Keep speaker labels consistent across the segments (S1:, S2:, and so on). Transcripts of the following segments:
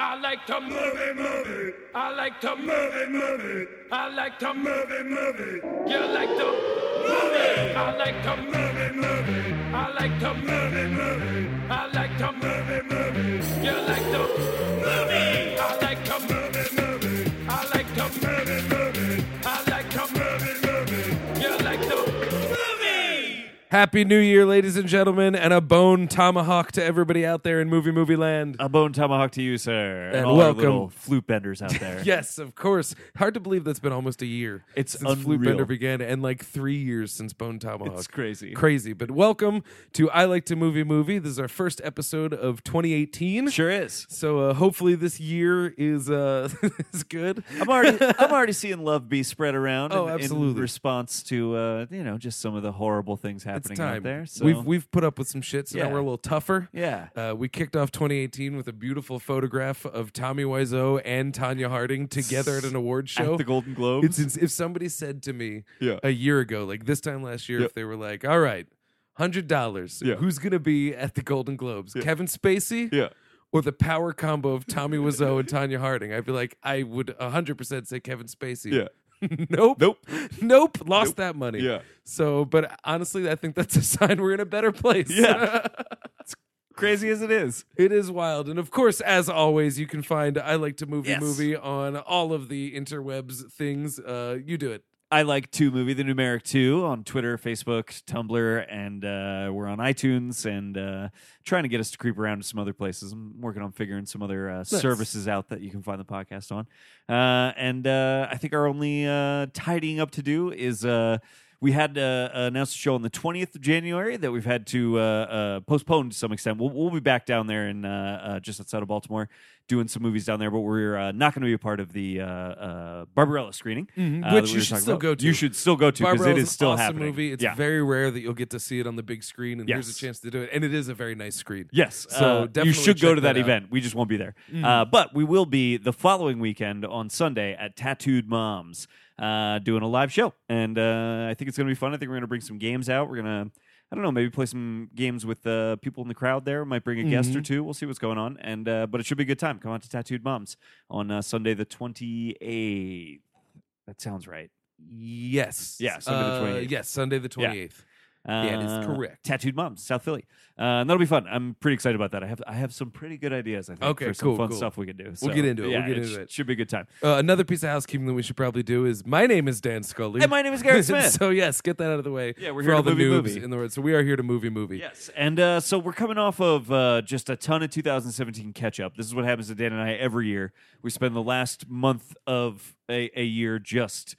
S1: I like to move it, move it. I like to move it, move it. I like to move it, move it. You like to move it. I like to move it, move it. I like to move it, move it. I like to move it, move it. You like to move it. I like to move it, move it. I like to move it, move it. I like to move it, move it. You like to move it.
S2: Happy New Year, ladies and gentlemen, and a bone tomahawk to everybody out there in movie movie land.
S3: A bone tomahawk to you, sir.
S2: And
S3: all our
S2: welcome.
S3: little flute benders out there.
S2: Yes, of course. Hard to believe that's been almost a year
S3: It's
S2: since Flute
S3: unreal.
S2: Bender began, and like three years since Bone Tomahawk.
S3: It's crazy.
S2: crazy. But welcome to I Like to Movie Movie. This is our first episode of 2018.
S3: Sure is.
S2: So uh, hopefully this year is uh, is good.
S3: I'm already I'm already seeing love be spread around
S2: Oh,
S3: in, in
S2: absolutely.
S3: response to uh, you know, just some of the horrible things
S2: It's
S3: happening
S2: time.
S3: out there. So
S2: We've we've put up with some shit, so now
S3: Yeah.
S2: we're a little tougher.
S3: yeah.
S2: Uh, we kicked off 2018 with a beautiful photograph of Tommy Wiseau and Tanya Harding together at an award show.
S3: At the Golden Globes.
S2: It's, ins- if somebody said to me
S3: Yeah.
S2: a year ago, like this time last year,
S3: Yeah.
S2: if they were like, "All right, hundred dollars,
S3: Yeah.
S2: who's gonna be at the Golden Globes? Kevin Spacey
S3: yeah.
S2: or the power combo of Tommy Wiseau and Tanya Harding?" I'd be like, "I would hundred percent say Kevin Spacey."
S3: Yeah.
S2: nope.
S3: Nope.
S2: Nope. Lost
S3: Nope.
S2: that money.
S3: Yeah.
S2: So, but honestly, I think that's a sign we're in a better place.
S3: Yeah. Crazy as it is.
S2: It is wild. And of course, as always, you can find I Like to Movie
S3: Yes.
S2: Movie on all of the interwebs things. Uh, you do it.
S3: I like two movie, the numeric two on Twitter, Facebook, Tumblr, and uh, we're on iTunes and uh, trying to get us to creep around to some other places. I'm working on figuring some other uh, services out that you can find the podcast on. Uh, and uh, I think our only uh, tidying up to do is. Uh, we had uh, announced a show on the 20th of January that we've had to uh, uh, postpone to some extent. We'll, we'll be back down there in uh, uh, just outside of Baltimore doing some movies down there, but we're uh, not going to be a part of the uh, uh, Barbarella screening,
S2: Mhm,
S3: uh,
S2: which
S3: that
S2: you
S3: were
S2: should
S3: talking
S2: still go to.
S3: You should still go to because
S2: Barbarossa
S3: it
S2: is
S3: is still
S2: an awesome
S3: happening.
S2: movie. It's
S3: yeah.
S2: very rare that you'll get to see it on the big screen, and here's a
S3: Yes.
S2: chance to do it. And it is a very nice screen.
S3: Yes,
S2: So
S3: uh,
S2: definitely
S3: you should go
S2: check
S3: to that,
S2: that out. Mm.
S3: event. We just won't be there, uh, but we will be the following weekend on Sunday at Tattooed Moms uh, doing a live show, and uh, I think it's going to be fun. I think we're going to bring some games out. We're going to, I don't know, maybe play some games with uh, people in the crowd. There might bring a guest or
S2: Mm-hmm.
S3: two. We'll see what's going on, and uh, but it should be a good time. Come out to Tattooed Moms on uh, Sunday the twenty eighth. That sounds right.
S2: Yes.
S3: Yeah, Sunday the
S2: Uh,
S3: 28th.
S2: yes, Sunday the 28th. That is
S3: Uh,
S2: correct.
S3: Tattooed Moms, South Philly. Uh, and that'll be fun. I'm pretty excited about that. I have I have some pretty good ideas. I think
S2: Okay,
S3: for some
S2: cool,
S3: fun
S2: cool.
S3: stuff we can do. So,
S2: get into it.
S3: Yeah,
S2: We'll get
S3: it
S2: into
S3: sh-
S2: it.
S3: Should be a good time.
S2: Uh, another piece of housekeeping that we should probably do is my name is Dan Scully.
S3: And my name is Garrett Smith.
S2: so, yes, get that out of the way.
S3: Yeah, we're
S2: for
S3: here
S2: all
S3: to
S2: the
S3: movie,
S2: noobs
S3: movie.
S2: in the world. So, we are here to movie, movie.
S3: Yes, and uh, so we're coming off of uh, just a ton of 2017 catch up. This is what happens to Dan and I every year. We spend the last month of a, a year just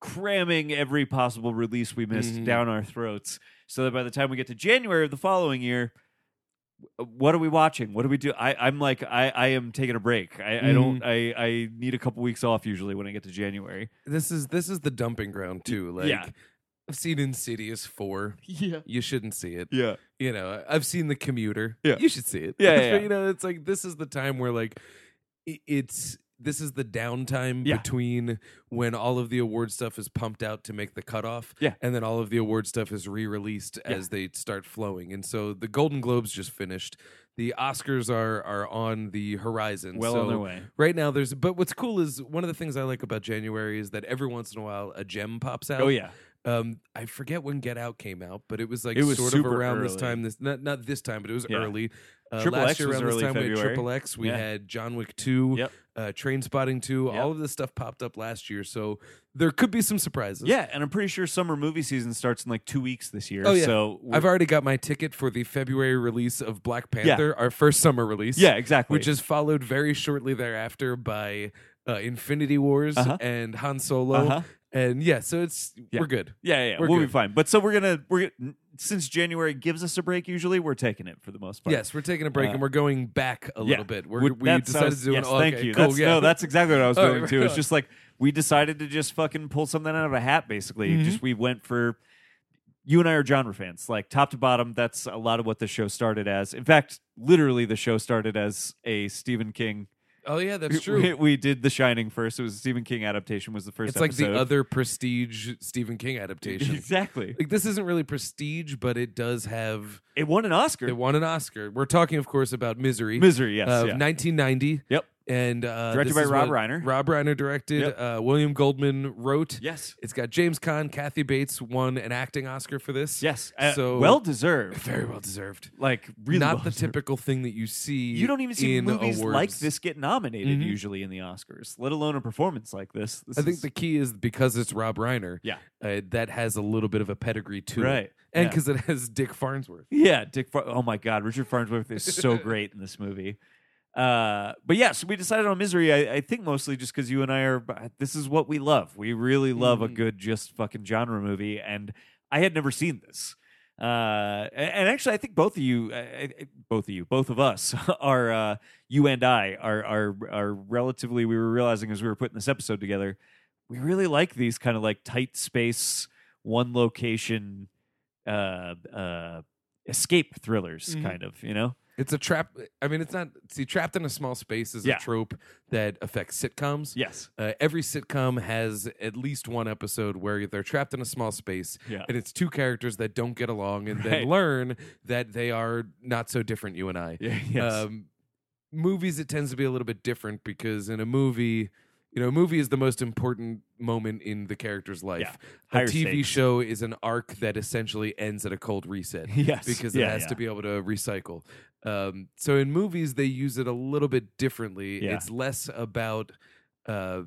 S3: cramming every possible release we missed
S2: Mhm.
S3: down our throats, so that by the time we get to January of the following year. w- What are we watching? What do we do? I, I'm like I, I am taking a break. I, I don't. I, I need a couple weeks off usually when I get to January.
S2: This is this is the dumping ground too. Like
S3: Yeah.
S2: I've seen Insidious four.
S3: Yeah.
S2: You shouldn't see it.
S3: Yeah.
S2: You know, I've seen The Commuter.
S3: Yeah.
S2: You should see it.
S3: Yeah, yeah,
S2: But,
S3: yeah.
S2: you know, it's like this is the time where like i- it's this is the downtime
S3: Yeah.
S2: between when all of the award stuff is pumped out to make the cutoff
S3: Yeah.
S2: and then all of the award stuff is re-released
S3: Yeah.
S2: as they start flowing. And so the Golden Globes just finished. The Oscars are are on the horizon.
S3: Well
S2: so
S3: on their way.
S2: Right now, there's but what's cool is one of the things I like about January is that every once in a while a gem pops out.
S3: Oh yeah.
S2: Um, I forget when Get Out came out, but it was like
S3: It was
S2: sort of
S3: super
S2: around this
S3: early.
S2: time. This not not this time, but it was
S3: Yeah.
S2: early. Uh,
S3: Triple
S2: last
S3: X
S2: year
S3: was
S2: around
S3: early
S2: this time we had
S3: February.
S2: Triple X, we
S3: Yeah.
S2: had John Wick Two,
S3: Yep.
S2: uh, Train Spotting Two.
S3: Yep.
S2: All of this stuff popped up last year, so there could be some surprises.
S3: Yeah, and I'm pretty sure summer movie season starts in like two weeks this year.
S2: Oh, yeah.
S3: So we're-
S2: I've already got my ticket for the February release of Black Panther, our first summer release.
S3: yeah, exactly.
S2: which is followed very shortly thereafter by uh, Infinity Wars
S3: Uh-huh.
S2: and Han Solo.
S3: Uh-huh.
S2: And yeah, so it's
S3: Yeah.
S2: we're good.
S3: yeah, yeah, yeah.
S2: we're
S3: we'll
S2: good.
S3: be fine. But so we're gonna we're gonna- since January gives us a break. Usually we're taking it for the most part.
S2: Yes, we're taking a break
S3: Uh,
S2: and we're going back a
S3: Yeah.
S2: little bit. We're,
S3: Would-
S2: we
S3: that's-
S2: decided
S3: that's-
S2: to do
S3: yes,
S2: an okay,
S3: Thank you.
S2: Cool,
S3: that's,
S2: yeah.
S3: No, that's exactly what I was
S2: All
S3: doing
S2: right,
S3: too.
S2: right
S3: It's
S2: on.
S3: just like we decided to just fucking pull something out of a hat. Basically,
S2: Mm-hmm.
S3: just we went for. You and I are genre fans, like top to bottom. That's a lot of what the show started as. In fact, literally, the show started as a Stephen King.
S2: oh yeah, that's
S3: we-
S2: true.
S3: We, we did The Shining first. It was a Stephen King adaptation. Was the first.
S2: it's like the
S3: episode.
S2: other prestige Stephen King adaptation.
S3: Exactly.
S2: like this isn't really prestige, but it does have.
S3: It won an Oscar.
S2: It won an Oscar. We're talking, of course, about Misery.
S3: Misery, yes.
S2: of
S3: yeah.
S2: 1990.
S3: Yep.
S2: and uh,
S3: Directed
S2: this
S3: by
S2: is
S3: Rob
S2: what
S3: Reiner.
S2: Rob Reiner directed.
S3: Yep.
S2: Uh, William Goldman wrote.
S3: Yes.
S2: It's got James Caan, Kathy Bates won an acting Oscar for this.
S3: Yes. Uh,
S2: So-
S3: well deserved.
S2: very well deserved.
S3: Like really
S2: Not
S3: well
S2: the
S3: deserved.
S2: typical thing that you see.
S3: You don't even see
S2: in
S3: movies
S2: awards.
S3: like this get nominated
S2: Mhm.
S3: usually in the Oscars, let alone a performance like this. This
S2: I think
S3: is-
S2: the key is because it's Rob Reiner.
S3: Yeah.
S2: uh, that has a little bit of a pedigree to
S3: Right,
S2: it, and
S3: yeah.
S2: because it has Dick Farnsworth.
S3: Yeah, Dick. Far- oh my God, Richard Farnsworth is so great in this movie. Uh, but yeah, so we decided on Misery. I, I think mostly just because you and I are. This is what we love. We really love a
S2: Mhm.
S3: good just fucking genre movie, and I had never seen this. Uh, a- and, actually, I think both of you, I- I- I- both of you, both of us are uh, you and I are are are relatively. We were realizing as we were putting this episode together, we really like these kind of like tight space, one location, uh, uh, escape thrillers,
S2: Mhm.
S3: kind of. You know,
S2: It's a trap. I mean, it's not. See, trapped in a small space is
S3: Yeah.
S2: a trope that affects sitcoms.
S3: yes,
S2: Uh, every sitcom has at least one episode where they're trapped in a small space,
S3: yeah,
S2: and it's two characters that don't get along, and
S3: Right.
S2: then learn that they are not so different. You and I.
S3: yeah, yes,
S2: Um, movies, it tends to be a little bit different because in a movie, you know, a movie is the most important moment in the character's life.
S3: Higher
S2: a TV
S3: stakes.
S2: show is an arc that essentially ends at a cold reset
S3: yes,
S2: because
S3: yeah,
S2: it has
S3: yeah.
S2: to be able to recycle. Um, so in movies, they use it a little bit differently.
S3: Yeah.
S2: It's less about uh,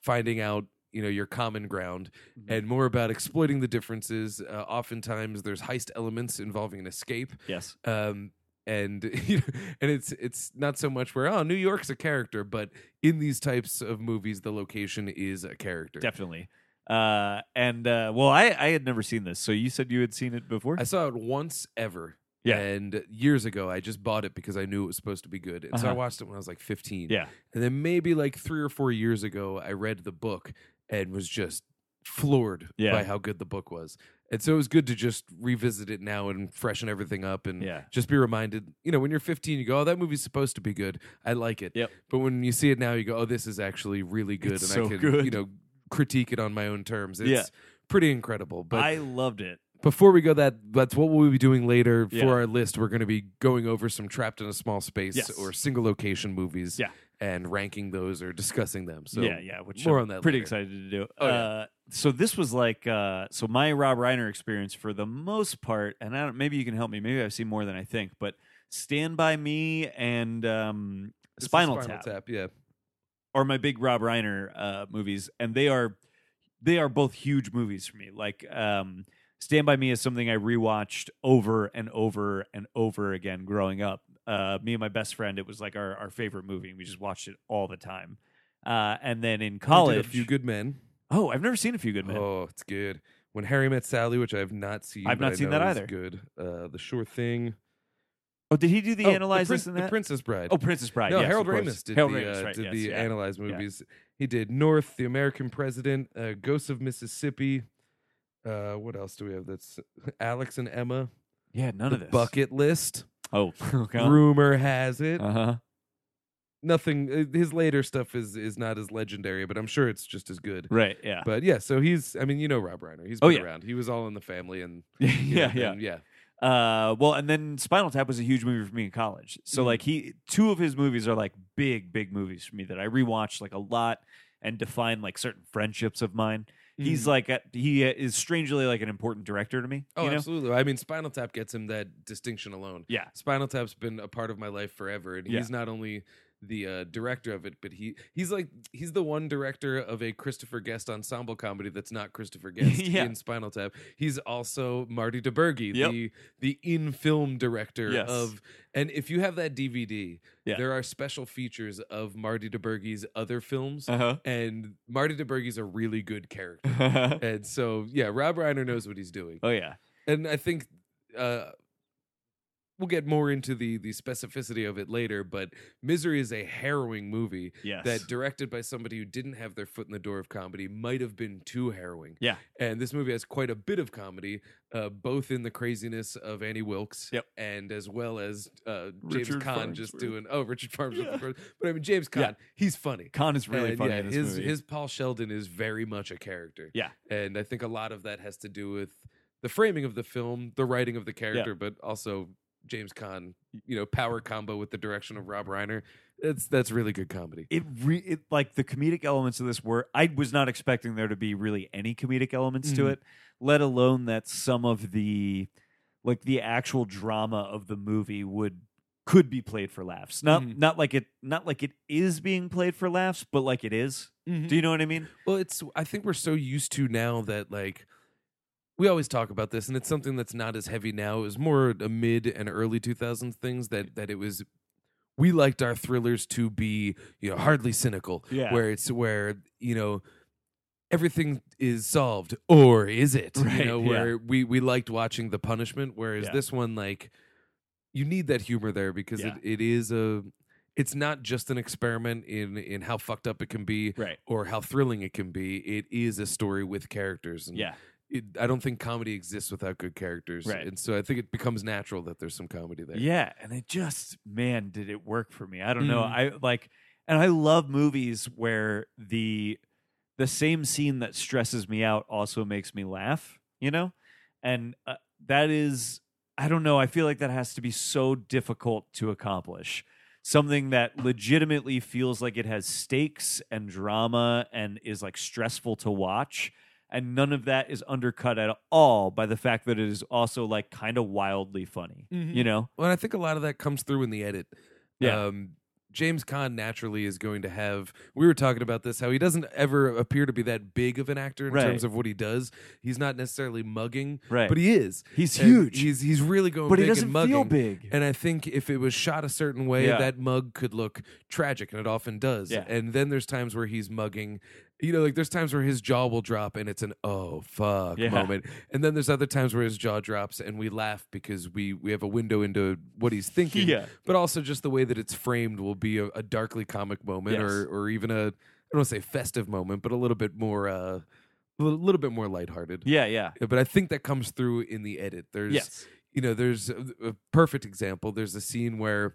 S2: finding out you know your common ground
S3: Mhm.
S2: and more about exploiting the differences. Uh, oftentimes, there's heist elements involving an escape
S3: yes,
S2: um and you know, and it's it's not so much where oh New York's a character, but in these types of movies, the location is a character.
S3: definitely. Uh, and uh, well, I I had never seen this, so you said you had seen it before.
S2: I saw it once ever,
S3: Yeah.
S2: and years ago I just bought it because I knew it was supposed to be good, and so I
S3: Uh-huh.
S2: watched it when I was like fifteen.
S3: yeah,
S2: and then maybe like three or four years ago, I read the book and was just floored
S3: Yeah.
S2: by how good the book was, and so it was good to just revisit it now and freshen everything up and
S3: yeah,
S2: just be reminded you know when you're 15 you go oh that movie's supposed to be good i like it
S3: Yep.
S2: but when you see it now you go oh this is actually really good
S3: It's
S2: and
S3: so
S2: i can
S3: good.
S2: you know critique it on my own terms it's
S3: Yeah.
S2: pretty incredible but
S3: I loved it.
S2: before we go that that's what we'll be doing later
S3: Yeah.
S2: for our list we're going to be going over some trapped in a small space
S3: Yes.
S2: or single location movies
S3: Yeah.
S2: and ranking those or discussing them so
S3: yeah, yeah, which
S2: more
S3: I'm
S2: on that
S3: Pretty
S2: later.
S3: excited to do.
S2: Oh, yeah.
S3: uh, so this was like uh, so my Rob Reiner experience for the most part, and I don't, maybe you can help me. Maybe I've seen more than I think, but Stand by Me and um,
S2: This is
S3: Spinal,
S2: Spinal
S3: Tap,
S2: Tap yeah
S3: are my big Rob Reiner uh, movies, and they are they are both huge movies for me. Like um, Stand by Me is something I rewatched over and over and over again growing up. Uh, me and my best friend, it was like our, our favorite movie. and We just watched it all the time. Uh, and then in
S2: We
S3: college,
S2: did a few good men
S3: Oh, I've never seen a few good men.
S2: Oh, it's good. When Harry Met Sally, which I have not seen.
S3: I've
S2: but
S3: not
S2: I
S3: seen
S2: know
S3: that
S2: is
S3: either.
S2: Good. Uh, the Sure Thing.
S3: Oh, did he do the
S2: Oh,
S3: analyze
S2: the
S3: this and
S2: The
S3: that?
S2: Princess Bride.
S3: oh, Princess Bride.
S2: no,
S3: yes,
S2: Harold
S3: of course.
S2: Ramis did
S3: Harold
S2: the
S3: Ramis,
S2: uh,
S3: right,
S2: did
S3: yes,
S2: the
S3: yeah.
S2: analyze
S3: yeah.
S2: movies. He did North, The American President, uh, Ghosts of Mississippi. Uh, what else do we have? That's Alex and Emma.
S3: Yeah, none
S2: the
S3: of this.
S2: Bucket List.
S3: Oh, okay.
S2: Rumor has it.
S3: Uh huh.
S2: Nothing. uh, His later stuff is is not as legendary, but I'm sure it's just as good.
S3: Right. Yeah.
S2: But yeah, so he's. I mean, you know Rob Reiner. He's
S3: Oh,
S2: been
S3: yeah.
S2: around. He was all in the family, and you know,
S3: yeah. Yeah.
S2: then- yeah.
S3: Uh, well, and then Spinal Tap was a huge movie for me in college. So
S2: Mhm.
S3: like he, two of his movies are like big, big movies for me that I rewatch like a lot and define like certain friendships of mine. He's like a, he uh, is strangely like an important director to me.
S2: Mm. Mm-hmm. Oh,
S3: you know?
S2: absolutely. I mean, Spinal Tap gets him that distinction alone.
S3: Yeah.
S2: Spinal Tap's been a part of my life forever, and
S3: Yeah.
S2: he's not only the uh, director of it, but he he's like he's the one director of a Christopher Guest ensemble comedy that's not Christopher Guest
S3: Yeah.
S2: in Spinal Tap. He's also Marty DeBerge,
S3: Yep.
S2: the the in film director
S3: Yes.
S2: of. And if you have that DVD,
S3: Yeah.
S2: there are special features of Marty DeBerge's other films,
S3: Uh
S2: and Marty DeBerge's a really good character.
S3: huh.
S2: And so, yeah, Rob Reiner knows what he's doing
S3: oh yeah.
S2: and I think uh, we'll get more into the the specificity of it later. But Misery is a harrowing movie
S3: Yes.
S2: that, directed by somebody who didn't have their foot in the door of comedy, might have been too harrowing.
S3: Yeah.
S2: and this movie has quite a bit of comedy, uh, both in the craziness of Annie Wilkes,
S3: Yep.
S2: and as well as uh, James
S3: Richard
S2: Caan just
S3: Farnsworth.
S2: doing oh Richard Farnsworth,
S3: Yeah.
S2: of course. but I mean James Caan,
S3: Yeah.
S2: he's funny.
S3: Khan is really
S2: And,
S3: funny
S2: yeah,
S3: in this
S2: his
S3: movie.
S2: his Paul Sheldon is very much a character.
S3: Yeah.
S2: and I think a lot of that has to do with the framing of the film, the writing of the character, but also James Caan you know power combo with the direction of Rob Reiner. That's that's really good comedy.
S3: it re it, like the comedic elements of this were I was not expecting there to be really any comedic elements to
S2: Mhm.
S3: it, let alone that some of the like the actual drama of the movie would could be played for laughs. Not
S2: Mhm.
S3: not like it not like it is being played for laughs, but like it is. Do you know what I mean?
S2: Well, it's I think we're so used to now that like we always talk about this, and it's something that's not as heavy now. It was more a mid and early two thousands things that that it was. We liked our thrillers to be you know hardly cynical,
S3: Yeah.
S2: where it's where you know everything is solved or is it?
S3: Right,
S2: you know,
S3: yeah.
S2: where we we liked watching the punishment, whereas
S3: Yeah.
S2: this one like you need that humor there because
S3: Yeah.
S2: it, it is a it's not just an experiment in in how fucked up it can be
S3: Right.
S2: or how thrilling it can be. It is a story with characters. And
S3: Yeah.
S2: it, I don't think comedy exists without good characters.
S3: Right.
S2: And so I think it becomes natural that there's some comedy there.
S3: Yeah, and it just man, did it work for me? I don't know.
S2: Mm.
S3: I like and I love movies where the the same scene that stresses me out also makes me laugh, you know? And uh, that is I don't know, I feel like that has to be so difficult to accomplish. Something that legitimately feels like it has stakes and drama and is like stressful to watch. And none of that is undercut at all by the fact that it is also like kind of wildly funny,
S2: Mhm.
S3: you know?
S2: Well, and I think a lot of that comes through in the edit.
S3: Yeah.
S2: Um, James Caan naturally is going to have. We were talking about this how he doesn't ever appear to be that big of an actor in
S3: Right.
S2: terms of what he does. He's not necessarily mugging,
S3: Right.
S2: but he is.
S3: He's
S2: And
S3: huge.
S2: He's he's really going.
S3: but
S2: big
S3: he doesn't
S2: and mugging.
S3: feel big.
S2: And I think if it was shot a certain way,
S3: Yeah.
S2: that mug could look tragic, and it often does.
S3: Yeah.
S2: And then there's times where he's mugging. You know, like there's times where his jaw will drop and it's an oh fuck
S3: Yeah.
S2: moment. And then there's other times where his jaw drops and we laugh because we we have a window into what he's thinking.
S3: Yeah.
S2: But also just the way that it's framed will be a, a darkly comic moment
S3: Yes.
S2: or or even a I don't want to say festive moment, but a little bit more uh a little bit more lighthearted.
S3: yeah, yeah.
S2: But I think that comes through in the edit. There's
S3: Yes.
S2: you know, there's a, a perfect example. There's a scene where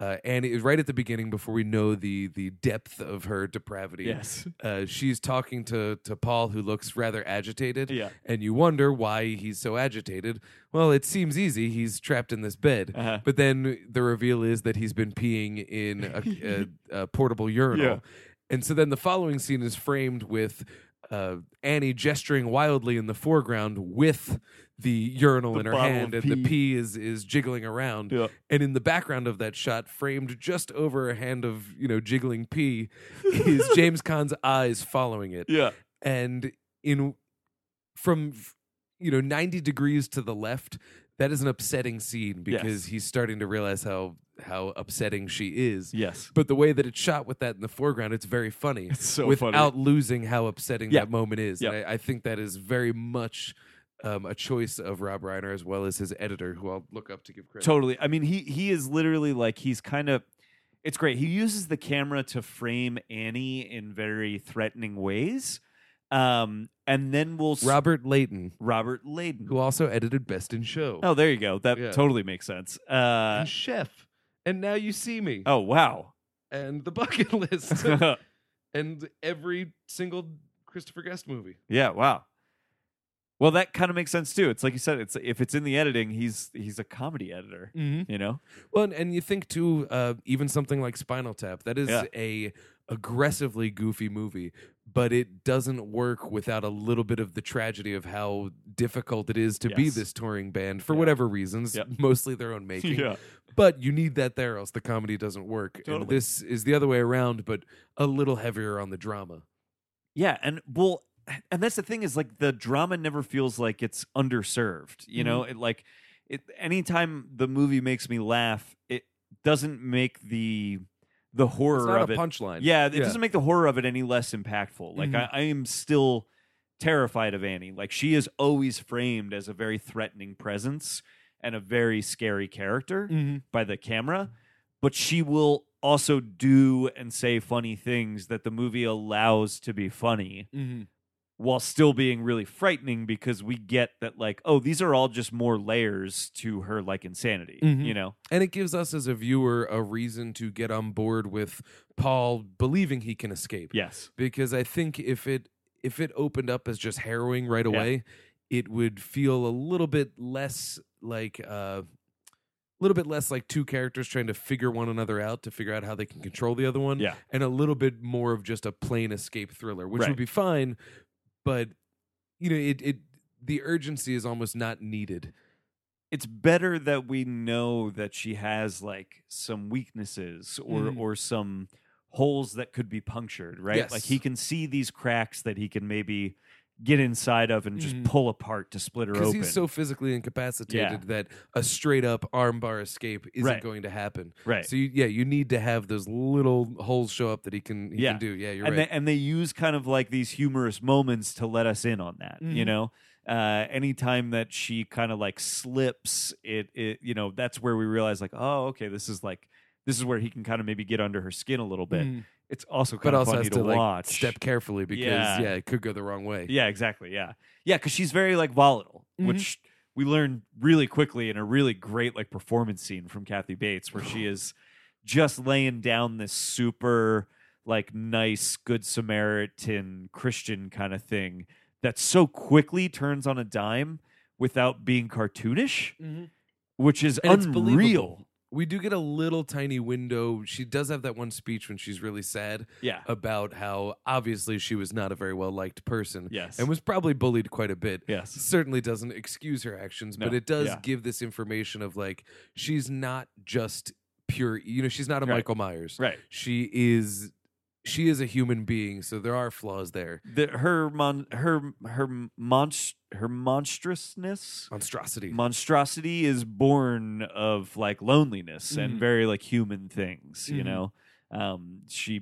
S2: uh, Annie, right at the beginning, before we know the the depth of her depravity,
S3: Yes.
S2: uh, she's talking to to Paul, who looks rather agitated.
S3: Yeah.
S2: and you wonder why he's so agitated. Well, it seems easy. He's trapped in this bed.
S3: Uh-huh.
S2: But then the reveal is that he's been peeing in a, a, a portable urinal.
S3: Yeah.
S2: And so then the following scene is framed with uh, Annie gesturing wildly in the foreground with the urinal
S3: The
S2: in her
S3: bottle
S2: hand,
S3: of
S2: and the
S3: pee.
S2: pee is is jiggling around.
S3: Yeah.
S2: And in the background of that shot, framed just over a hand of you know jiggling pee, is James Caan's eyes following it
S3: Yeah.
S2: and in from you know 90 degrees to the left that is an upsetting scene because
S3: Yes.
S2: he's starting to realize how how upsetting she is
S3: Yes.
S2: but the way that it's shot with that in the foreground it's very funny
S3: It's so
S2: without losing how upsetting
S3: Yeah.
S2: that moment is
S3: Yeah.
S2: and I, I think that is very much um, a choice of rob reiner as well as his editor who i'll look up to give credit
S3: Totally. I mean, he he is literally like he's kind of it's great. He uses the camera to frame Annie in very threatening ways. Um and then we'll s-
S2: robert layton
S3: Robert Layden.
S2: who also edited best in show
S3: Oh, there you go. That
S2: Yeah.
S3: totally makes sense. Uh
S2: and chef and now you see me
S3: oh wow.
S2: and the bucket list
S3: yeah,
S2: and every single Christopher Guest movie.
S3: wow. Well, that kind of makes sense too. It's like you said, it's if it's in the editing, he's he's a comedy editor,
S2: Mm-hmm.
S3: you know?
S2: Well, and, and you think too, uh, even something like Spinal Tap, that is
S3: Yeah.
S2: a aggressively goofy movie, but it doesn't work without a little bit of the tragedy of how difficult it is to be
S3: Yes.
S2: this touring band for
S3: Yeah.
S2: whatever reasons,
S3: Yep.
S2: mostly their own making. But you need that there, else the comedy doesn't work.
S3: Totally.
S2: And this is the other way around, but a little heavier on the drama.
S3: Yeah, and well, and that's the thing is like the drama never feels like it's underserved. You know,
S2: Mm-hmm.
S3: it like it anytime the movie makes me laugh, it doesn't make the the horror
S2: It's not
S3: of
S2: a
S3: it.
S2: punchline.
S3: yeah, it
S2: Yeah.
S3: doesn't make the horror of it any less impactful. Like
S2: Mhm.
S3: I, I am still terrified of Annie. Like she is always framed as a very threatening presence and a very scary character
S2: Mm-hmm.
S3: by the camera, but she will also do and say funny things that the movie allows to be funny
S2: Mm-hmm.
S3: while still being really frightening because we get that like oh these are all just more layers to her like insanity
S2: Mhm.
S3: you know
S2: And it gives us as a viewer a reason to get on board with Paul believing he can escape.
S3: yes
S2: Because I think if it if it opened up as just harrowing right away, it would feel a little bit less like uh little bit less like two characters trying to figure one another out to figure out how they can control the other one
S3: Yeah.
S2: and a little bit more of just a plain escape thriller which
S3: Right.
S2: would be fine but you know it it the urgency is almost not needed
S3: it's better that we know that she has like some weaknesses or
S2: Mhm.
S3: or some holes that could be punctured, right?
S2: Yes.
S3: Like he can see these cracks that he can maybe get inside of and just
S2: Mhm.
S3: pull apart to split her
S2: because
S3: open.
S2: he's so physically incapacitated that a straight up armbar escape isn't
S3: Right.
S2: going to happen
S3: right.
S2: so you, yeah you need to have those little holes show up that he can he
S3: Yeah.
S2: can do yeah you're
S3: and
S2: right
S3: they, and they use kind of like these humorous moments to let us in on that you
S2: Mhm.
S3: know uh anytime that she kind of like slips it it you know that's where we realize like oh okay this is like this is where he can kind of maybe get under her skin a little bit
S2: Mm.
S3: it's also kind
S2: but
S3: of
S2: also
S3: hmm, funny
S2: has to,
S3: to,
S2: like
S3: watch
S2: step carefully because
S3: Yeah.
S2: yeah. it could go the wrong way
S3: yeah exactly yeah yeah because she's very like volatile
S2: Mhm.
S3: which we learned really quickly in a really great like performance scene from kathy bates where
S2: Oh.
S3: she is just laying down this super like nice good samaritan christian kind of thing that so quickly turns on a dime without being cartoonish which is
S2: Mm-hmm. And it's
S3: unreal
S2: believable. we do get a little tiny window. She does have that one speech when she's really sad
S3: yeah
S2: about how obviously she was not a very well liked person
S3: yes
S2: and was probably bullied quite a bit.
S3: yes
S2: Certainly doesn't excuse her actions, but
S3: No,
S2: it does
S3: yeah.
S2: give this information of like she's not just pure, e, you know, she's not a
S3: Right.
S2: Michael Myers.
S3: right
S2: She is she is a human being, so there are flaws there.
S3: the, her mon her her monst her monstrousness
S2: Monstrosity.
S3: monstrosity is born of like loneliness and
S2: Mhm.
S3: very like human things you
S2: Mhm.
S3: know um she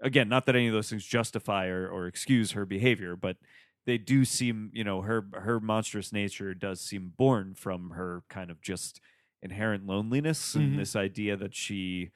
S3: again not that any of those things justify or, or excuse her behavior but they do seem you know her her monstrous nature does seem born from her kind of just inherent loneliness
S2: Mhm.
S3: and this idea that she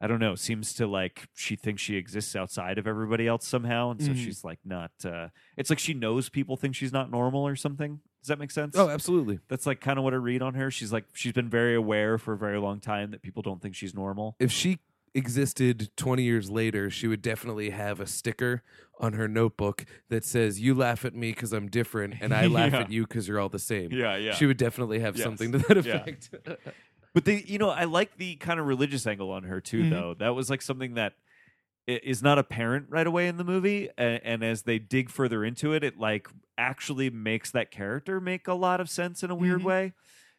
S3: i don't know seems to like she thinks she exists outside of everybody else somehow and so
S2: Mhm.
S3: she's like not uh it's like she knows people think she's not normal or something does that make sense
S2: oh, absolutely.
S3: that's like kind of what I read on her. She's like she's been very aware for a very long time that people don't think she's normal.
S2: if she existed 20 years later, she would definitely have a sticker on her notebook that says, You laugh at me because I'm different, and I laugh
S3: Yeah.
S2: at you because you're all the same.
S3: Yeah, yeah.
S2: She would definitely have
S3: Yes.
S2: something to that
S3: Yeah.
S2: effect.
S3: but they, you know, I like the kind of religious angle on her too,
S2: Mhm.
S3: though. That was like something that i- is not apparent right away in the movie, and, and as they dig further into it, it like actually makes that character make a lot of sense in a weird
S2: Mhm.
S3: way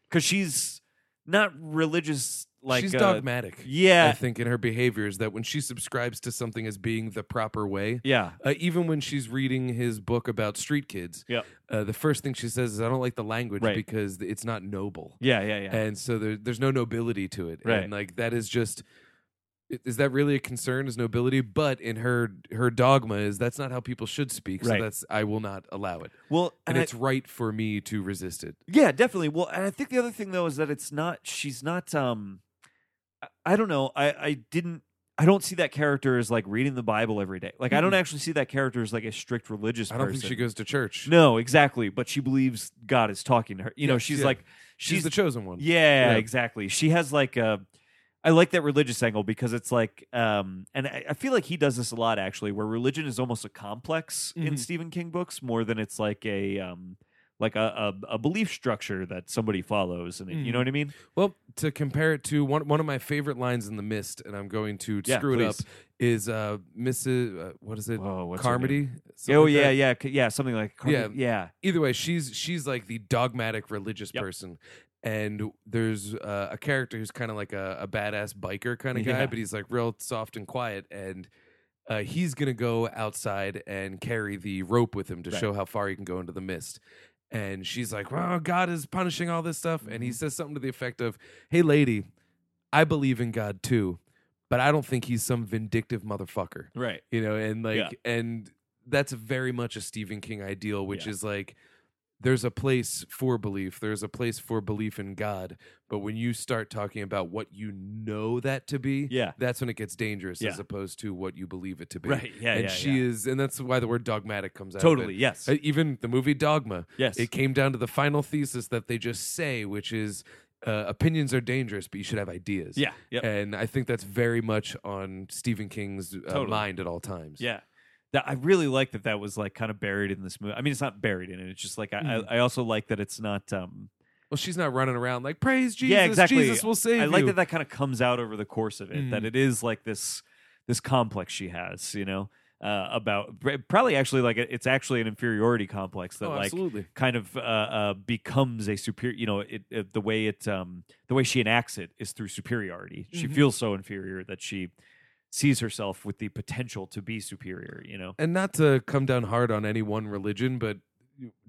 S3: because she's not religious. Like
S2: She's
S3: uh,
S2: dogmatic. I
S3: Yeah,
S2: think in her behaviors that when she subscribes to something as being the proper way,
S3: yeah,
S2: uh, even when she's reading his book about street kids,
S3: Yeah.
S2: uh, the first thing she says is, I don't like the language
S3: Right.
S2: because it's not noble.
S3: yeah, yeah, yeah.
S2: and so there, there's no nobility to it
S3: Right.
S2: and like that is just i- is that really a concern is nobility but in her her dogma is that's not how people should speak so
S3: Right.
S2: that's i will not allow it
S3: well,
S2: and,
S3: I-
S2: it's right for me to resist it
S3: Yeah, definitely. Well, and I think the other thing though is that it's not she's not um I, I don't know. I I didn't I don't see that character as like reading the Bible every day. Like I don't
S2: Mhm.
S3: actually see that character as like a strict religious
S2: i don't
S3: person.
S2: think she goes to church
S3: No, exactly, but she believes God is talking to her. You know,
S2: Yes,
S3: she's
S2: yeah.
S3: like
S2: she's, the chosen one
S3: yeah,
S2: Yeah.
S3: exactly. She has like a. I like that religious angle because it's like, um, and I, I feel like he does this a lot actually, where religion is almost a complex in
S2: Mhm.
S3: Stephen King books more than it's like a, um, like a, a, a belief structure that somebody follows, and you know
S2: Mhm.
S3: what I mean?
S2: well to compare it to one, one of my favorite lines in the mist and i'm going to
S3: Yeah,
S2: screw it up
S3: please.
S2: is uh mrs uh, what is it
S3: Whoa, what's her name?
S2: carmody Something
S3: Oh
S2: like
S3: yeah,
S2: that.
S3: yeah, c- yeah, something like Carmody. yeah,
S2: either way she's she's like the dogmatic religious
S3: Yep.
S2: person and there's uh, a character who's kind of like a, a badass biker kind of guy
S3: Yeah.
S2: but he's like real soft and quiet and uh, he's gonna go outside and carry the rope with him to
S3: Right.
S2: show how far he can go into the mist and she's like well god is punishing all this stuff and he
S3: Mm-hmm.
S2: says something to the effect of hey lady i believe in god too but i don't think he's some vindictive motherfucker
S3: right,
S2: you know and like
S3: Yeah.
S2: and that's very much a stephen king ideal which
S3: Yeah.
S2: is like there's a place for belief there's a place for belief in god but when you start talking about what you know that to be
S3: yeah,
S2: that's when it gets dangerous
S3: Yeah.
S2: as opposed to what you believe it to be
S3: right, yeah,
S2: and
S3: yeah,
S2: she
S3: yeah.
S2: is and that's why the word dogmatic comes out of it.
S3: totally, yes,
S2: Uh, even the movie dogma
S3: yes,
S2: it came down to the final thesis that they just say which is uh, opinions are dangerous but you should have ideas
S3: yeah, yeah,
S2: and i think that's very much on stephen king's uh,
S3: Totally.
S2: mind at all times
S3: Yeah. That I really like that
S2: Mm.
S3: that was like kind of buried in this movie. I mean, it's not buried in it. It's just like I, I, I also like that it's not um
S2: Well, Well, she's not running around like praise Jesus.
S3: Yeah, exactly.
S2: Jesus will save
S3: I like
S2: you." Mm.
S3: that that kind of comes out over the course of it. That it is like this this complex she has, you know, uh, about pr- probably actually like it- it's actually an inferiority complex that
S2: Oh,
S3: like
S2: absolutely.
S3: kind of uh, uh, becomes a superior. You know, it, it the way it um, the way she enacts it is through superiority.
S2: Mm-hmm.
S3: She feels so inferior that she sees herself with the potential to be superior. You know,
S2: And not to come down hard on any one religion, but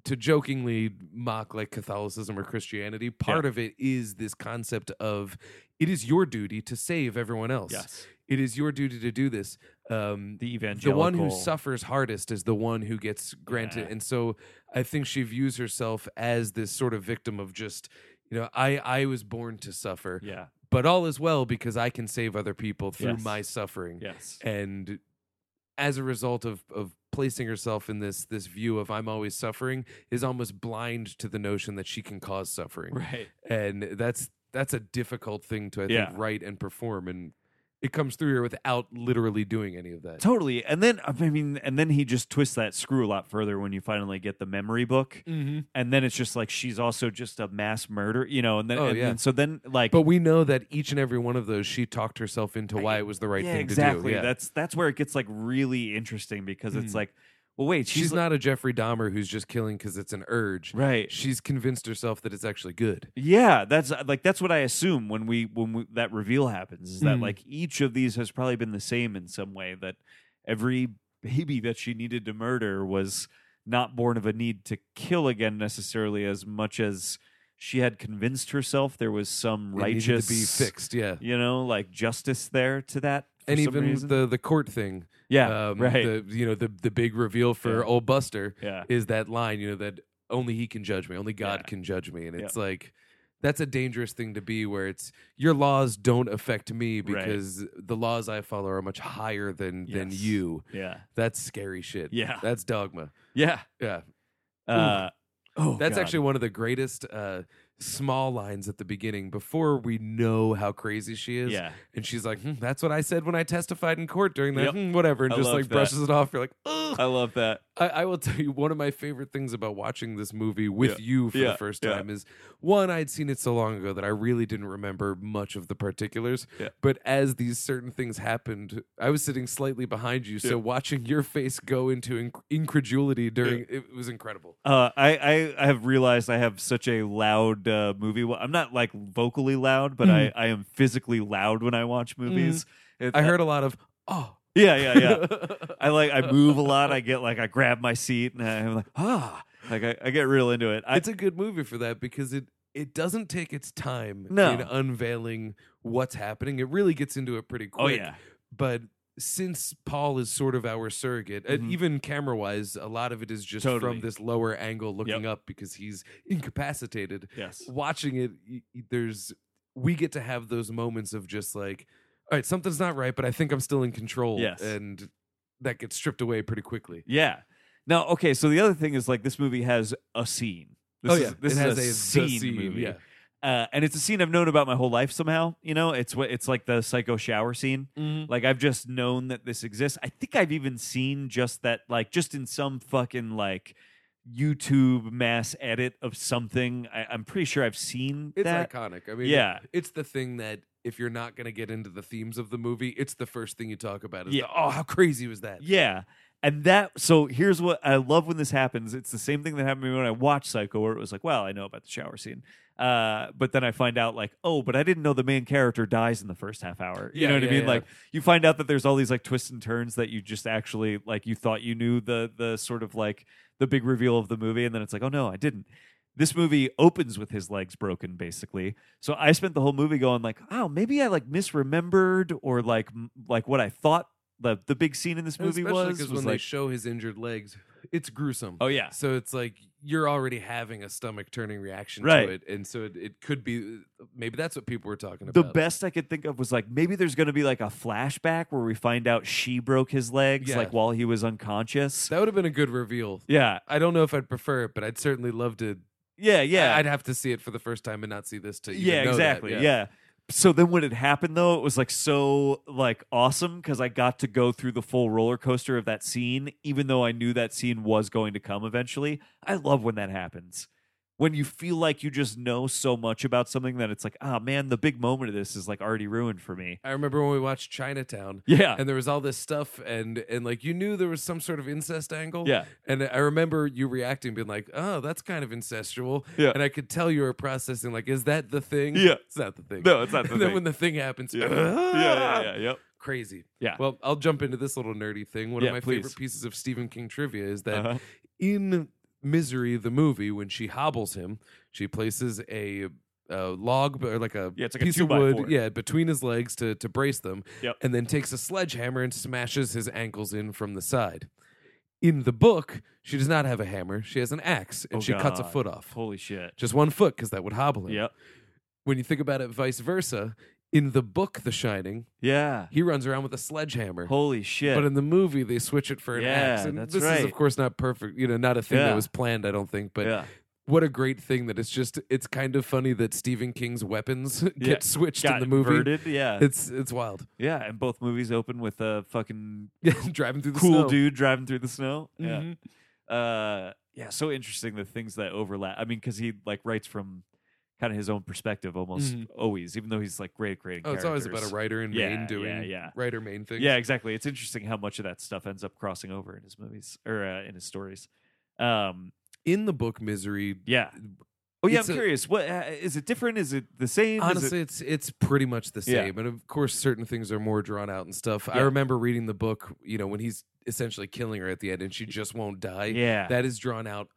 S2: to jokingly mock like Catholicism or Christianity, part of it is this concept of it is your duty to save everyone else.
S3: yes,
S2: It is your duty to do this. Um,
S3: the
S2: the
S3: evangelical,
S2: one who suffers hardest is the one who gets granted
S3: Yeah.
S2: and so i think she views herself as this sort of victim of just you know i i was born to suffer
S3: Yeah.
S2: but all is well because i can save other people through
S3: Yes.
S2: my suffering
S3: Yes.
S2: and as a result of of placing herself in this this view of i'm always suffering is almost blind to the notion that she can cause suffering
S3: Right.
S2: and that's that's a difficult thing to i
S3: Yeah.
S2: think write and perform and it comes through here without literally doing any of that
S3: Totally. And then I mean and then he just twists that screw a lot further when you finally get the memory book.
S2: mm-hmm.
S3: And then it's just like she's also just a mass murder, you know, and then
S2: Oh,
S3: and,
S2: yeah.
S3: and so then like
S2: But we know that each and every one of those, she talked herself into why it was the right
S3: yeah,
S2: thing
S3: exactly.
S2: to do. Yeah.
S3: That's that's where it gets like really interesting because it's
S2: Mm.
S3: like, well wait,
S2: she's
S3: she's, like-
S2: not a Jeffrey Dahmer who's just killing because it's an urge.
S3: right.
S2: She's convinced herself that it's actually good.
S3: Yeah, that's uh, like that's what I assume when we when we, that reveal happens is that
S2: Mm.
S3: like each of these has probably been the same in some way that every baby that she needed to murder was not born of a need to kill again necessarily as much as she had convinced herself there was some
S2: It needed
S3: righteous
S2: to be fixed. Yeah.
S3: you know, like justice there to that. for
S2: and
S3: some
S2: even
S3: reason.
S2: the the court thing.
S3: yeah,
S2: um,
S3: right,
S2: The, you know, the the big reveal for
S3: Yeah.
S2: old Buster
S3: yeah,
S2: is that line. You know that only he can judge me. Only God
S3: Yeah.
S2: can judge me. And
S3: Yeah.
S2: it's like. That's a dangerous thing to be where it's your laws don't affect me
S3: Right.
S2: because the laws I follow are much higher than than
S3: Yes.
S2: you.
S3: yeah,
S2: That's scary shit.
S3: Yeah.
S2: That's dogma.
S3: yeah.
S2: Yeah.
S3: Uh, oh,
S2: That's
S3: God.
S2: actually one of the greatest uh, small lines at the beginning before we know how crazy she is.
S3: yeah.
S2: And she's like, hmm, that's what I said when I testified in court during that,
S3: Yep.
S2: hmm, whatever, and
S3: I
S2: just
S3: love
S2: like
S3: that.
S2: brushes it off. You're like, ugh.
S3: I love that.
S2: I, I will tell you, one of my favorite things about watching this movie with
S3: Yeah.
S2: you for
S3: Yeah.
S2: the first
S3: Yeah.
S2: time is one, I'd seen it so long ago that I really didn't remember much of the particulars.
S3: Yeah.
S2: But as these certain things happened, I was sitting slightly behind you. So
S3: Yeah.
S2: watching your face go into inc- incredulity during it was incredible.
S3: Uh, I, I I have realized I have such a loud uh, movie. wa- I'm not like vocally loud, but I, I am physically loud when I watch movies. It-
S2: Mm.
S3: uh,
S2: I heard a lot of, oh,
S3: yeah, yeah, yeah. I like I move a lot. I get like I grab my seat and I'm like ah, like I, I get real into it. I,
S2: it's a good movie for that because it it doesn't take its time
S3: No.
S2: in unveiling what's happening. It really gets into it pretty quick.
S3: oh yeah,
S2: But since Paul is sort of our surrogate, and
S3: Mhm.
S2: even camera wise, a lot of it is just
S3: Totally.
S2: from this lower angle looking up because he's incapacitated.
S3: yes,
S2: Watching it, y- y- there's we get to have those moments of just like, all right, something's not right, but I think I'm still in control.
S3: Yes.
S2: And that gets stripped away pretty quickly.
S3: yeah. Now okay, so the other thing is like this movie has a scene. This
S2: oh yeah,
S3: is, this
S2: it has
S3: is
S2: a, the
S3: scene, movie.
S2: Yeah.
S3: Uh, and it's a scene I've known about my whole life. Somehow, you know, it's what it's like the psycho shower scene. Like I've just known that this exists. I think I've even seen just that, like just in some fucking like YouTube mass edit of something. I, I'm pretty sure I've seen
S2: It's
S3: that.
S2: iconic. I mean,
S3: yeah,
S2: it's the thing that if you're not going to get into the themes of the movie, it's the first thing you talk about. Is
S3: Yeah.
S2: the, oh, how crazy was that?
S3: yeah. And that so here's what I love when this happens. It's the same thing that happened to me when I watched Psycho, where it was like, well, I know about the shower scene, uh, but then I find out like, oh, but I didn't know the main character dies in the first half hour. You
S2: Yeah,
S3: know what I
S2: yeah,
S3: mean?
S2: yeah.
S3: Like you find out that there's all these like twists and turns that you just actually like you thought you knew the the sort of like the big reveal of the movie and then it's like oh no i didn't this movie opens with his legs broken basically so i spent the whole movie going like oh maybe i like misremembered or like m- like what i thought the the big scene in this
S2: And
S3: movie
S2: especially
S3: was,
S2: because
S3: was
S2: when they
S3: like
S2: show his injured legs, it's gruesome.
S3: oh yeah
S2: So it's like you're already having a stomach turning reaction
S3: Right.
S2: to it, and so it, it could be maybe that's what people were talking
S3: the
S2: about.
S3: best I could think of was like maybe there's going to be like a flashback where we find out she broke his legs
S2: Yeah.
S3: like while he was unconscious.
S2: that would have been a good reveal.
S3: yeah,
S2: I don't know if I'd prefer it, but I'd certainly love to.
S3: yeah, yeah.
S2: I'd have to see it for the first time and not see this to. even
S3: yeah
S2: know that.
S3: exactly yeah. so then when it happened though it was like so like awesome because i got to go through the full roller coaster of that scene even though i knew that scene was going to come eventually i love when that happens when you feel like you just know so much about something that it's like, ah, man, the big moment of this is like already ruined for me.
S2: I remember when we watched Chinatown
S3: Yeah.
S2: and there was all this stuff and and like you knew there was some sort of incest angle.
S3: Yeah.
S2: And I remember you reacting being like, "Oh, that's kind of incestual."
S3: Yeah.
S2: And I could tell you were processing like, "Is that the thing?"
S3: Yeah.
S2: It's not the thing.
S3: No, it's not the
S2: and then
S3: thing.
S2: when the thing happens,
S3: Yeah.
S2: "Ah!"
S3: yeah, yeah, yeah, yep.
S2: Crazy.
S3: Yeah.
S2: Well, I'll jump into this little nerdy thing. One
S3: Yeah,
S2: of my
S3: please.
S2: favorite pieces of Stephen King trivia is that
S3: Uh-huh.
S2: in Misery, the movie, when she hobbles him, she places a, a log or like a
S3: Yeah, it's like a
S2: piece
S3: two
S2: of
S3: by
S2: wood,
S3: four.
S2: yeah, between his legs to to brace them,
S3: Yep.
S2: and then takes a sledgehammer and smashes his ankles in from the side. In the book, she does not have a hammer; she has an axe, and
S3: Oh,
S2: she cuts a
S3: God.
S2: foot off,
S3: Holy shit.
S2: just one foot, because that would hobble him.
S3: Yep.
S2: When you think about it, vice versa. In the book, The Shining,
S3: Yeah.
S2: he runs around with a sledgehammer.
S3: Holy shit.
S2: But in the movie, they switch it for an
S3: Yeah,
S2: axe. And
S3: that's
S2: this is,
S3: right.
S2: of course, not perfect. You know, not a thing
S3: Yeah.
S2: that was planned, I don't think. But
S3: yeah.
S2: what a great thing that it's just, it's kind of funny that Stephen King's weapons get
S3: Yeah,
S2: switched
S3: Got
S2: in the movie.
S3: inverted, Yeah.
S2: It's it's wild.
S3: yeah. And both movies open with a fucking
S2: Driving through the
S3: cool
S2: snow.
S3: dude driving through the snow.
S2: Mhm.
S3: Yeah. Uh, yeah. So interesting the things that overlap. I mean, because he like writes from kind of his own perspective almost
S2: Mhm.
S3: always, even though he's like great at creating.
S2: Oh, it's always about a
S3: characters.
S2: writer in
S3: Yeah,
S2: Maine doing
S3: yeah, yeah.
S2: writer Maine things.
S3: Yeah, exactly. It's interesting how much of that stuff ends up crossing over in his movies or uh, in his stories. Um,
S2: In the book Misery,
S3: yeah. Oh yeah,
S2: It's
S3: I'm
S2: a-
S3: curious. What uh, is it different? Is it the same? Is it-
S2: honestly, it's it's pretty much the
S3: Yeah.
S2: same. And of course, certain things are more drawn out and stuff. I
S3: Yeah.
S2: remember reading the book, you know, when he's essentially killing her at the end and she just won't die.
S3: yeah.
S2: That is drawn out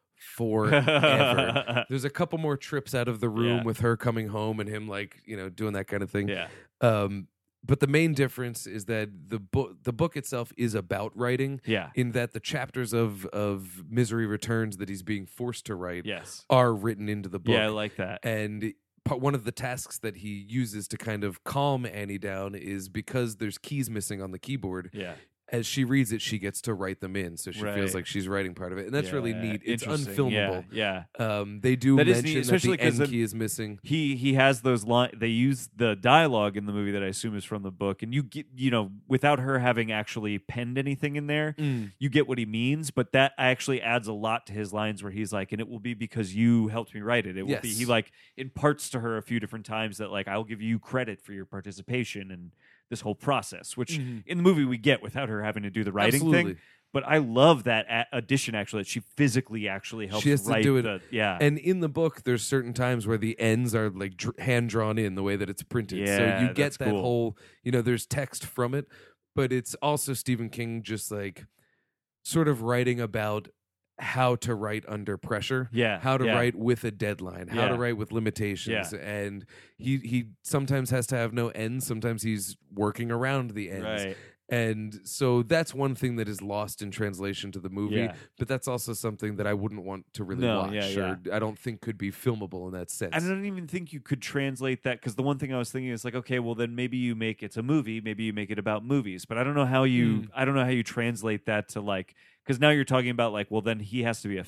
S2: forever. There's a couple more trips out of the room
S3: Yeah.
S2: with her coming home and him like, you know, doing that kind of thing.
S3: yeah.
S2: Um but the main difference is that the book the book itself is about writing
S3: Yeah.
S2: in that the chapters of of Misery Returns that he's being forced to write
S3: Yes.
S2: are written into the book.
S3: Yeah, I like that.
S2: and pa- one of the tasks that he uses to kind of calm Annie down is because there's keys missing on the keyboard
S3: Yeah.
S2: as she reads it, she gets to write them in, so she
S3: Right.
S2: feels like she's writing part of it, and that's
S3: Yeah,
S2: really neat. It's
S3: interesting.
S2: unfilmable.
S3: Yeah. yeah.
S2: Um, they do
S3: That is neat,
S2: mention
S3: especially
S2: that
S3: 'cause
S2: the
S3: of-
S2: end key is missing.
S3: He he has those line. They use the dialogue in the movie that I assume is from the book, and you get you know without her having actually penned anything in there,
S2: Mm.
S3: you get what he means, but that actually adds a lot to his lines where he's like, and it will be because you helped me write it. It will be
S2: Yes.
S3: he like imparts to her a few different times that like I'll give you credit for your participation and this whole process, which
S2: Mhm.
S3: in the movie we get without her having to do the writing
S2: Absolutely.
S3: thing. But I love that a- addition actually that she physically actually helps
S2: has to
S3: write
S2: do it.
S3: the yeah.
S2: And in the book, there's certain times where the ends are like dr- hand drawn in the way that it's printed,
S3: Yeah,
S2: so you get
S3: that's
S2: that
S3: cool.
S2: whole you know there's text from it, but it's also Stephen King just like sort of writing about how to write under pressure.
S3: yeah.
S2: how to
S3: yeah.
S2: write with a deadline, how to
S3: Yeah.
S2: write with limitations, and he he sometimes has to have no ends. Sometimes he's working around the ends,
S3: Right.
S2: and so that's one thing that is lost in translation to the movie.
S3: Yeah.
S2: But that's also something that I wouldn't want to really
S3: No,
S2: watch,
S3: yeah,
S2: or I don't think could be filmable in that sense.
S3: I don't even think you could translate that because the one thing I was thinking is like, okay, well then maybe you make it's a movie, maybe you make it about movies, but I don't know how you, I don't know how you translate that to like, because now you're talking about like, well then he has to be a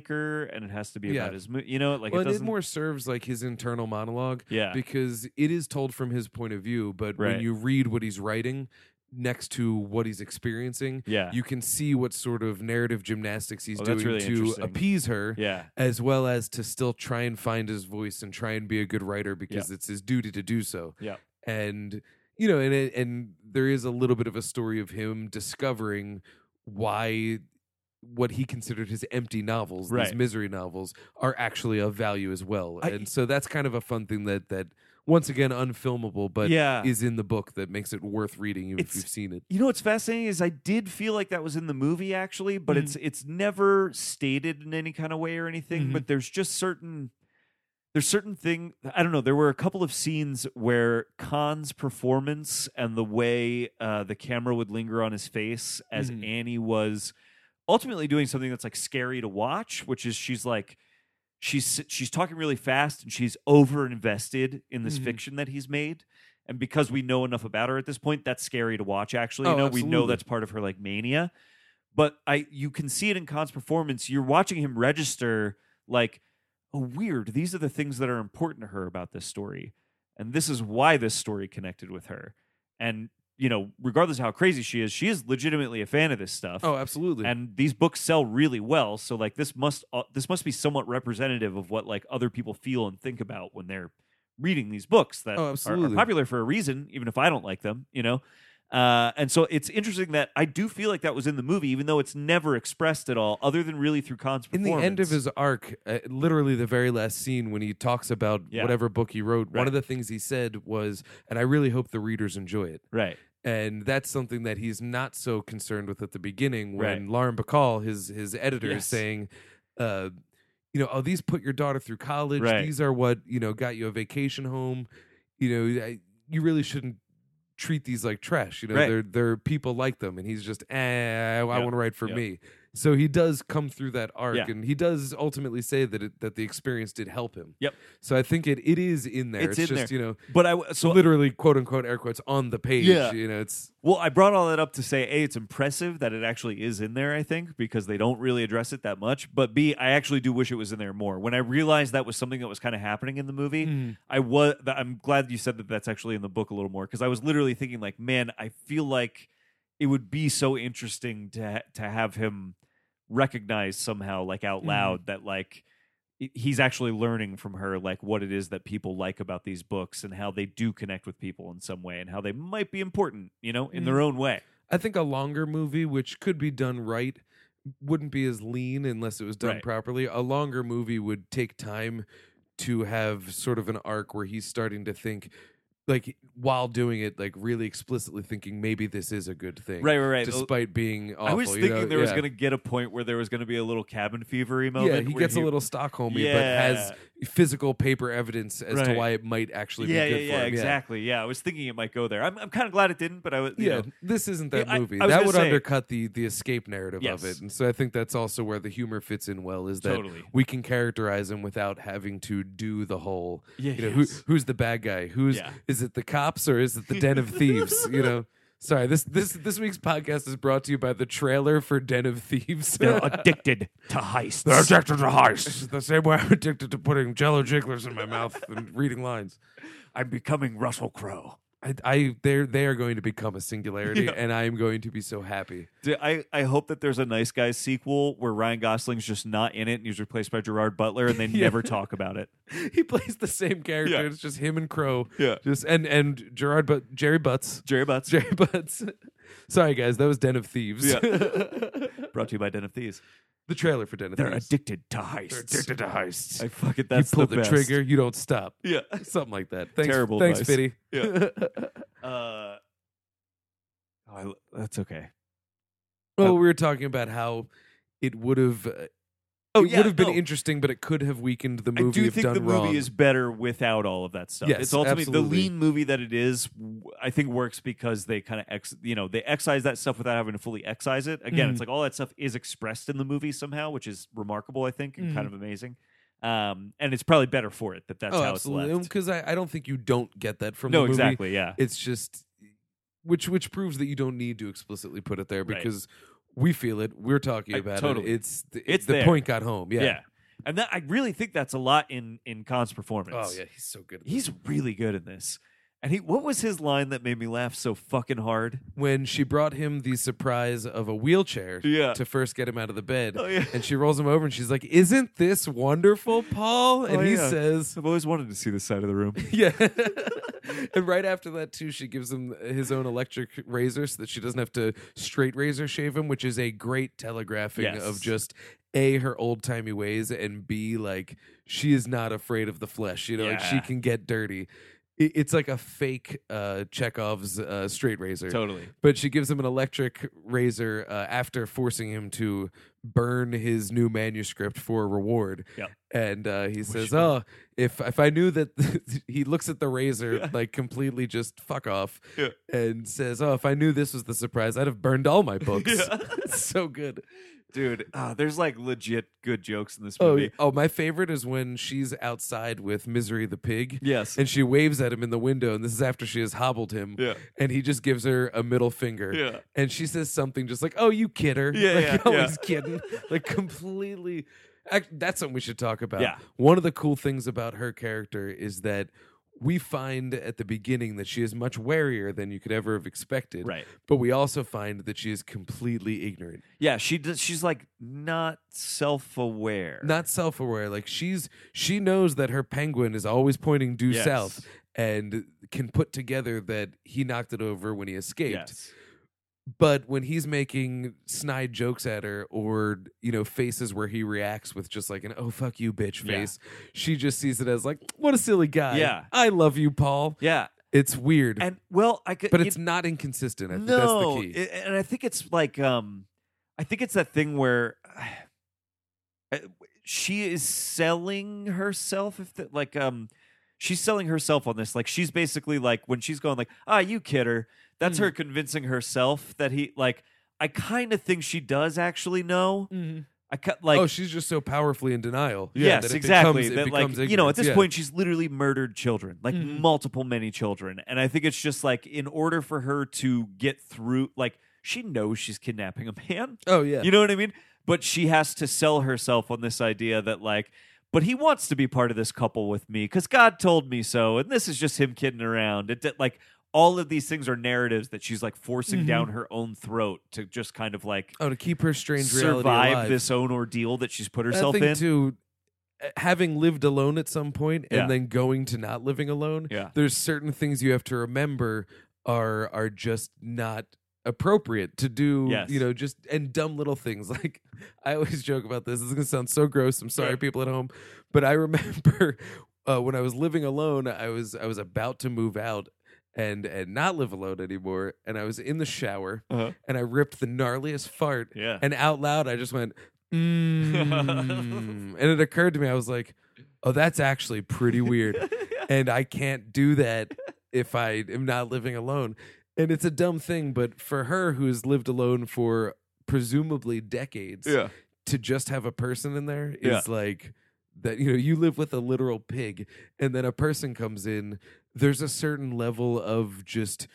S3: filmmaker and it has to be
S2: Yeah.
S3: about his, mo- you know, like
S2: well,
S3: it
S2: and it
S3: doesn't,
S2: more serves like his internal monologue
S3: yeah,
S2: because it is told from his point of view. But
S3: Right.
S2: when you read what he's writing next to what he's experiencing,
S3: yeah,
S2: you can see what sort of narrative gymnastics he's
S3: Oh, that's
S2: doing
S3: really
S2: to
S3: interesting.
S2: appease her
S3: yeah,
S2: as well as to still try and find his voice and try and be a good writer because it's his duty to do so
S3: Yeah.
S2: and you know and it- and there is a little bit of a story of him discovering why what he considered his empty novels
S3: Right.
S2: these misery novels are actually of value as well
S3: I-
S2: and so that's kind of a fun thing that that once again unfilmable but
S3: yeah.
S2: is in the book that makes it worth reading even
S3: It's-
S2: if you've seen it
S3: you know what's fascinating is I did feel like that was in the movie actually, but
S2: Mhm.
S3: it's it's never stated in any kind of way or anything.
S2: Mhm.
S3: But there's just certain there's certain thing I don't know. There were a couple of scenes where Khan's performance and the way uh, the camera would linger on his face as
S2: Mhm.
S3: Annie was ultimately doing something that's like scary to watch, which is she's like she's she's talking really fast and she's over invested in this
S2: Mhm.
S3: fiction that he's made. And because we know enough about her at this point, that's scary to watch. Actually, you
S2: Oh,
S3: know, we know
S2: absolutely.
S3: that's part of her like mania. But I, you can see it in Khan's performance. You're watching him register like, oh, weird. These are the things that are important to her about this story, and this is why this story connected with her. And you know, regardless of how crazy she is, she is legitimately a fan of this stuff.
S2: Oh, absolutely.
S3: and these books sell really well, so like this must uh, this must be somewhat representative of what like other people feel and think about when they're reading these books that
S2: Oh,
S3: are- are,
S2: absolutely.
S3: popular for a reason, even if I don't like them, you know. Uh, and so it's interesting that I do feel like that was in the movie, even though it's never expressed at all, other than really through Khan's
S2: in
S3: performance.
S2: the end of his arc, uh, literally the very last scene when he talks about
S3: Yeah.
S2: whatever book he wrote,
S3: Right.
S2: one of the things he said was, and I really hope the readers enjoy it.
S3: right,
S2: And that's something that he's not so concerned with at the beginning when
S3: Right.
S2: Lauren Bacall, his his editor,
S3: Yes.
S2: is saying, uh, you know, oh, these put your daughter through college.
S3: Right.
S2: These are what, you know, got you a vacation home. You know, I- you really shouldn't treat these like trash. You know,
S3: Right.
S2: they're they're people like them. And he's just, eh, I,
S3: Yeah.
S2: want to write for
S3: Yeah.
S2: me. So he does come through that arc,
S3: Yeah.
S2: and he does ultimately say that it, that the experience did help him.
S3: Yep.
S2: So I think it it is in there.
S3: It's
S2: It's,
S3: in
S2: just you know,
S3: but I w- so
S2: literally quote unquote air quotes on the page.
S3: Yeah.
S2: You know, it's
S3: Well, I brought all that up to say, A, it's impressive that it actually is in there, I think, because they don't really address it that much. But B, I actually do wish it was in there more. When I realized that was something that was kind of happening in the movie, I was I'm glad you said that that's actually in the book a little more because I was literally thinking like, man, I feel like it would be so interesting to ha- to have him recognize somehow like out
S2: Mhm.
S3: loud that like he- he's actually learning from her like what it is that people like about these books and how they do connect with people in some way and how they might be important, you know, in
S2: Mm.
S3: their own way.
S2: I think a longer movie, which could be done right, wouldn't be as lean unless it was done
S3: Right.
S2: properly. A longer movie would take time to have sort of an arc where he's starting to think, like while doing it, like really explicitly thinking maybe this is a good thing,
S3: Right, right, right.
S2: Despite being, awful,
S3: I was
S2: you
S3: thinking
S2: know?
S3: there was
S2: Yeah.
S3: going to get a point where there was going to be a little cabin fevery moment.
S2: Yeah, he
S3: where
S2: gets a little Stockholmy, but
S3: Yeah.
S2: has physical paper evidence as to
S3: Right.
S2: why it might actually
S3: yeah,
S2: be
S3: yeah,
S2: good
S3: yeah,
S2: for him.
S3: exactly. Yeah, I was thinking it might go there. I'm, I'm kind of glad it didn't, but I was, you
S2: Yeah,
S3: know,
S2: this isn't
S3: Yeah,
S2: that
S3: I-
S2: movie.
S3: I was
S2: that
S3: gonna
S2: would
S3: say-
S2: undercut the the escape narrative
S3: Yes.
S2: of it, and so I think that's also where the humor fits in well. Is that
S3: Totally.
S2: we can characterize him without having to do the whole.
S3: Yeah,
S2: you know, who,
S3: yes.
S2: who's the bad guy? Who's
S3: Yeah.
S2: is it? The cops or is it the Den of Thieves? You know. Sorry, this this this week's podcast is brought to you by the trailer for Den of Thieves.
S3: they're addicted to heists.
S2: addicted to heists. the same way I'm addicted to putting Jello jigglers in my mouth and reading lines.
S3: I'm becoming Russell Crowe.
S2: I, I they're they are going to become a singularity,
S3: Yeah.
S2: and I am going to be so happy.
S3: Dude, I, I hope that there's a Nice Guys sequel where Ryan Gosling's just not in it and he's replaced by Gerard Butler and they never talk about it.
S2: he plays the same character.
S3: Yeah.
S2: It's just him and Crow.
S3: Yeah.
S2: Just and and Gerard but Jerry Butts.
S3: Jerry Butts,
S2: Jerry Butts. Sorry guys, that was Den of Thieves.
S3: Yeah. brought to you by Den of Thieves.
S2: the trailer for Den of
S3: They're
S2: Thieves.
S3: addicted to heists.
S2: to heists.
S3: I fuck it.
S2: you
S3: That's
S2: pull
S3: the,
S2: the,
S3: best.
S2: trigger, you don't stop.
S3: Yeah.
S2: Something like that. Thanks,
S3: Terrible
S2: Thanks,
S3: advice.
S2: Fitty.
S3: Yeah. Uh, oh, I, that's okay.
S2: Well, we were talking about how it would have. Uh,
S3: Oh,
S2: it
S3: yeah,
S2: would have been
S3: no.
S2: interesting, but it could have weakened the movie.
S3: I do
S2: if
S3: think
S2: done
S3: the movie
S2: wrong.
S3: is better without all of that stuff.
S2: Yes,
S3: it's ultimately the
S2: absolutely.
S3: lean movie that it is. w- I think works because they kind of ex, you know, they excise that stuff without having to fully excise it. Again,
S2: Mm.
S3: it's like all that stuff is expressed in the movie somehow, which is remarkable. I think and kind of amazing. Um, and it's probably better for it that that's
S2: Mm. oh,
S3: how
S2: absolutely,
S3: it's left.
S2: because I, I don't think you don't get that from
S3: no,
S2: the movie.
S3: exactly. Yeah,
S2: it's just which which proves that you don't need to explicitly put it there
S3: Right.
S2: because we feel it we're talking
S3: I-
S2: about
S3: totally.
S2: it it's the,
S3: It's
S2: the
S3: there.
S2: point got home yeah.
S3: And that I really think that's a lot in in Khan's performance.
S2: oh yeah he's so good at
S3: he's really good in this. And he, what was his line that made me laugh so fucking hard?
S2: this. when she brought him the surprise of a wheelchair
S3: Yeah.
S2: to first get him out of the bed
S3: Oh, yeah.
S2: and she rolls him over and she's like isn't this wonderful paul and
S3: Oh,
S2: he
S3: yeah.
S2: says
S3: I've always wanted to see this side of the room.
S2: yeah and right after that too she gives him his own electric razor so that she doesn't have to straight razor shave him which is a great telegraphing
S3: Yes.
S2: of just a her old-timey ways and b like she is not afraid of the flesh you know like she
S3: Yeah.
S2: can get dirty I- it's like a fake uh chekhov's uh straight razor
S3: totally.
S2: but she gives him an electric razor uh, after forcing him to burn his new manuscript for a reward.
S3: Yep.
S2: And uh, he says,
S3: one?
S2: "Oh, if if I knew that," he looks at the razor
S3: Yeah.
S2: like completely just fuck off,
S3: Yeah.
S2: and says, "Oh, if I knew this was the surprise, I'd have burned all my books."
S3: Yeah.
S2: it's so good.
S3: Dude, ah, there's like legit good jokes in this
S2: Oh,
S3: movie.
S2: oh, my favorite is when she's outside with Misery the pig,
S3: Yes.
S2: and she waves at him in the window, and this is after she has hobbled him,
S3: Yeah.
S2: and he just gives her a middle finger,
S3: Yeah.
S2: and she says something just like, "Oh, you kid her."
S3: Yeah,
S2: like,
S3: yeah,
S2: "Oh,
S3: yeah."
S2: he's kidding. Like completely. Act, that's something we should talk about.
S3: Yeah.
S2: One of the cool things about her character is that we find at the beginning that she is much warier than you could ever have expected.
S3: Right.
S2: But we also find that she is completely ignorant,
S3: Yeah, she does, she's like not self-aware.
S2: not self-aware. Like she's she knows that her penguin is always pointing due
S3: Yes.
S2: south and can put together that he knocked it over when he escaped.
S3: Yes.
S2: But when he's making snide jokes at her or, you know, faces where he reacts with just like an oh fuck you bitch
S3: Yeah.
S2: face, she just sees it as like, what a silly guy.
S3: Yeah.
S2: I love you, Paul.
S3: Yeah.
S2: It's weird.
S3: And well, I could
S2: but
S3: you-
S2: it's not inconsistent. I think
S3: no,
S2: that's the key.
S3: it- and I think it's like um, I think it's that thing where uh, she is selling herself. If that like um, she's selling herself on this. Like she's basically like when she's going like ah, you kid her. That's
S2: Mhm.
S3: her convincing herself that he like. I kind of think she does actually know. I cut like
S2: Mm-hmm. oh, she's just so powerfully in denial. Yeah,
S3: yes,
S2: that it
S3: exactly.
S2: Becomes, it
S3: that
S2: becomes
S3: like you know, at
S2: ignorance.
S3: this
S2: Yeah.
S3: point, she's literally murdered children, like
S2: Mhm.
S3: multiple, many children, and I think it's just like in order for her to get through, like she knows she's kidnapping a man.
S2: Oh yeah.
S3: You know what I mean? But she has to sell herself on this idea that like, but he wants to be part of this couple with me because God told me so, and this is just him kidding around. It did- like all of these things are narratives that she's like forcing
S2: Mhm.
S3: down her own throat to just kind of like
S2: oh, to keep her strange reality
S3: survive
S2: alive.
S3: this own ordeal that she's put
S2: That
S3: herself
S2: thing
S3: in.
S2: too. uh, Having lived alone at some point and
S3: Yeah.
S2: then going to not living alone,
S3: Yeah.
S2: there's certain things you have to remember are are just not appropriate to do
S3: Yes.
S2: you know just and dumb little things like i always joke about this this is going to sound so gross i'm sorry
S3: Yeah.
S2: people at home but i remember uh, when i was living alone i was i was about to move out and and not live alone anymore and i was in the shower
S3: Uh-huh.
S2: and i ripped the gnarliest fart
S3: Yeah.
S2: and out loud i just went mm. and it occurred to me i was like oh that's actually pretty weird and I can't do that if I am not living alone. And it's a dumb thing, but for her who's lived alone for presumably decades,
S3: yeah.
S2: to just have a person in there is
S3: Yeah.
S2: like that you know, you live with a literal pig and then a person comes in, there's a certain level of just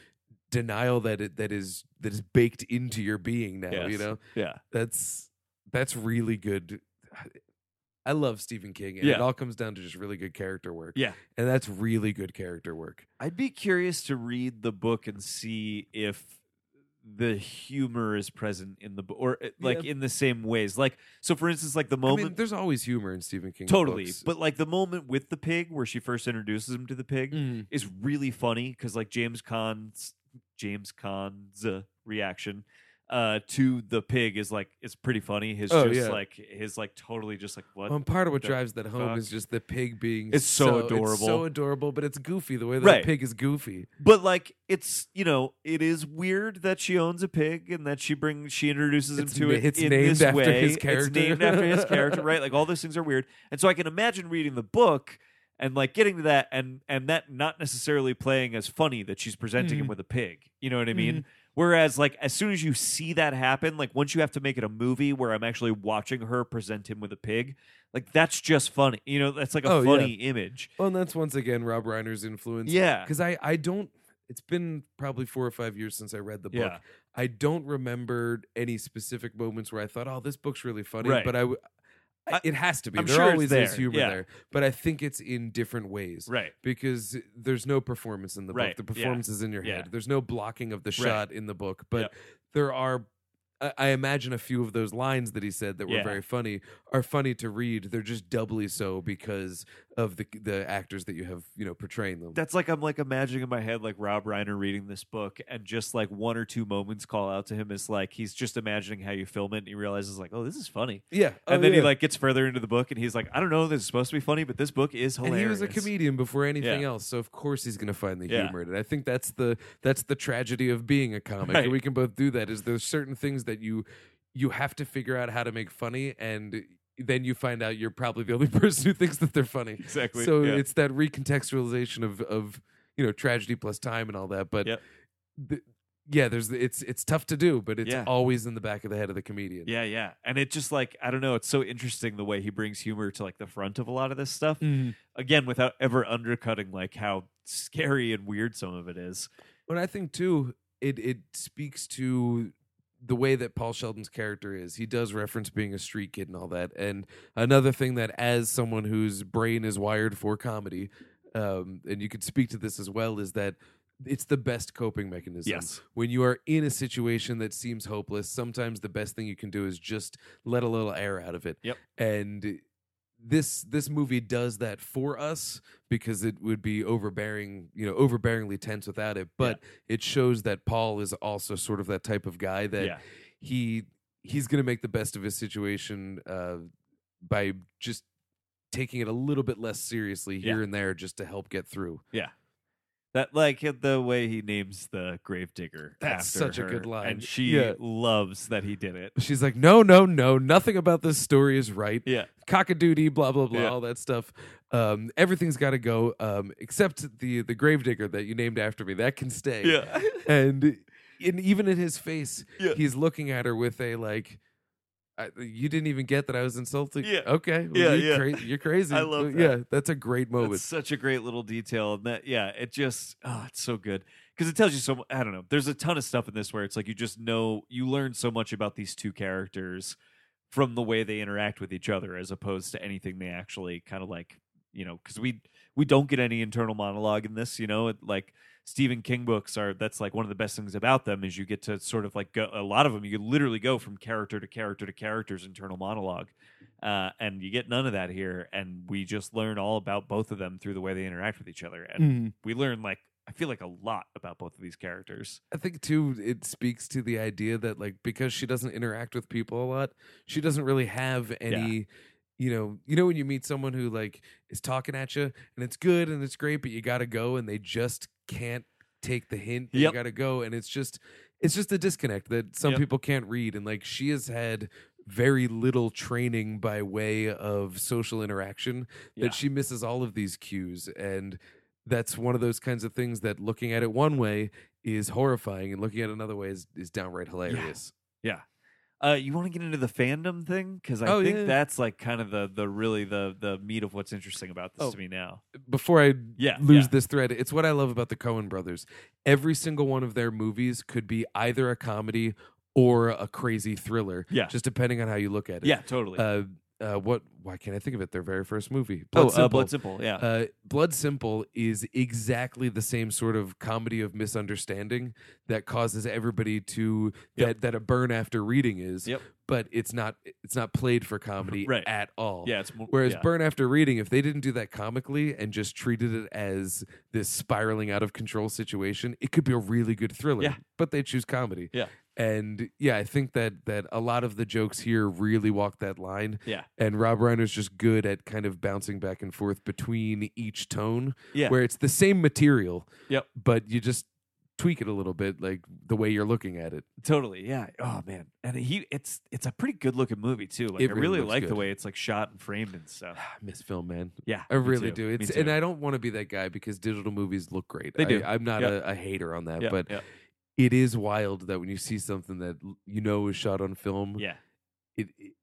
S2: denial that it that is that is baked into your being now, you
S3: Yes.
S2: know?
S3: Yeah.
S2: That's that's really good. I love Stephen King, and it
S3: Yeah.
S2: all comes down to just really good character work.
S3: Yeah.
S2: and that's really good character work.
S3: I'd be curious to read the book and see if the humor is present in the book or uh, like in the same ways. Like so for instance like the
S2: I mean,
S3: moment
S2: there's always humor in Stephen King.
S3: totally,
S2: books.
S3: but like the moment with the pig where she first introduces him to the pig
S2: Mm.
S3: is really funny cuz like James Caan's James Caan's uh, reaction uh to the pig is like it's pretty funny. His
S2: Oh,
S3: just
S2: yeah.
S3: like his like totally just like what
S2: Well, and part of what
S3: the
S2: drives that home
S3: fuck?
S2: is just the pig being
S3: It's so
S2: It's so
S3: adorable.
S2: adorable, but it's goofy the way that
S3: Right.
S2: the pig is goofy.
S3: But like it's you know it is weird that she owns a pig and that she brings she introduces him
S2: It's
S3: to
S2: na-
S3: it.
S2: it's
S3: in
S2: named
S3: this
S2: after
S3: way.
S2: his
S3: It's
S2: character.
S3: named after his character, right? Like all those things are weird, and so I can imagine reading the book and like getting to that and and that not necessarily playing as funny that she's presenting him
S2: Mhm.
S3: with a pig. You know what I mean?
S2: Mm-hmm.
S3: Whereas like as soon as you see that happen, like once you have to make it a movie where I'm actually watching her present him with a pig, like that's just funny. You know, that's like a
S2: Oh, yeah.
S3: funny image.
S2: Well, and that's once again Rob Reiner's influence.
S3: Yeah.
S2: because I I don't. It's been probably four or five years since I read the book.
S3: Yeah.
S2: I don't remember any specific moments where I thought, "Oh, this book's really funny,"
S3: Right.
S2: but I, w- I-
S3: I-
S2: it has to be.
S3: I'm
S2: there
S3: sure it's
S2: always is
S3: there,
S2: humor
S3: yeah.
S2: there, but I think it's in different ways
S3: Right.
S2: because there's no performance in the
S3: Right,
S2: book. The
S3: yeah,
S2: performance is in your
S3: yeah.
S2: head. There's no blocking of the
S3: Right.
S2: shot in the book, but
S3: Yep.
S2: there are. I I imagine a few of those lines that he said that were
S3: Yeah.
S2: very funny are funny to read. They're just doubly so because of the the actors that you have, you know, portraying them.
S3: That's like I'm like imagining in my head like Rob Reiner reading this book and just like one or two moments call out to him is like he's just imagining how you film it and he realizes like oh this is funny
S2: yeah,
S3: and
S2: Oh,
S3: then he
S2: yeah.
S3: like gets further into the book and he's like I don't know this is supposed to be funny but this book is
S2: and he
S3: hilarious
S2: was a comedian before anything
S3: Yeah.
S2: else, so of course he's going to find the
S3: Yeah.
S2: humor in it. I think that's the that's the tragedy of being a comic.
S3: Right.
S2: And we can both do that. Is there's certain things that you you have to figure out how to make funny, and then you find out you're probably the only person who thinks that they're funny.
S3: exactly
S2: So
S3: yeah.
S2: it's that recontextualization of of you know tragedy plus time and all that. But
S3: Yep.
S2: the- yeah, there's it's it's tough to do, but it's
S3: Yeah.
S2: always in the back of the head of the comedian.
S3: yeah yeah and it just like I don't know it's so interesting the way he brings humor to like the front of a lot of this stuff
S2: Mhm.
S3: again without ever undercutting like how scary and weird some of it is
S2: But I think too, it it speaks to the way that Paul Sheldon's character is. He does reference being a street kid and all that. And another thing that, as someone whose brain is wired for comedy, um, and you could speak to this as well, is that it's the best coping mechanism.
S3: Yes.
S2: When you are in a situation that seems hopeless, sometimes the best thing you can do is just let a little air out of it.
S3: Yep.
S2: And this this movie does that for us because it would be overbearing, you know, overbearingly tense without it. But it shows that Paul is also sort of that type of guy that
S3: yeah.
S2: he he's going to make the best of his situation uh, by just taking it a little bit less seriously here and there just to help get through.
S3: That like uh, the way he names the gravedigger.
S2: That's
S3: after
S2: such a good
S3: her,
S2: line.
S3: and she
S2: Yeah.
S3: loves that he did it.
S2: She's like, no, no, no, nothing about this story is right.
S3: Yeah,
S2: Cockadoodie, blah blah blah,
S3: Yeah.
S2: all that stuff. Um, everything's got to go, um, except the the gravedigger that you named after me. That can stay.
S3: yeah,
S2: And and even in his face,
S3: Yeah.
S2: he's looking at her with a like. I, you didn't even get that I was insulting.
S3: Yeah.
S2: Okay. well,
S3: Yeah,
S2: You're,
S3: yeah.
S2: cra- you're crazy.
S3: I love
S2: Yeah. That's a great moment.
S3: That's such a great little detail. And that, yeah, it just, oh, it's so good. Because it tells you so, mu- I don't know. There's a ton of stuff in this where it's like you just know, you learn so much about these two characters from the way they interact with each other as opposed to anything they actually kind of like, you know, because we, we don't get any internal monologue in this, you know, it, like Stephen King books are, that's like one of the best things about them is you get to sort of like go, a lot of them, you literally go from character to character to character's internal monologue uh, and you get none of that here. And we just learn all about both of them through the way they interact with each other, and
S2: Mm.
S3: we learn like I feel like a lot about both of these characters.
S2: I think too it speaks to the idea that like because she doesn't interact with people a lot, she doesn't really have any you know, you know when you meet someone who like is talking at you and it's good and it's great but you got to go and they just can't take the hint that
S3: Yep.
S2: you got to go and it's just it's just a disconnect that some
S3: Yep.
S2: people can't read and like she has had very little training by way of social interaction
S3: Yeah.
S2: that she misses all of these cues and that's one of those kinds of things that looking at it one way is horrifying and looking at it another way is, is downright hilarious
S3: Uh, you want to get into the fandom thing because I
S2: Oh,
S3: think
S2: yeah.
S3: that's like kind of the the really the the meat of what's interesting about this
S2: Oh.
S3: to me now.
S2: before i
S3: Yeah,
S2: lose
S3: yeah.
S2: this thread it's what i love about the cohen brothers every single one of their movies could be either a comedy or a crazy thriller
S3: Yeah.
S2: just depending on how you look at it
S3: yeah, totally.
S2: uh, uh, what why can't i think of it their very first movie
S3: oh,
S2: blood
S3: uh,
S2: simple
S3: Blood Simple. Yeah,
S2: uh, Blood Simple is exactly the same sort of comedy of misunderstanding that causes everybody to
S3: Yep.
S2: that that a burn after reading is.
S3: Yep.
S2: But it's not it's not played for comedy
S3: Right.
S2: at all.
S3: yeah. It's more,
S2: Whereas
S3: yeah.
S2: burn after reading, if they didn't do that comically and just treated it as this spiraling out of control situation, it could be a really good thriller.
S3: Yeah.
S2: But they choose comedy.
S3: Yeah.
S2: And yeah, I think that that a lot of the jokes here really walk that line
S3: yeah,
S2: and Rob Reiner's just good at kind of bouncing back and forth between each tone,
S3: yeah,
S2: where it's the same material,
S3: Yep.
S2: but you just tweak it a little bit, like the way you're looking at it.
S3: totally. Yeah. Oh man, and he it's it's a pretty good looking movie too. Like
S2: It
S3: I
S2: really
S3: really
S2: looks
S3: like the
S2: good.
S3: way it's like shot and framed and stuff.
S2: I miss film, man.
S3: Yeah,
S2: I
S3: me
S2: really
S3: too.
S2: do.
S3: Me
S2: It's
S3: too.
S2: and I don't want to be that guy because digital movies look great.
S3: They
S2: I-
S3: do.
S2: I'm not
S3: Yep.
S2: a, a hater on that,
S3: Yeah,
S2: but
S3: yeah,
S2: it is wild that when you see something that l- you know is shot on film,
S3: yeah.
S2: it it-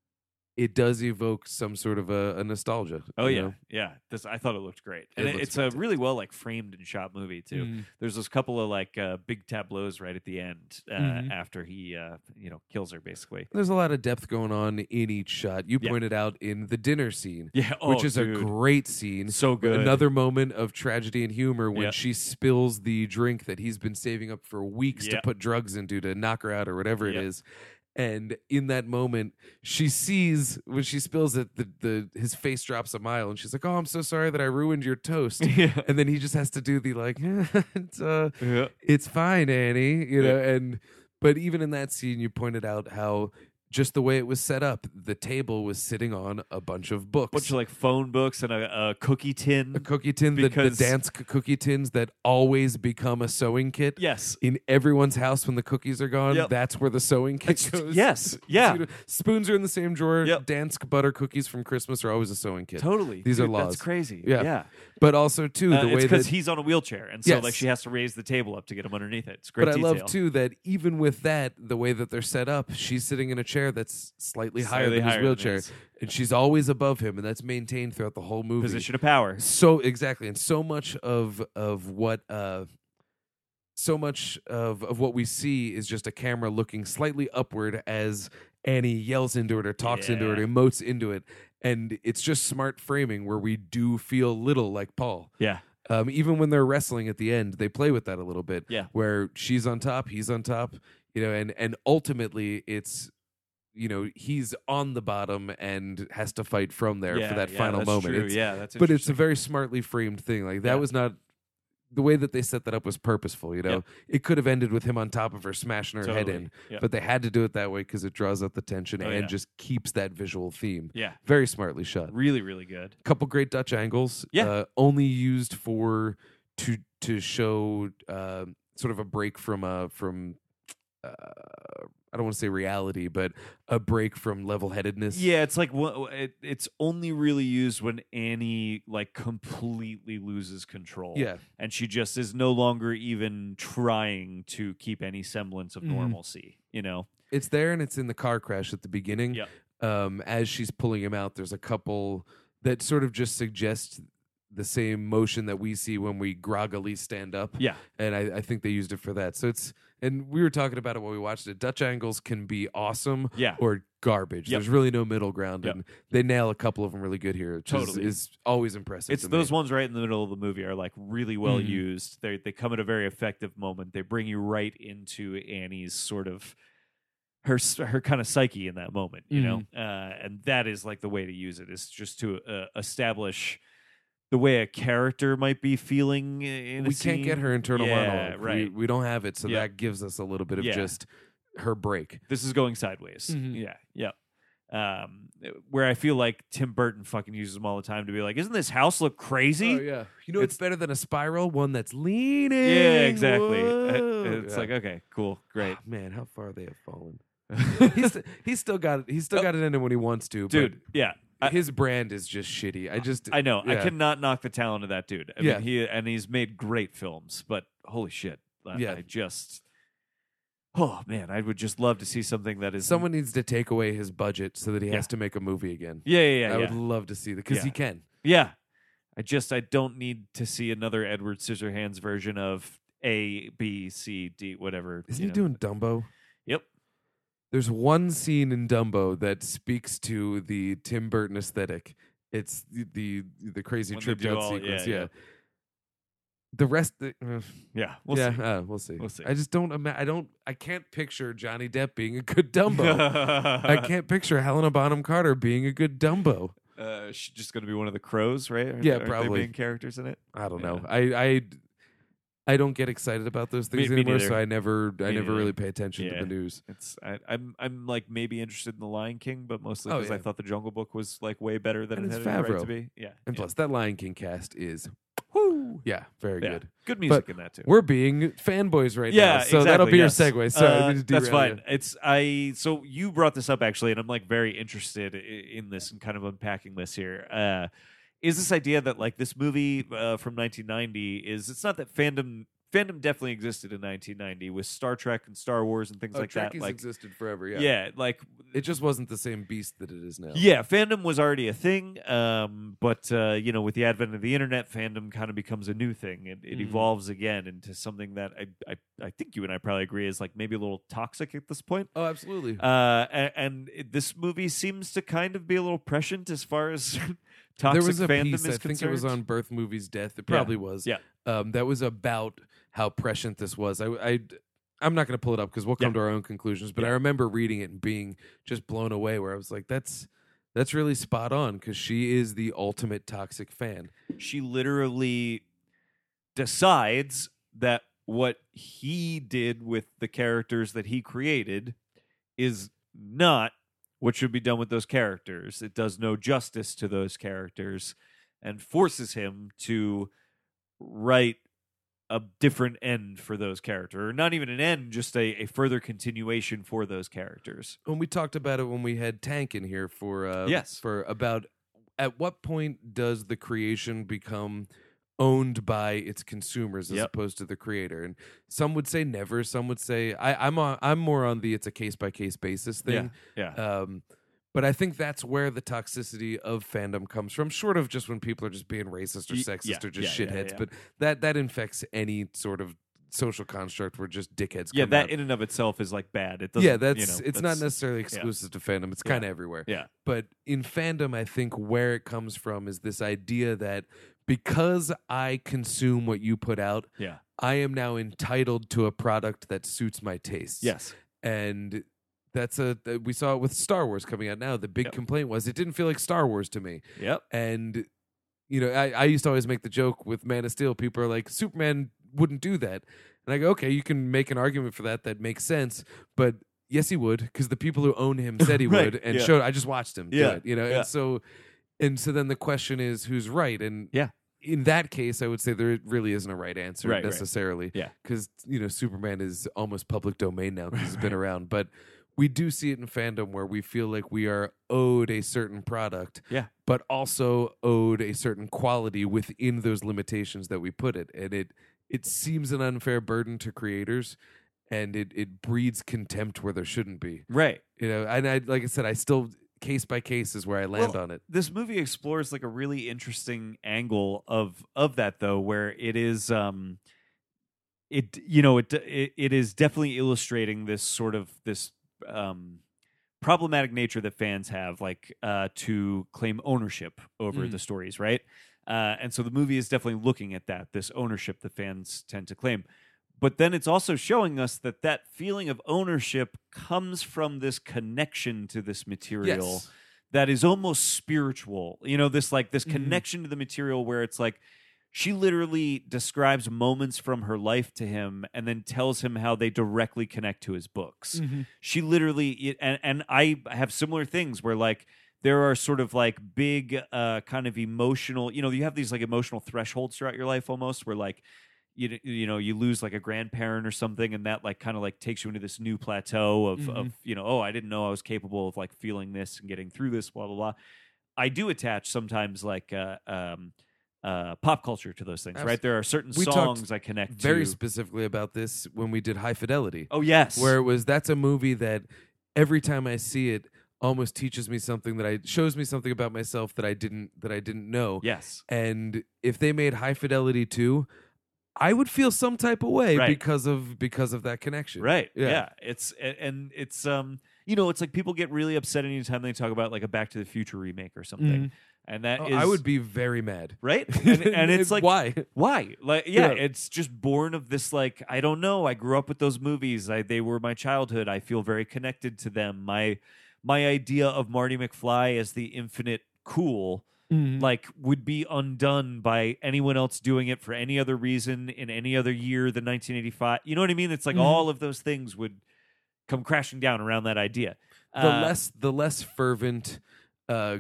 S2: it does evoke some sort of a, a nostalgia.
S3: Oh
S2: you
S3: yeah,
S2: know?
S3: yeah. This I thought it looked great,
S2: It
S3: and it-
S2: looks Mm-hmm.
S3: it's a really well like framed and shot movie too.
S2: Mm.
S3: There's those couple of like uh, big tableaus right at the end uh,
S2: Mhm.
S3: after he uh, you know kills her basically.
S2: There's a lot of depth going on in each shot. You
S3: Yeah.
S2: pointed out in the dinner scene,
S3: Yeah, Oh,
S2: which is a great scene.
S3: so good.
S2: Another moment of tragedy and humor when
S3: Yeah.
S2: she spills the drink that he's been saving up for weeks
S3: Yeah.
S2: to put drugs into to knock her out or whatever
S3: Yeah.
S2: it is. And in that moment, she sees when she spills it, the, the his face drops a mile, and she's like, "Oh, I'm so sorry that I ruined your toast."
S3: yeah.
S2: and then he just has to do the like, it's, uh,
S3: Yeah.
S2: it's fine, Annie. You know,
S3: Yeah.
S2: and but even in that scene, you pointed out how just the way it was set up, the table was sitting on a bunch of books,
S3: bunch of like phone books and a, a cookie
S2: a
S3: tin.
S2: cookie tin, the, the
S3: because-
S2: dance c- cookie tins that always become a sewing kit.
S3: yes,
S2: In everyone's house, when the cookies are gone,
S3: Yep.
S2: that's where the sewing kit
S3: It's-
S2: goes.
S3: yes,
S2: So,
S3: yeah,
S2: you know, spoons are in the same drawer.
S3: Yep.
S2: Dance butter cookies from Christmas are always a sewing kit.
S3: totally.
S2: These are
S3: Dude,
S2: laws.
S3: That's crazy.
S2: Yeah.
S3: yeah.
S2: But also too,
S3: Uh,
S2: the
S3: it's
S2: way
S3: because
S2: that
S3: he's on a wheelchair, and so
S2: Yes.
S3: like she has to raise the table up to get him underneath it. It's great.
S2: But I love
S3: detail.
S2: too that even with that, the way that they're set up, she's sitting in a chair that's slightly, higher
S3: Slightly
S2: than
S3: higher
S2: his
S3: than
S2: wheelchair,
S3: his.
S2: and she's always above him, and that's maintained throughout the whole movie.
S3: position of power.
S2: So exactly, and so much of of what uh, so much of of what we see is just a camera looking slightly upward as Annie yells into it or talks into it
S3: Yeah.
S2: or emotes into it, and it's just smart framing where we do feel little like Paul
S3: Yeah,
S2: Um, even when they're wrestling at the end, they play with that a little bit.
S3: Yeah.
S2: Where she's on top, he's on top, you know, and and ultimately it's you know, he's on the bottom and has to fight from there
S3: Yeah,
S2: for that
S3: yeah,
S2: final
S3: that's
S2: moment.
S3: true.
S2: It's-
S3: yeah, that's
S2: but it's a
S3: interesting.
S2: very smartly framed thing. Like that
S3: Yeah.
S2: was not the way that they set that up was purposeful, you know.
S3: Yep.
S2: It could have ended with him on top of her smashing her head
S3: Totally.
S2: in,
S3: Yep.
S2: but they had to do it that way cuz it draws out the tension
S3: Oh,
S2: and
S3: yeah.
S2: just keeps that visual theme.
S3: yeah,
S2: Very smartly shot
S3: really, really good.
S2: couple great Dutch angles.
S3: Yeah.
S2: uh, only used for to to show uh, sort of a break from uh from uh, I don't want to say reality, but a break from level headedness.
S3: Yeah, it's like wha- it, it's only really used when Annie like completely loses control.
S2: yeah,
S3: and she just is no longer even trying to keep any semblance of
S2: Mhm.
S3: normalcy. You know,
S2: it's there and it's in the car crash at the beginning.
S3: Yep.
S2: Um, as she's pulling him out, there's a couple that sort of just suggest the same motion that we see when we groggily stand up.
S3: Yeah.
S2: And I, I think they used it for that. So it's and we were talking about it while we watched it. Dutch angles can be awesome
S3: yeah,
S2: or garbage.
S3: Yep.
S2: There's really no middle ground,
S3: Yep.
S2: and they nail a couple of them really good here, which
S3: Totally.
S2: is, is always impressive.
S3: it's
S2: to
S3: those
S2: me.
S3: ones right in the middle of the movie are like really well
S2: Mhm.
S3: used. They they come at a very effective moment. They bring you right into Annie's sort of her s- her kind of psyche in that moment, you
S2: Mm-hmm.
S3: know. Uh, and that is like the way to use it is just to uh, establish the way a character might be feeling. In a
S2: we can't get
S3: scene.
S2: her internal
S3: Yeah,
S2: monologue. We-
S3: right.
S2: We, don't have it, so
S3: Yeah.
S2: that gives us a little bit of
S3: Yeah.
S2: just her break.
S3: This is going sideways.
S2: Mhm.
S3: Yeah, yeah. Um, where I feel like Tim Burton fucking uses them all the time to be like, "Isn't this house look crazy?"
S2: Oh, yeah, you know it's, better than a spiral one that's leaning.
S3: Yeah, exactly.
S2: Whoa.
S3: Uh, It's
S2: Yeah.
S3: like okay, cool, great.
S2: Ah, man, how far they have fallen. he's st- he's still got it. He's still got it in him when he wants to,
S3: Oh. dude. Yeah,
S2: But
S3: I,
S2: his brand is just shitty. I just
S3: I know. I
S2: yeah.
S3: cannot knock the talent of that dude. I
S2: Yeah.
S3: mean, he and he's made great films, but holy shit, I,
S2: Yeah.
S3: I just. Oh man, I would just love to see something that is
S2: Someone needs to take away his budget so that he
S3: Yeah.
S2: has to make a movie again.
S3: Yeah, yeah, yeah.
S2: I
S3: yeah.
S2: would love to see that because
S3: Yeah.
S2: he can.
S3: Yeah. I just I don't need to see another Edward Scissorhands version of A, B, C, D, whatever.
S2: Isn't he
S3: you know.
S2: doing Dumbo?
S3: Yep.
S2: There's one scene in Dumbo that speaks to the Tim Burton aesthetic. It's the the, the crazy
S3: When they
S2: trip
S3: do
S2: out
S3: all- yeah,
S2: sequence. Yeah,
S3: yeah.
S2: The rest, the, uh,
S3: Yeah. We'll
S2: yeah,
S3: see.
S2: uh, we'll see.
S3: We'll see.
S2: I just don't. Ima- I don't. I can't picture Johnny Depp being a good Dumbo. I can't picture Helena Bonham Carter being a good Dumbo.
S3: Uh, she's just gonna be one of the crows, right?
S2: Yeah,
S3: Aren't they- aren't they
S2: probably.
S3: being characters in it.
S2: I don't
S3: Yeah.
S2: know. I I I don't get excited about those
S3: Me-
S2: things
S3: me
S2: anymore.
S3: neither.
S2: So I never I never
S3: Me neither.
S2: really pay attention
S3: Yeah.
S2: to the news.
S3: It's I, I'm I'm like maybe interested in the Lion King, but mostly
S2: Oh,
S3: because I
S2: yeah.
S3: thought the Jungle Book was like way better than
S2: And
S3: it
S2: it's
S3: had any right to
S2: Favreau.
S3: be. Yeah.
S2: And
S3: yeah.
S2: plus, that Lion King cast is
S3: Woo!
S2: yeah very
S3: Yeah.
S2: good.
S3: Good music in that too.
S2: We're being fanboys right
S3: yeah,
S2: now. So
S3: exactly,
S2: that'll be
S3: yes.
S2: your segue. Sorry,
S3: Uh,
S2: we just
S3: that's
S2: derailed
S3: fine. It's I. So you brought this up actually, and I'm like very interested i- in this and kind of unpacking this here. Uh, is this idea that like this movie uh, from 1990 is? It's not that fandom fandom definitely existed in 1990 with Star Trek and Star Wars and things
S2: you. Oh,
S3: like that.
S2: Trekkies
S3: Like
S2: existed forever. Yeah.
S3: yeah, like
S2: It just wasn't the same beast that it is now.
S3: yeah, fandom was already a thing, um, but uh, you know, with the advent of the internet, fandom kind of becomes a new thing. It, it
S2: Mhm.
S3: evolves again into something that I, I, I think you and I probably agree is like maybe a little toxic at this point.
S2: Oh, absolutely.
S3: Uh, and, and it- this movie seems to kind of be a little prescient as far as toxic
S2: there was a
S3: fandom
S2: piece.
S3: is
S2: I think it was on
S3: concerned.
S2: Birth Movies Death. It probably was.
S3: Yeah.
S2: Um, that was about how prescient this was. I. I I'm not going to pull it up because we'll come to
S3: Yeah.
S2: our own conclusions. But
S3: Yeah.
S2: I remember reading it and being just blown away. Where I was like, "That's that's really spot on," because she is the ultimate toxic fan.
S3: She literally decides that what he did with the characters that he created is not what should be done with those characters. It does no justice to those characters and forces him to write a different end for those characters. Or not even an end, just a, a further continuation for those characters.
S2: And we talked about it when we had Tank in here for uh,
S3: Yes.
S2: for about at what point does the creation become owned by its consumers as
S3: Yep.
S2: opposed to the creator? And some would say never. Some would say I, I'm on, I'm more on the it's a case by case basis thing.
S3: Yeah.
S2: Um, but I think that's where the toxicity of fandom comes from, short of just when people are just being racist or
S3: Y-
S2: sexist
S3: yeah,
S2: or just
S3: yeah, yeah,
S2: shitheads.
S3: yeah.
S2: But that that infects any sort of social construct where just dickheads.
S3: yeah,
S2: come
S3: that
S2: out
S3: in and of itself is like bad. It doesn't
S2: yeah, that's
S3: you know,
S2: it's
S3: that's-
S2: not necessarily exclusive to fandom. It's
S3: Yeah.
S2: kind of everywhere.
S3: Yeah.
S2: But in fandom, I think where it comes from is this idea that because I consume what you put out,
S3: Yeah.
S2: I am now entitled to a product that suits my tastes.
S3: Yes.
S2: And that's a th- we saw it with Star Wars coming out now. The big
S3: Yep.
S2: complaint was it didn't feel like Star Wars to me.
S3: Yep.
S2: And you know, I, I used to always make the joke with Man of Steel. People are like, Superman wouldn't do that. And I go, okay, you can make an argument for that that makes sense, but yes, he would, because the people who own him said he
S3: Right,
S2: would, and
S3: yeah.
S2: showed. I just watched him
S3: Yeah,
S2: do it, you know.
S3: yeah.
S2: And so, and so then the question is, who's right? And
S3: Yeah.
S2: in that case, I would say there really isn't a right answer
S3: Right, right.
S2: necessarily,
S3: Yeah.
S2: because you know Superman is almost public domain now because he's been around, but. We do see it in fandom where we feel like we are owed a certain product,
S3: Yeah.
S2: but also owed a certain quality within those limitations that we put it. And it it seems an unfair burden to creators and it, it breeds contempt where there shouldn't be.
S3: Right.
S2: You know, and I like I said, I still case by case is where I land
S3: Well,
S2: on it.
S3: This movie explores like a really interesting angle of of that though, where it is um it you know it it, it is definitely illustrating this sort of this um problematic nature that fans have like uh to claim ownership over
S2: Mm.
S3: the stories, right? Uh, and so the movie is definitely looking at that this ownership that fans tend to claim but then it's also showing us that that feeling of ownership comes from this connection to this material
S2: Yes.
S3: that is almost spiritual. You know, this like this
S2: Mhm.
S3: connection to the material where it's like she literally describes moments from her life to him and then tells him how they directly connect to his books. She literally it, and and I have similar things where like there are sort of like big uh kind of emotional, you know, you have these like emotional thresholds throughout your life almost where like you you know you lose like a grandparent or something and that like kind of like takes you into this new plateau of
S2: Mm-hmm.
S3: of you know oh i didn't know i was capable of like feeling this and getting through this blah blah blah i do attach sometimes like uh um uh pop culture to those things
S2: Abs-
S3: right there are certain
S2: We talked
S3: songs i connect
S2: Very
S3: to
S2: specifically about this when we did High Fidelity,
S3: oh yes
S2: where it was that's a movie that every time I see it almost teaches me something that I shows me something about myself that I didn't that I didn't know.
S3: yes
S2: and if they made high fidelity too i would feel some type of way
S3: Right.
S2: because of because of that connection
S3: Right.
S2: Yeah.
S3: Yeah. It's a- and it's um you know it's like people get really upset anytime they talk about like a Back to the Future remake or something, and that
S2: Oh,
S3: is
S2: i would be very mad
S3: right and, and it's like
S2: why
S3: why like yeah,
S2: Yeah.
S3: it's just born of this like i don't know i grew up with those movies I, they were my childhood i feel very connected to them my my idea of marty mcfly as the infinite cool
S2: Mm-hmm.
S3: like would be undone by anyone else doing it for any other reason in any other year than 1985 you know what i mean it's like
S2: Mhm.
S3: all of those things would come crashing down around that idea
S2: the
S3: Uh,
S2: less the less fervent uh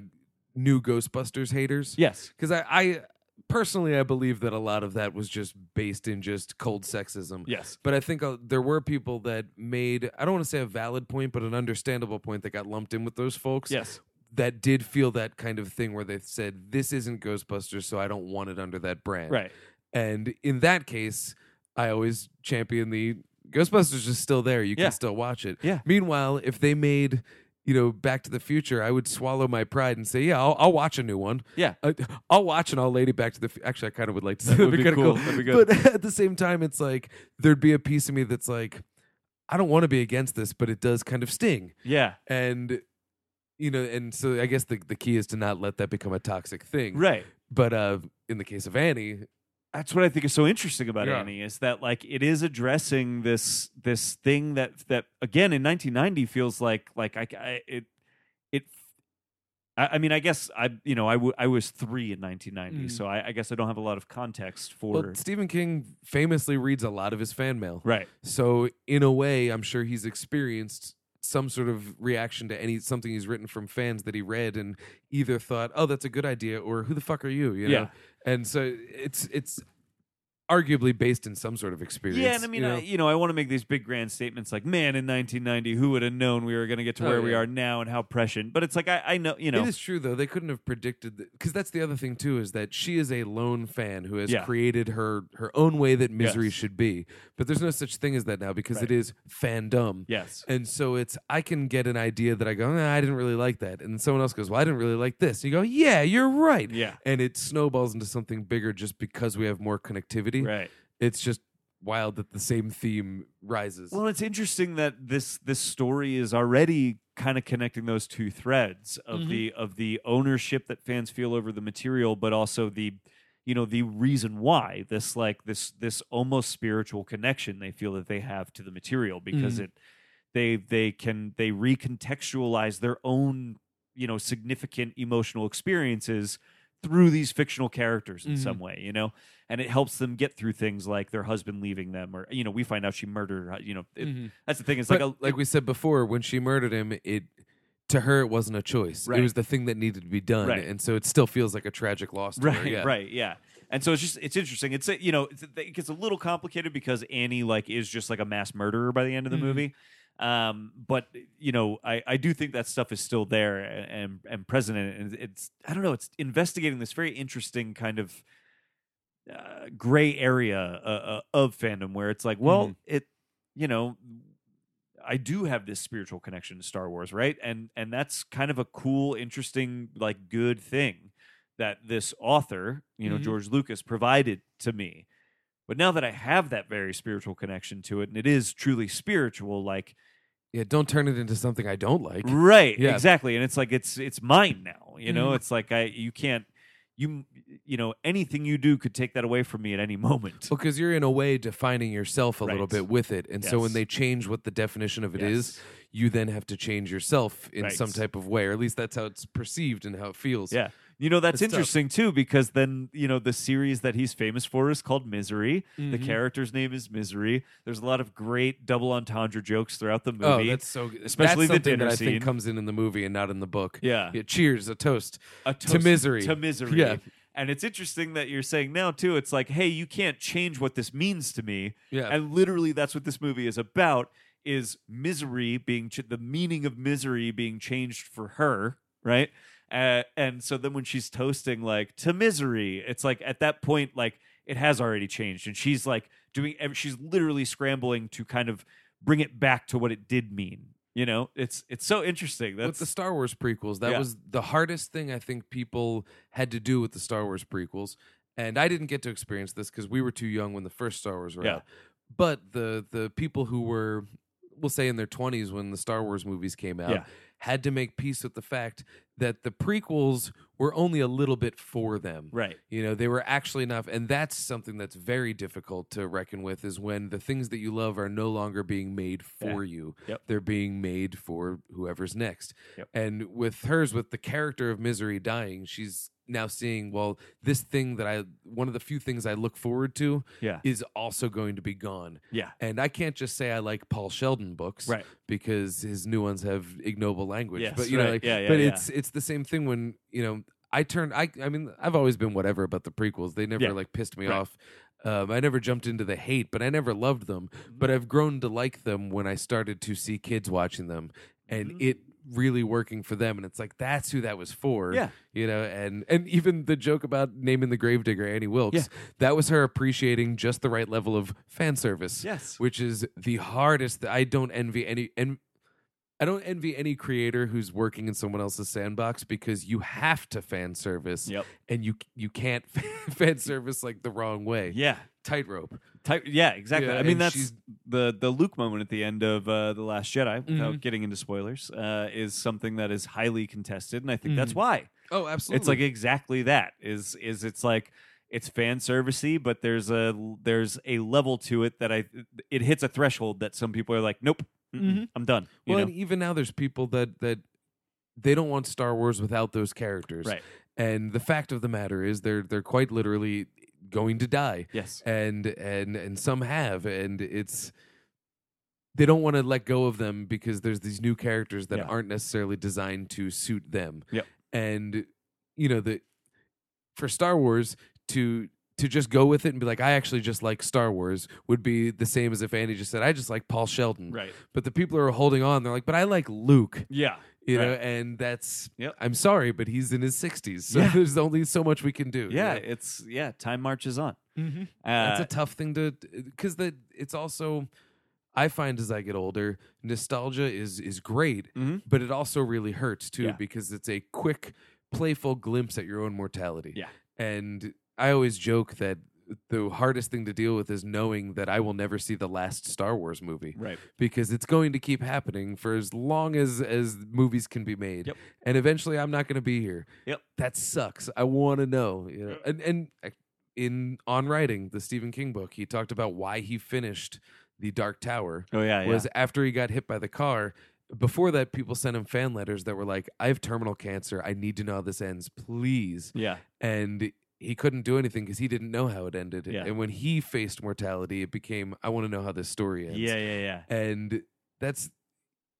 S2: new ghostbusters haters
S3: yes
S2: because I, I personally i believe that a lot of that was just based in just cold sexism
S3: yes
S2: But I think uh, there were people that made, I don't want to say a valid point, but an understandable point that got lumped in with those folks.
S3: yes
S2: that did feel that kind of thing where they said this isn't ghostbusters so i don't want it under that brand
S3: right
S2: and in that case i always champion the ghostbusters is still there you
S3: Yeah.
S2: can still watch it
S3: Yeah.
S2: meanwhile if they made you know back to the future i would swallow my pride and say yeah i'll, I'll watch a new one
S3: yeah
S2: I, i'll watch an all lady back to the Fu- actually i kind of would like to
S3: That
S2: that'd
S3: would
S2: be,
S3: be
S2: kinda cool,
S3: cool. That'd be good.
S2: but at the same time it's like there'd be a piece of me that's like i don't want to be against this but it does kind of sting
S3: yeah
S2: and you know and so i guess the, the key is to not let that become a toxic thing
S3: right
S2: but uh in the case of annie
S3: that's what I think is so interesting about
S2: Yeah.
S3: Annie is that like it is addressing this this thing that that again in 1990 feels like like I, I it it I, I mean I guess I you know I wa- I was three in 1990
S2: Mm.
S3: so I, I guess I don't have a lot of context for
S2: well stephen king famously reads a lot of his fan mail
S3: right
S2: so in a way i'm sure he's experienced some sort of reaction to any something he's written from fans that he read and either thought oh that's a good idea or who the fuck are you you know
S3: Yeah.
S2: and so it's it's arguably based in some sort of experience
S3: yeah and I mean
S2: you
S3: I,
S2: know?
S3: you know I want to make these big grand statements like man in 1990 who would have known we were going to get to
S2: Oh,
S3: where we
S2: yeah.
S3: are now and how prescient but it's like I I know you know
S2: It is true though. They couldn't have predicted because that's the other thing too is that she is a lone fan who has
S3: Yeah.
S2: created her her own way that misery
S3: Yes.
S2: should be. But there's no such thing as that now because
S3: Right.
S2: it is fandom.
S3: yes
S2: And so it's I can get an idea that I go, nah, I didn't really like that, and someone else goes, Well, I didn't really like this. you go, Yeah, you're right.
S3: yeah
S2: And it snowballs into something bigger just because we have more connectivity.
S3: right
S2: It's just wild that the same theme rises.
S3: Well, it's interesting that this this story is already kind of connecting those two threads of
S2: Mhm.
S3: the of the ownership that fans feel over the material, but also the you know the reason why this like this this almost spiritual connection they feel that they have to the material because
S2: Mhm.
S3: it they they can they recontextualize their own you know significant emotional experiences through these fictional characters in
S2: Mhm.
S3: some way you know and it helps them get through things like their husband leaving them or you know we find out she murdered her hu- you know it,
S2: Mhm.
S3: that's the thing it's
S2: But
S3: like a
S2: like we said before, when she murdered him, it to her it wasn't a choice.
S3: Right.
S2: It was the thing that needed to be done,
S3: Right.
S2: and so it still feels like a tragic loss. To
S3: right
S2: her. Yeah.
S3: right yeah and so it's just it's interesting it's you know it's, it gets a little complicated because annie like is just like a mass murderer by the end of the
S2: Mhm.
S3: movie um but you know i i do think that stuff is still there and and present and it's i don't know it's investigating this very interesting kind of uh, gray area uh, uh, of fandom where it's like well
S2: Mhm.
S3: it you know I do have this spiritual connection to Star Wars, right? And and that's kind of a cool, interesting, like good thing that this author, you know,
S2: Mhm.
S3: George Lucas provided to me. But now that I have that very spiritual connection to it and it is truly spiritual like
S2: Yeah. Don't turn it into something I don't like.
S3: right
S2: Yeah.
S3: exactly and it's like it's it's mine now you know
S2: Mhm.
S3: it's like i you can't you you know anything you do could take that away from me at any moment
S2: Because you're in a way defining yourself a little
S3: Right.
S2: bit with it, and so when
S3: Yes.
S2: they change what the definition of it is,
S3: Yes.
S2: you then have to change yourself in
S3: Right.
S2: some type of way, or at least that's how it's perceived and how it feels.
S3: Yeah. You know, that's
S2: It's tough.
S3: interesting too, because then, you know, the series that he's famous for is called Misery. The
S2: Mhm.
S3: character's name is Misery. There's a lot of great double entendre jokes throughout the
S2: Oh,
S3: movie.
S2: that's so.
S3: Especially
S2: Especially
S3: the
S2: that's something
S3: dinner
S2: that I
S3: scene.
S2: think comes in in the movie and not in the book.
S3: yeah.
S2: Yeah, cheers, a toast.
S3: A
S2: To
S3: toast
S2: misery.
S3: To misery.
S2: Yeah.
S3: And it's interesting that you're saying now too, it's like, hey, you can't change what this means to me.
S2: Yeah.
S3: And literally that's what this movie is about is misery being ch- the meaning of misery being changed for her, right? Uh, and so then when she's toasting like to misery, it's like at that point like it has already changed and she's like doing ev- she's literally scrambling to kind of bring it back to what it did mean. You know, it's it's so interesting.
S2: with
S3: That's
S2: the Star Wars prequels, that
S3: Yeah.
S2: was the hardest thing I think people had to do with the Star Wars prequels. And I didn't get to experience this because we were too young when the first Star Wars were
S3: Yeah.
S2: out. But the the people who were, we'll say, in their twenties when the Star Wars movies came out,
S3: Yeah.
S2: had to make peace with the fact that the prequels were only a little bit for them.
S3: right.
S2: You know, they were actually enough, and that's something that's very difficult to reckon with is when the things that you love are no longer being made for you.
S3: Yep.
S2: They're being made for whoever's next.
S3: Yep.
S2: And with hers, with the character of Misery dying, she's now seeing, well, this thing that I, one of the few things I look forward to
S3: Yeah.
S2: is also going to be gone.
S3: Yeah.
S2: And I can't just say I like Paul Sheldon books
S3: Right.
S2: because his new ones have ignoble language.
S3: Yes,
S2: but you
S3: right.
S2: know, like,
S3: Yeah, yeah,
S2: but
S3: yeah.
S2: it's it's the same thing when you know I turned. I I mean, I've always been whatever about the prequels. They never
S3: Yeah.
S2: like pissed me
S3: Right.
S2: off. Um, I never jumped into the hate, but I never loved them.
S3: Mm-hmm.
S2: But I've grown to like them when I started to see kids watching them, and
S3: Mhm.
S2: it really working for them. And it's like that's who that was for.
S3: Yeah.
S2: you know, and and even the joke about naming the gravedigger Annie Wilkes.
S3: Yeah.
S2: That was her appreciating just the right level of fan service
S3: Yes.
S2: which is the hardest. I don't envy any and I don't envy any creator who's working in someone else's sandbox because you have to fan service
S3: Yep.
S2: and you you can't fan service like the wrong way.
S3: Yeah.
S2: Tightrope.
S3: Type, yeah, exactly.
S2: Yeah,
S3: I mean,
S2: and
S3: that's
S2: she's-
S3: the the Luke moment at the end of uh, the Last Jedi. Without
S2: Mhm.
S3: getting into spoilers, uh, is something that is highly contested, and I think that's why
S2: Oh, absolutely.
S3: it's like exactly that is is it's like it's fan servicey, but there's a there's a level to it that I it hits a threshold that some people are like, nope, mm-mm,
S2: Mhm.
S3: I'm done. You
S2: well,
S3: know?
S2: and even now there's people that that they don't want Star Wars without those characters.
S3: right?
S2: And the fact of the matter is they're they're quite literally going to die.
S3: Yes.
S2: and and and some have and it's they don't want to let go of them because there's these new characters that
S3: Yeah.
S2: aren't necessarily designed to suit them
S3: Yep.
S2: and you know the for star wars to to just go with it and be like i actually just like star wars would be the same as if andy just said i just like paul sheldon
S3: Right.
S2: but the people who are holding on they're like but i like luke
S3: Yeah.
S2: you know
S3: Right.
S2: and that's
S3: Yep.
S2: i'm sorry but he's in his 60s so
S3: Yeah.
S2: there's only so much we can do
S3: Yeah. It's yeah. Time marches on.
S2: mm-hmm.
S3: Uh,
S2: That's a tough thing to because that it's also I find as I get older, nostalgia is is great,
S3: Mhm.
S2: but it also really hurts too
S3: Yeah.
S2: because it's a quick, playful glimpse at your own mortality.
S3: Yeah.
S2: and I always joke that the hardest thing to deal with is knowing that I will never see the last Star Wars movie
S3: right.
S2: because it's going to keep happening for as long as as movies can be made
S3: Yep.
S2: and eventually i'm not going to be here
S3: Yep.
S2: that sucks i want to know you know and and uh, in on writing the Stephen King book, he talked about why he finished The Dark Tower
S3: Oh yeah, yeah.
S2: was after he got hit by the car. Before that, people sent him fan letters that were like, "I have terminal cancer. I need to know how this ends, please."
S3: yeah.
S2: And he couldn't do anything because he didn't know how it ended.
S3: Yeah.
S2: And when he faced mortality, it became, "I want to know how this story ends."
S3: Yeah, yeah, yeah.
S2: And that's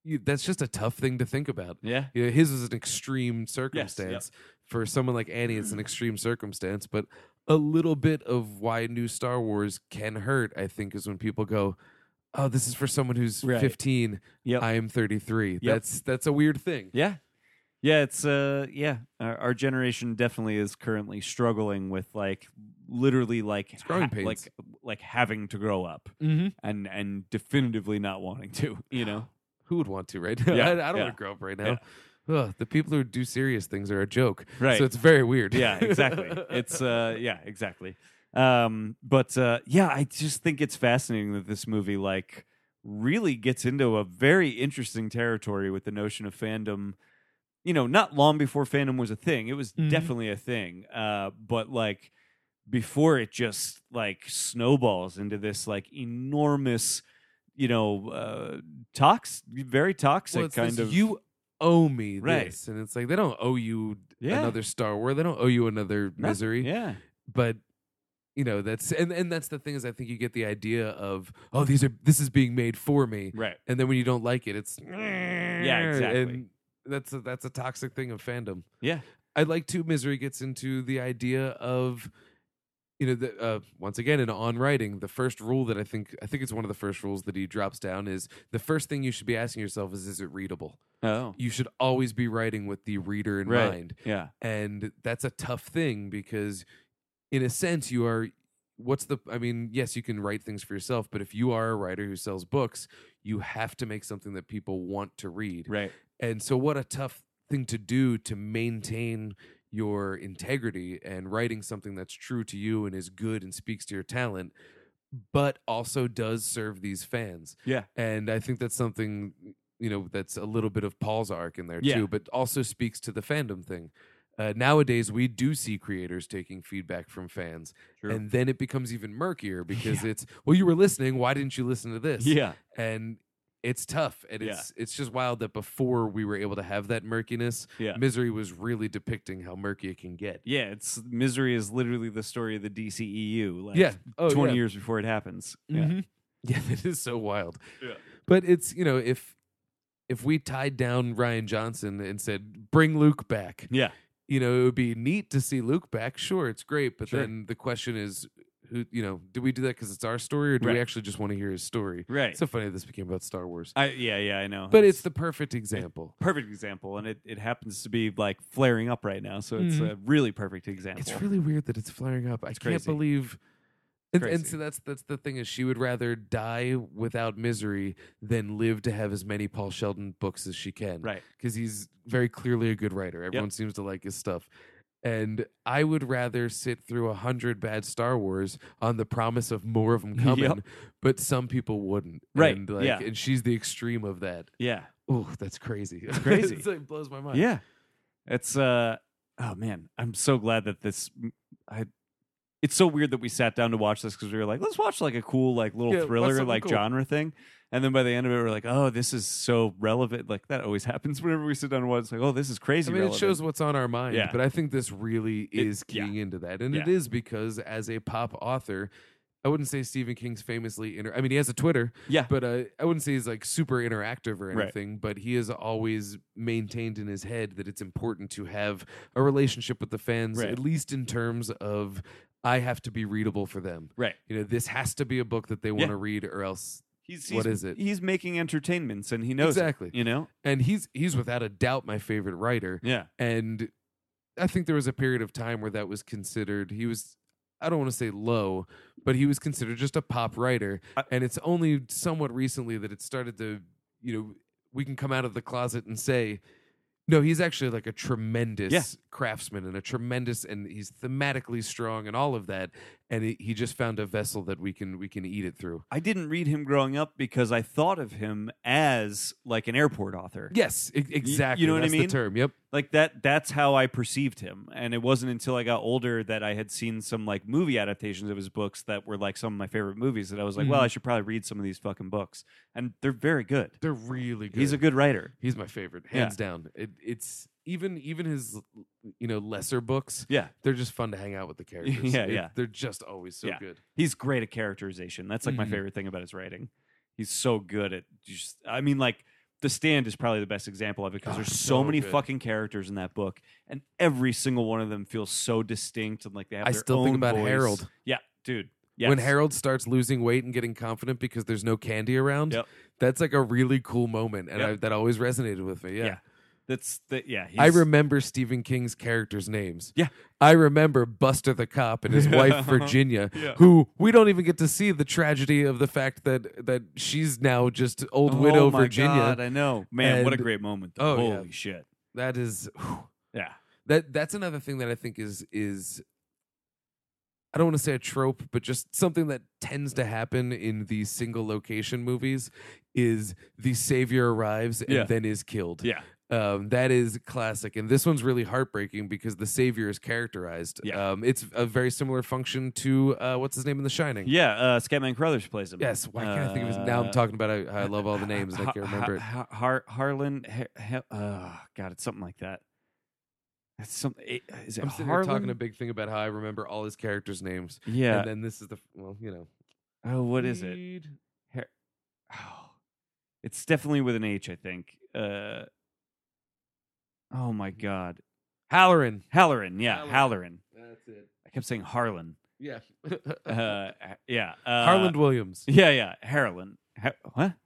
S2: you, that's just a tough thing to think about.
S3: Yeah.
S2: You know, his was an extreme circumstance. For someone like Annie,
S3: Mm.
S2: it's an extreme circumstance, but a little bit of why new Star Wars can hurt, I think, is when people go, "Oh, this is for someone who's
S3: Right.
S2: 15.
S3: Yep.
S2: I am 33."
S3: Yep.
S2: That's that's a weird thing.
S3: Yeah. Yeah, it's uh yeah, our, our generation definitely is currently struggling with like literally like
S2: growing pains.
S3: like like having to grow up
S2: Mm-hmm.
S3: and and definitively not wanting to, you know.
S2: Who would want to right now?
S3: Yeah,
S2: I, I don't
S3: yeah.
S2: want to grow up right now. Ugh, the people who do serious things are a joke.
S3: Right.
S2: So it's very weird.
S3: yeah, exactly. It's uh yeah, exactly. Um but uh yeah, I just think it's fascinating that this movie like really gets into a very interesting territory with the notion of fandom. You know, not long before fandom was a thing. It was
S2: Mhm.
S3: definitely a thing. Uh but like before it just like snowballs into this like enormous you know uh tox very toxic
S2: Well, it's
S3: kind
S2: this,
S3: of
S2: you owe me
S3: Right.
S2: this, and it's like they don't owe you
S3: Yeah.
S2: another Star Wars. They don't owe you another
S3: No,
S2: misery.
S3: yeah
S2: But you know that's and and that's the thing is I think you get the idea of oh these are this is being made for me,
S3: right
S2: and then when you don't like it, it's
S3: Yeah, exactly.
S2: And that's a, that's a toxic thing of fandom.
S3: yeah
S2: I like too. Misery gets into the idea of, you know, the, uh, once again in on writing, the first rule that I think I think it's one of the first rules that he drops down is the first thing you should be asking yourself is is it readable?
S3: oh
S2: You should always be writing with the reader in
S3: Right.
S2: mind,
S3: yeah
S2: and that's a tough thing because, in a sense, you are. What's the? I mean, yes, you can write things for yourself, but if you are a writer who sells books, you have to make something that people want to read.
S3: right
S2: And so, what a tough thing to do to maintain your integrity and writing something that's true to you and is good and speaks to your talent, but also does serve these fans.
S3: Yeah.
S2: And I think that's something, you know, that's a little bit of Paul's arc in there
S3: Yeah.
S2: too, but also speaks to the fandom thing. Uh, nowadays, we do see creators taking feedback from fans,
S3: True.
S2: and then it becomes even murkier because it's, well, you were listening. Why didn't you listen to this?
S3: yeah
S2: and it's tough and
S3: Yeah.
S2: it's it's just wild that before we were able to have that murkiness
S3: yeah
S2: misery was really depicting how murky it can get
S3: yeah it's misery is literally the story of the dceu like
S2: yeah oh,
S3: 20
S2: yeah.
S3: years before it happens yeah
S2: Mhm. yeah that is so wild
S3: Mm-hmm. Yeah.
S2: but it's you know if if we tied down ryan johnson and said bring luke back
S3: yeah
S2: you know it would be neat to see luke back sure it's great but
S3: Sure.
S2: then the question is who you know do we do that because it's our story or do
S3: Right.
S2: we actually just want to hear his story
S3: right Oh,
S2: it's so funny this became about star wars
S3: I, yeah yeah i know
S2: but it's the perfect example
S3: perfect example and it, it happens to be like flaring up right now so it's
S2: Mhm.
S3: a really perfect example
S2: It's really weird that it's flaring up. I
S3: It's
S2: can't
S3: crazy.
S2: believe. And, and
S3: Crazy.
S2: so that's that's the thing is she would rather die without misery than live to have as many Paul Sheldon books as she can.
S3: right
S2: Because he's very clearly a good writer. Everyone seems to like his stuff. And I would rather sit through a hundred bad Star Wars on the promise of more of them
S3: Yep.
S2: coming, but some people wouldn't.
S3: Right,
S2: And, like,
S3: yeah.
S2: and she's the extreme of that.
S3: yeah
S2: Oh, that's crazy. It's
S3: crazy.
S2: like, it blows my mind.
S3: yeah it's uh oh man i'm so glad that this i it's so weird that we sat down to watch this because we were like let's watch like a cool like little
S2: Yeah, watch
S3: thriller
S2: something
S3: like
S2: cool.
S3: genre thing and then by the end of it we're like oh this is so relevant like that always happens whenever we sit down and watch it's like oh this is crazy
S2: I mean,
S3: relevant.
S2: it shows what's on our mind,
S3: Yeah.
S2: but I think this really
S3: It-
S2: is keying into that. And it
S3: Yeah.
S2: is because, as a pop author, I wouldn't say Stephen King's famously, inter- I mean, he has a Twitter,
S3: yeah
S2: but uh, I wouldn't say he's like super interactive or
S3: Right.
S2: anything, but he has always maintained in his head that it's important to have a relationship with the fans,
S3: Right.
S2: at least in terms of I have to be readable for them.
S3: right
S2: You know, this has to be a book that they want to read or else.
S3: he's, he's
S2: What is it?
S3: he's making entertainments and he knows it,
S2: exactly.
S3: you know
S2: And he's he's without a doubt my favorite writer.
S3: yeah
S2: and I think there was a period of time where that was considered. He was, I don't want to say low, but he was considered just a pop writer,
S3: I-
S2: and it's only somewhat recently that it started to, you know, we can come out of the closet and say. No, he's actually like a tremendous
S3: Yeah.
S2: craftsman and a tremendous, and he's thematically strong and all of that. and he he just found a vessel that we can we can eat it through.
S3: I didn't read him growing up because I thought of him as like an airport author.
S2: Yes, e- exactly.
S3: know what I
S2: That's
S3: mean?
S2: The term. Yep.
S3: Like that that's how I perceived him. And it wasn't until I got older that I had seen some like movie adaptations of his books that were like some of my favorite movies that I was like, well,
S2: Mhm.
S3: I should probably read some of these fucking books. And they're very good.
S2: They're really good.
S3: He's a good writer.
S2: He's my favorite,
S3: Yeah.
S2: hands down. It, it's even even his you know lesser books.
S3: Yeah.
S2: They're just fun to hang out with the characters.
S3: Yeah,
S2: It-
S3: yeah.
S2: They're just always so
S3: Yeah.
S2: good.
S3: He's great at characterization. That's like my
S2: Mhm.
S3: favorite thing about his writing. He's so good at just I mean like The Stand is probably the best example of it because
S2: Oh,
S3: there's so,
S2: so
S3: many
S2: good.
S3: fucking characters in that book and every single one of them feels so distinct and like they have
S2: I
S3: their
S2: still think
S3: own
S2: about
S3: voice.
S2: Harold.
S3: Yeah, dude. Yes.
S2: When Harold starts losing weight and getting confident because there's no candy around,
S3: Yep.
S2: that's like a really cool moment, and
S3: Yep.
S2: I, that always resonated with me. Yeah.
S3: Yeah. That's the yeah, he's,
S2: I remember Stephen King's characters' names.
S3: Yeah.
S2: I remember Buster the cop and his wife Virginia,
S3: Yeah.
S2: who we don't even get to see the tragedy of the fact that that she's now just old
S3: Oh
S2: widow
S3: my
S2: Virginia.
S3: God, I know. Man, what a
S2: And-
S3: great moment. Though.
S2: Oh, yeah.
S3: Holy shit.
S2: That is whew.
S3: Yeah.
S2: that that's another thing that I think is is I don't want to say a trope, but just something that tends to happen in these single location movies is the savior arrives and
S3: Yeah.
S2: then is killed.
S3: Yeah.
S2: Um, that is classic, and this one's really heartbreaking because the savior is characterized.
S3: Yeah.
S2: Um, it's a very similar function to uh, what's his name in The Shining.
S3: Yeah, uh Scatman Crothers plays him.
S2: Yes, why can't I think of his? Now I'm
S3: Uh,
S2: talking about how how I love all the names and I can't remember it.
S3: Har- Har- Harlan, Har- Har- uh, God, it's something like that. That's something. It, is it
S2: I'm sitting here
S3: Harlan?
S2: talking a big thing about how I remember all his characters' names,
S3: yeah.
S2: and then this is the well, you know,
S3: oh, what is it?
S2: Reed.
S3: Har- oh, it's definitely with an H, I think. Uh, oh my God,
S2: Halloran.
S3: Halloran. Yeah, Halloran.
S2: Halloran. That's it.
S3: I kept saying Harlan.
S2: Yeah.
S3: Uh, yeah. Uh,
S2: Harland Williams.
S3: Yeah, yeah. Harlan. Ha- what?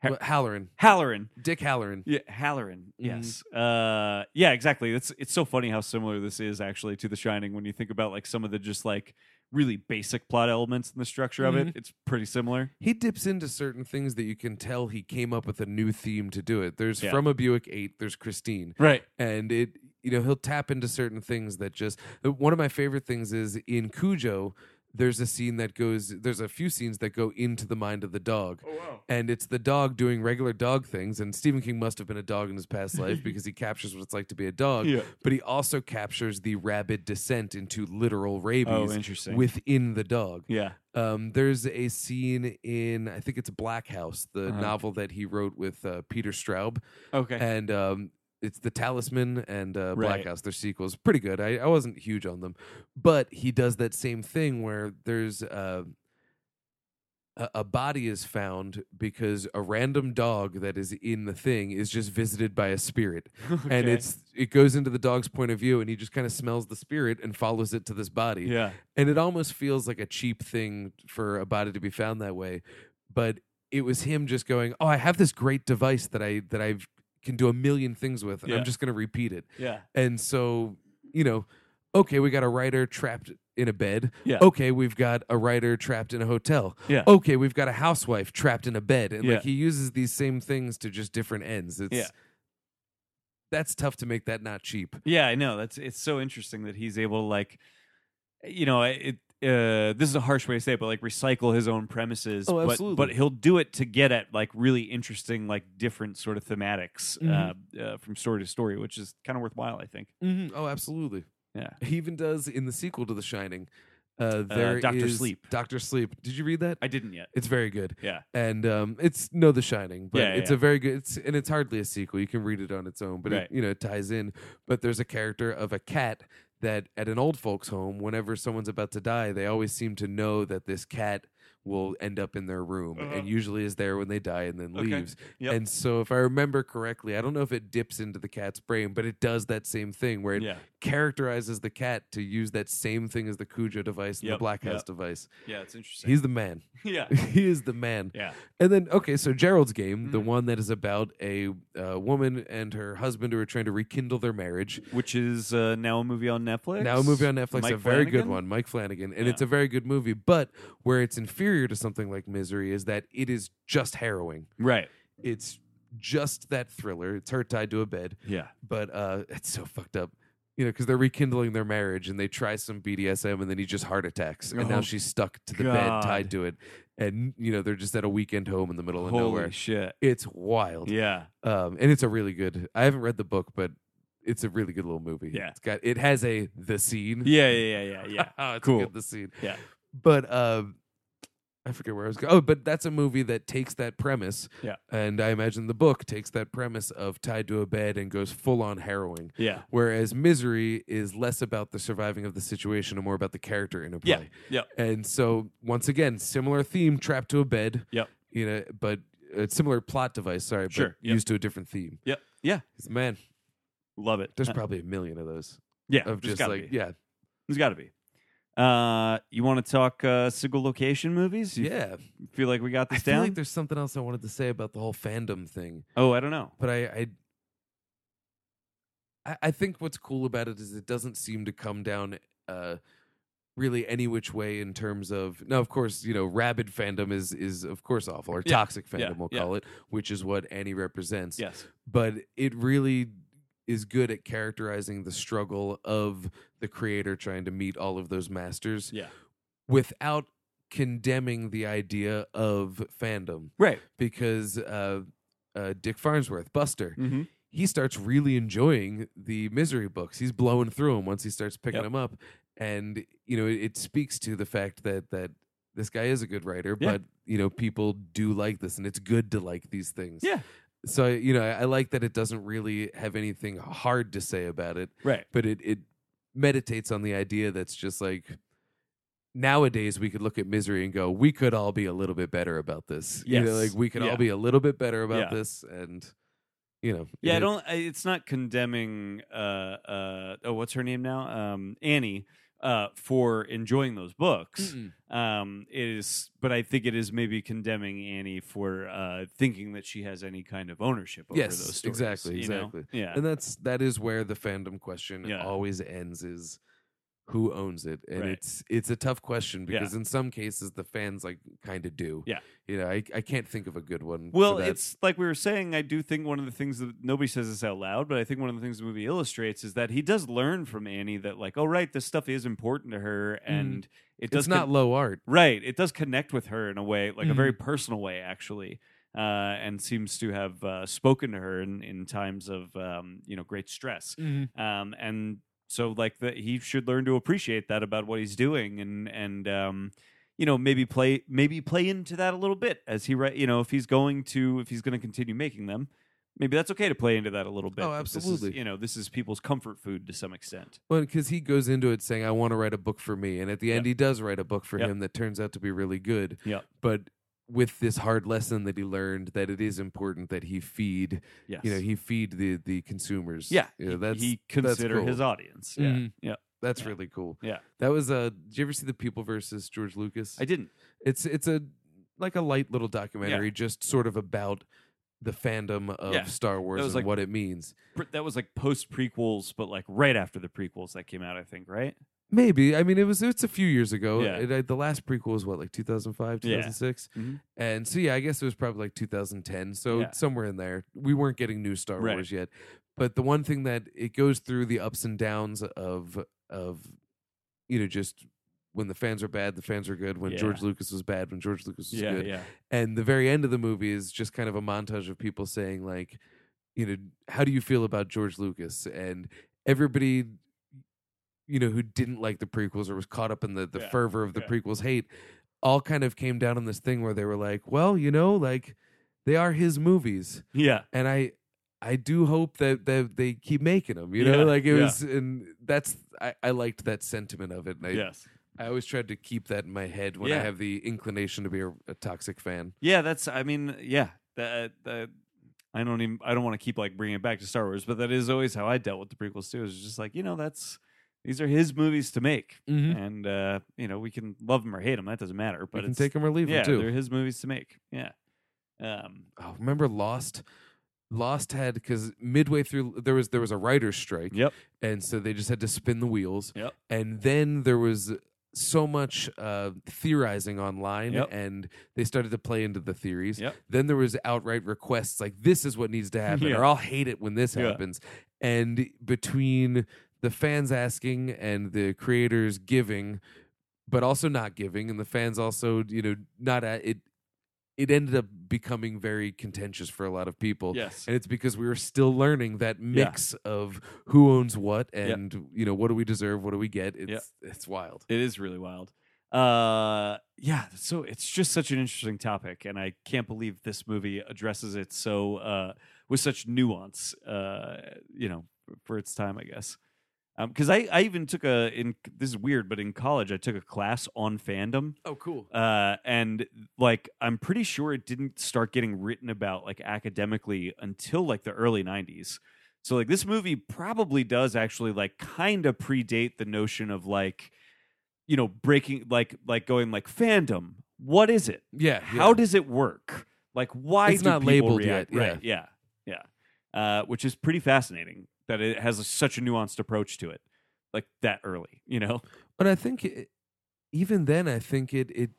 S3: Har-
S2: Wha- Halloran.
S3: Halloran.
S2: Dick Halloran.
S3: Yeah, Halloran.
S2: Mhm.
S3: Yes. Uh, yeah, exactly. It's it's so funny how similar this is actually to The Shining when you think about like some of the just like really basic plot elements in the structure of it.
S2: Mhm.
S3: It's pretty similar.
S2: He dips into certain things that you can tell he came up with a new theme to do it. There's
S3: Yeah.
S2: From a Buick 8, there's Christine.
S3: Right.
S2: And it, you know, he'll tap into certain things that just. uh, One of my favorite things is in Cujo, there's a scene that goes, there's a few scenes that go into the mind of the dog.
S1: Oh, wow.
S2: and it's the dog doing regular dog things. And Stephen King must have been a dog in his past life because he captures what it's like to be a dog.
S3: Yeah.
S2: But he also captures the rabid descent into literal
S3: Oh,
S2: rabies
S3: interesting.
S2: within the dog.
S3: yeah.
S2: Um, there's a scene in I think it's Black House, the
S3: Uh-huh.
S2: novel that he wrote with uh, Peter Straub,
S3: Okay.
S2: and um, it's The Talisman and uh, Black
S3: Right.
S2: House. Their sequels, pretty good. I, I wasn't huge on them, but he does that same thing where there's uh, a, a body is found because a random dog that is in the thing is just visited by a spirit, and
S3: Okay.
S2: it's it goes into the dog's point of view, and he just kind of smells the spirit and follows it to this body
S3: yeah.
S2: and it almost feels like a cheap thing for a body to be found that way but it was him just going oh i have this great device that i that i can do a million things with and
S3: Yeah.
S2: i'm just going to repeat it
S3: Yeah.
S2: and so you know okay we got a writer trapped in a bed
S3: Yeah.
S2: okay we've got a writer trapped in a hotel
S3: Yeah.
S2: okay we've got a housewife trapped in a bed and
S3: Yeah.
S2: like he uses these same things to just different ends it's
S3: Yeah.
S2: that's tough to make that not cheap
S3: Yeah, I know. That's it's so interesting that he's able to like, you know, it. Uh, this is a harsh way to say it, but like recycle his own premises.
S2: Oh,
S3: but,
S2: absolutely.
S3: But he'll do it to get at like really interesting, like different sort of thematics uh, uh, from story to story, which is kind of worthwhile, I think.
S2: Mm-hmm. Oh, absolutely.
S3: Yeah.
S2: He even does in the sequel to The Shining. Uh, there
S3: Dr.
S2: is-
S3: Sleep.
S2: Doctor Sleep. Did you read that?
S3: I didn't yet.
S2: it's very good.
S3: Yeah.
S2: And um, it's no The Shining, but
S3: Yeah, yeah,
S2: it's
S3: yeah.
S2: a very good. It's and it's hardly a sequel. You can read it on its own, but
S3: Right.
S2: it, you know it ties in. But there's a character of a cat that at an old folks' home, whenever someone's about to die, they always seem to know that this cat will end up in their room
S3: Uh-huh.
S2: and usually is there when they die and then
S3: Okay.
S2: leaves.
S3: Yep.
S2: And so if I remember correctly, I don't know if it dips into the cat's brain, but it does that same thing where it
S3: yeah.
S2: characterizes the cat to use that same thing as the Cujo device and
S3: Yep,
S2: the Black
S3: yep.
S2: House device.
S3: Yeah. It's interesting.
S2: He's the man.
S3: yeah.
S2: he is the man.
S3: Yeah.
S2: And then, okay, so Gerald's game, the
S3: Mhm.
S2: one that is about a uh, woman and her husband who are trying to rekindle their marriage.
S3: Which is uh, now a movie on Netflix.
S2: Now a movie on Netflix,
S3: Mike
S2: a very good
S3: Flanagan?
S2: one, Mike Flanagan, and
S3: Yeah.
S2: it's a very good movie. But where it's inferior to something like Misery is that it is just harrowing.
S3: Right.
S2: It's just that thriller. It's her tied to a bed,
S3: Yeah.
S2: but uh, it's so fucked up. you know, because they're rekindling their marriage and they try some BDSM and then he just heart attacks and
S3: Oh,
S2: now she's stuck to the
S3: God.
S2: bed tied to it and you know they're just at a weekend home in the middle of
S3: Holy
S2: nowhere.
S3: shit.
S2: It's wild.
S3: Yeah.
S2: Um, and it's a really good. I haven't read the book, but it's a really good little movie.
S3: Yeah.
S2: it's got it has a the scene.
S3: Yeah, yeah, yeah, yeah, yeah.
S2: Oh, it's
S3: Cool.
S2: good, the scene.
S3: Yeah.
S2: But um I forget where I was going. Oh, but that's a movie that takes that premise.
S3: Yeah.
S2: And I imagine the book takes that premise of tied to a bed and goes full on harrowing.
S3: Yeah.
S2: Whereas misery is less about the surviving of the situation and more about the character in a
S3: Yeah.
S2: play.
S3: Yeah.
S2: And so once again, similar theme, trapped to a bed.
S3: Yep.
S2: You know, but a similar plot device, sorry, but
S3: Sure, yep.
S2: used to a different theme.
S3: Yep. Yeah.
S2: Man,
S3: Love it.
S2: there's
S3: Uh,
S2: probably a million of those.
S3: yeah.
S2: Of
S3: there's
S2: just
S3: gotta
S2: like,
S3: be.
S2: yeah,
S3: There's got to be. Uh, you want to talk uh, single location movies? You
S2: yeah.
S3: feel like we got
S2: I
S3: this
S2: feel
S3: down?
S2: like there's something else I wanted to say about the whole fandom thing.
S3: oh, I don't know.
S2: but I, I I I think what's cool about it is it doesn't seem to come down uh really any which way in terms of now of course you know rabid fandom is is of course awful or
S3: Yeah,
S2: toxic fandom
S3: yeah,
S2: we'll
S3: yeah.
S2: call it which is what Annie represents
S3: Yes.
S2: but it really is good at characterizing the struggle of the creator trying to meet all of those masters
S3: Yeah.
S2: without condemning the idea of fandom
S3: Right.
S2: because uh, uh, Dick Farnsworth, Buster,
S3: Mm-hmm.
S2: he starts really enjoying the misery books. He's blowing through them once he starts picking
S3: Yep.
S2: them up, and you know it, it speaks to the fact that that this guy is a good writer,
S3: Yeah.
S2: but you know people do like this, and it's good to like these things.
S3: Yeah.
S2: So you know I, I like that it doesn't really have anything hard to say about it,
S3: Right.
S2: but it it meditates on the idea that's just like. Nowadays, we could look at misery and go, we could all be a little bit better about this. You know,
S3: Yes.
S2: like we could
S3: Yeah.
S2: all be a little bit better about
S3: Yeah.
S2: this. And, you know,
S3: Yeah, I
S2: it-
S3: don't. I- It's not condemning. Uh, uh, oh, what's her name now? Um, Annie. Uh, for enjoying those books.
S2: Mm-mm.
S3: Um, it is, but I think it is maybe condemning Annie for uh, thinking that she has any kind of ownership over
S2: Yes,
S3: those stories.
S2: exactly,
S3: you know?
S2: exactly.
S3: Yeah.
S2: and that's that is where the fandom question
S3: Yeah.
S2: always ends is who owns it and
S3: Right.
S2: it's it's a tough question
S3: Yeah.
S2: because in some cases the fans like kind of do
S3: Yeah.
S2: you know I, I can't think of a good one for
S3: Well,
S2: that.
S3: it's like we were saying. I do think one of the things that nobody says this out loud, but I think one of the things the movie illustrates is that he does learn from Annie that, like, oh, right, this stuff is important to her, and it does
S2: Mm. it's not
S3: con-
S2: low art
S3: right. It does connect with her in a way, like a
S2: Mhm.
S3: very personal way, actually, uh, and seems to have uh, spoken to her in, in times of um, you know great stress. Um, and so, like, the, he should learn to appreciate that about what he's doing, and and um, you know, maybe play maybe play into that a little bit as he, write. you know, if he's going to if he's going to continue making them, maybe that's okay to play into that a little bit.
S2: Oh,
S3: that this is,
S2: absolutely.
S3: you know, this is people's comfort food to some extent.
S2: well because he goes into it saying I want to write a book for me and at the end he does write a book for
S3: Yep.
S2: him that turns out to be really good
S3: Yep.
S2: but with this hard lesson that he learned that it is important that he feed
S3: Yes.
S2: you know he feed the the consumers
S3: yeah,
S2: you know,
S3: he-
S2: that's
S3: he
S2: that's
S3: consider
S2: cool.
S3: his audience. Yeah,
S2: Mhm.
S3: yeah.
S2: That's
S3: Yeah.
S2: really cool.
S3: Yeah.
S2: That was uh did you ever see the People versus George Lucas?
S3: I didn't.
S2: it's it's a like a light little documentary just sort of about the fandom of
S3: Yeah.
S2: Star Wars
S3: was
S2: and
S3: like-
S2: what it means.
S3: Pr- That was like post prequels, but like right after the prequels that came out. I think right.
S2: Maybe. I mean it was it's a few years ago.
S3: Yeah.
S2: It- uh, the last prequel was what like 2005,
S3: Yeah.
S2: 2006.
S3: Mhm.
S2: And so yeah, I guess it was probably like 2010. So
S3: Yeah.
S2: somewhere in there. We weren't getting new Star
S3: Right.
S2: Wars yet. But the one thing that it goes through the ups and downs of of you know just when the fans are bad, the fans are good. When
S3: Yeah.
S2: George Lucas was bad, when George Lucas was
S3: Yeah,
S2: good.
S3: yeah,
S2: and the very end of the movie is just kind of a montage of people saying like you know how do you feel about george lucas and everybody you know who didn't like the prequels or was caught up in the, the
S3: Yeah,
S2: fervor of the
S3: yeah.
S2: prequels hate all kind of came down on this thing where they were like well you know like they are his movies
S3: yeah.
S2: and i i do hope that that they keep making them you know
S3: Yeah,
S2: like it
S3: yeah.
S2: was and that's I, I liked that sentiment of it and I,
S3: yes.
S2: I always tried to keep that in my head when i
S3: Yeah.
S2: have the inclination to be a, a toxic fan
S3: Yeah, that's. I mean, yeah. That, that I don't even. I don't want to keep like bringing it back to Star Wars, but that is always how I dealt with the prequels too. Is just like you know, that's these are his movies to make,
S2: mm-hmm.
S3: and uh, you know we can love them or hate them. That doesn't matter. But
S2: you can
S3: it's,
S2: take them or leave
S3: yeah,
S2: them too.
S3: they're his movies to make. Yeah. Um.
S2: Oh, remember Lost? Lost had because midway through there was there was a writer's strike,
S3: Yep.
S2: and so they just had to spin the wheels.
S3: Yep.
S2: And then there was so much uh, theorizing online,
S3: Yep.
S2: and they started to play into the theories.
S3: Yep.
S2: Then there was outright requests like, "This is what needs to happen,"
S3: Yeah.
S2: or "I'll hate it when this
S3: Yeah.
S2: happens." And between the fans asking and the creators giving, but also not giving, and the fans also you know not at it. It ended up becoming very contentious for a lot of people.
S3: Yes.
S2: And it's because we were still learning that mix of who owns what
S3: Yeah.
S2: and you know what do we deserve, what do we get. It's
S3: Yeah.
S2: it's wild.
S3: It is really wild. Uh, yeah. So it's just such an interesting topic, and I can't believe this movie addresses it so uh, with such nuance. Uh, you know, for its time, I guess. Because I, I even took a in this is weird, but in college I took a class on fandom,
S2: Oh, cool.
S3: uh, and like I'm pretty sure it didn't start getting written about like academically until like the early '90s. So like this movie probably does actually like kind of predate the notion of like you know breaking like like going like fandom. What is it?
S2: Yeah.
S3: How does it work? Like why
S2: It's
S3: do
S2: not
S3: people
S2: labeled
S3: react?
S2: yet,
S3: Right. Yeah. Yeah. Uh, which is pretty fascinating that it has such a nuanced approach to it, like that early. You know.
S2: But I think it, even then, I think it it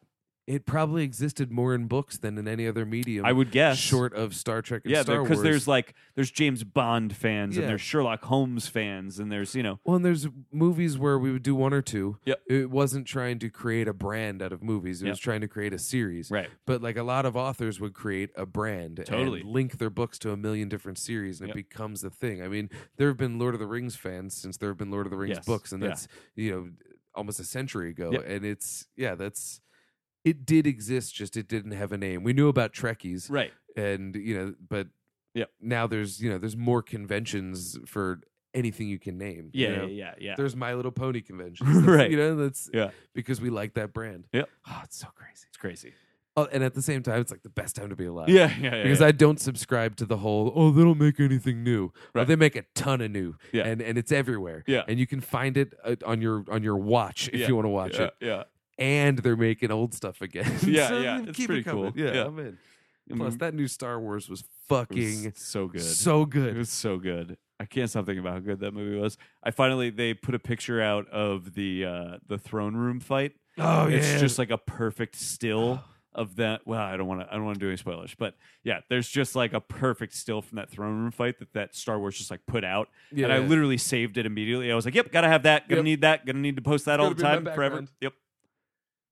S2: it probably existed more in books than in any other medium.
S3: I would guess
S2: short of Star Trek and
S3: yeah,
S2: Star
S3: because
S2: Wars.
S3: there's like there's James Bond fans
S2: Yeah.
S3: and there's Sherlock Holmes fans and there's you know
S2: well, and there's movies where we would do one or two.
S3: Yep.
S2: It wasn't trying to create a brand out of movies. It
S3: Yep.
S2: was trying to create a series.
S3: right
S2: But like a lot of authors would create a brand
S3: Totally.
S2: and link their books to a million different series, and
S3: Yep.
S2: it becomes a thing. I mean, there have been Lord of the Rings fans since there have been Lord of the Rings
S3: Yes.
S2: books, and
S3: Yeah.
S2: that's you know almost a century ago.
S3: Yep.
S2: And it's yeah, that's it did exist, just it didn't have a name. We knew about Trekkies,
S3: right
S2: and you know, but
S3: Yep.
S2: now there's you know there's more conventions for anything you can name. you
S3: yeah
S2: know?
S3: yeah yeah yeah.
S2: There's My Little Pony conventions, That's-
S3: Right.
S2: You know, that's
S3: Yeah.
S2: because we like that brand.
S3: Yep.
S2: oh, it's so crazy.
S3: it's crazy
S2: Oh, and at the same time, it's like the best time to be alive.
S3: yeah yeah yeah
S2: Because
S3: yeah.
S2: I don't subscribe to the whole, oh, they don't make anything new. Well,
S3: Right.
S2: they make a ton of new,
S3: Yeah.
S2: and and it's everywhere.
S3: Yeah.
S2: and you can find it uh, on your on your watch if
S3: Yeah.
S2: you want to watch
S3: yeah,
S2: it.
S3: yeah.
S2: And they're making old stuff again.
S3: Yeah,
S2: So
S3: yeah. It's
S2: keep
S3: pretty
S2: it coming.
S3: cool.
S2: Yeah,
S3: Yeah.
S2: I'm in.
S3: I
S2: Plus,
S3: mean,
S2: that new Star Wars was
S3: Mm-hmm. it was
S2: fucking
S3: so good
S2: so
S3: it
S2: good.
S3: was so good I can't stop thinking about how good that movie was I finally they put a picture out of the uh the throne room fight
S2: Oh yeah, Oh.
S3: it's just like a perfect still of that well i don't want to i don't want to do any spoilers but yeah there's just like a perfect still from that throne room fight that that star wars just like put out
S2: yeah.
S3: and i literally saved it immediately i was like yep gotta have that gonna
S2: Yep.
S3: need that gonna need to post that all
S2: Gotta
S3: the
S2: be in my
S3: time forever
S2: background.
S3: yep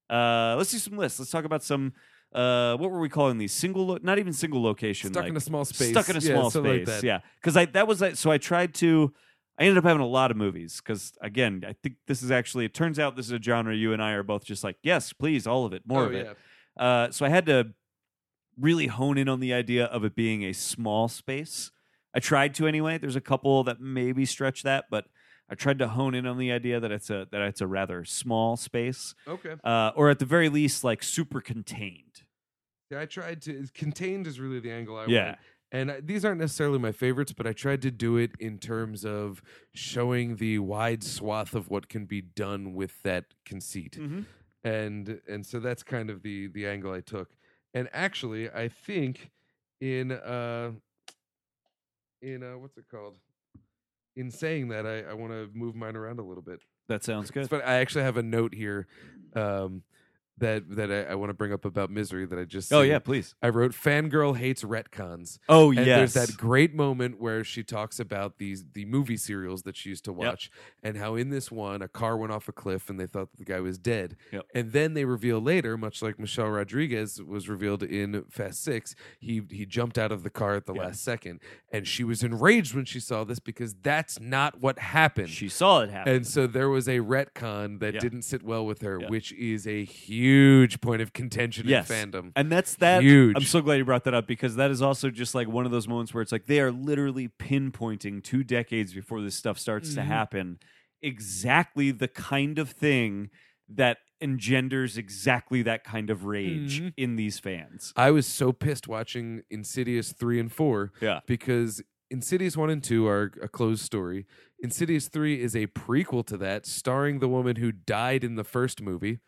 S3: uh let's do some lists let's talk about some uh what were we calling these single lo- not even single location
S2: stuck
S3: like,
S2: in a small space.
S3: Stuck in a
S2: Yeah,
S3: small
S2: something like
S3: space.
S2: that.
S3: Yeah, because I that was uh, so I tried to. I ended up having a lot of movies because again, I think this is actually. It turns out this is a genre you and I are both just like, yes, please, all of it, more
S2: Oh,
S3: of it.
S2: yeah.
S3: Uh, so I had to really hone in on the idea of it being a small space. I tried to anyway. There's a couple that maybe stretch that, but I tried to hone in on the idea that it's a that it's a rather small space,
S2: Okay.
S3: uh, or at the very least, like super contained.
S2: Yeah, I tried to. Contained is really the angle I
S3: yeah,
S2: went. And I, these aren't necessarily my favorites, but I tried to do it in terms of showing the wide swath of what can be done with that conceit.
S3: Mhm.
S2: And and so that's kind of the the angle I took. And actually, I think in uh in uh what's it called? In saying that, I, I want to move mine around a little bit.
S3: that sounds
S2: It's
S3: good.
S2: funny, I actually have a note here um, that that I, I want to bring up about misery that I just
S3: Oh
S2: seen.
S3: yeah, please.
S2: I wrote fangirl hates retcons.
S3: Oh
S2: And
S3: yes.
S2: there's that great moment where she talks about these the movie serials that she used to watch and how in this one a car went off a cliff and they thought that the guy was dead.
S3: Yep.
S2: And then they reveal later, much like Michelle Rodriguez was revealed in Fast Six, he he jumped out of the car at the
S3: Yeah.
S2: last second. And she was enraged when she saw this because that's not what happened.
S3: She saw it happen.
S2: and so there was a retcon that
S3: Yeah.
S2: didn't sit well with her,
S3: Yeah.
S2: which is a huge point of contention
S3: Yes.
S2: in fandom.
S3: And that's that.
S2: Huge.
S3: I'm so glad you brought that up because that is also just like one of those moments where it's like they are literally pinpointing two decades before this stuff starts to
S2: Mhm.
S3: happen exactly the kind of thing that engenders exactly that kind of rage
S2: Mhm.
S3: in these fans.
S2: I was so pissed watching Insidious 3 and 4
S3: Yeah.
S2: because Insidious 1 and 2 are a closed story. Insidious 3 is a prequel to that, starring the woman who died in the first movie.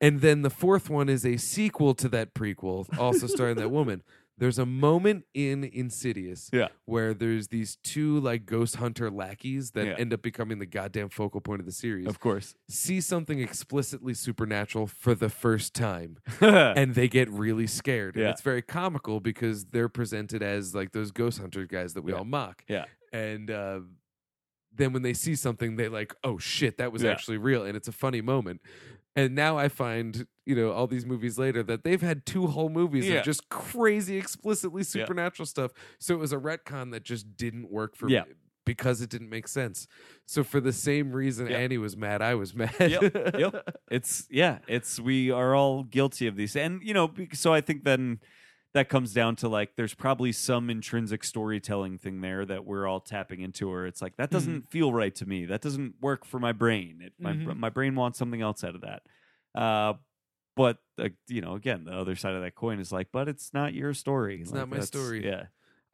S2: and then the fourth one is a sequel to that prequel, also starring that woman. There's a moment in Insidious
S3: Yeah.
S2: where there's these two like ghost hunter lackeys that
S3: Yeah.
S2: end up becoming the goddamn focal point of the series.
S3: Of course.
S2: See something explicitly supernatural for the first time and they get really scared. And
S3: Yeah.
S2: it's very comical because they're presented as like those ghost hunter guys that we
S3: Yeah.
S2: all mock.
S3: Yeah.
S2: And uh, then when they see something, they like, oh shit, that was
S3: Yeah.
S2: actually real, and it's a funny moment. And now I find, you know, all these movies later that they've had two whole movies
S3: Yeah.
S2: of just crazy, explicitly
S3: Yeah.
S2: supernatural stuff. So it was a retcon that just didn't work for
S3: Yeah.
S2: me because it didn't make sense. So for the same reason
S3: Yep.
S2: Annie was mad, I was mad.
S3: yep, yep. It's yeah, it's we are all guilty of these, and you know, be- so I think then that comes down to like there's probably some intrinsic storytelling thing there that we're all tapping into, or it's like
S2: Mm-hmm.
S3: that doesn't feel right to me. That doesn't work for my brain. It, my
S2: Mhm.
S3: my brain wants something else out of that. Uh, but uh, you know, again, the other side of that coin is like, but it's not your story.
S2: It's
S3: Like,
S2: not my
S3: that's-
S2: story.
S3: Yeah,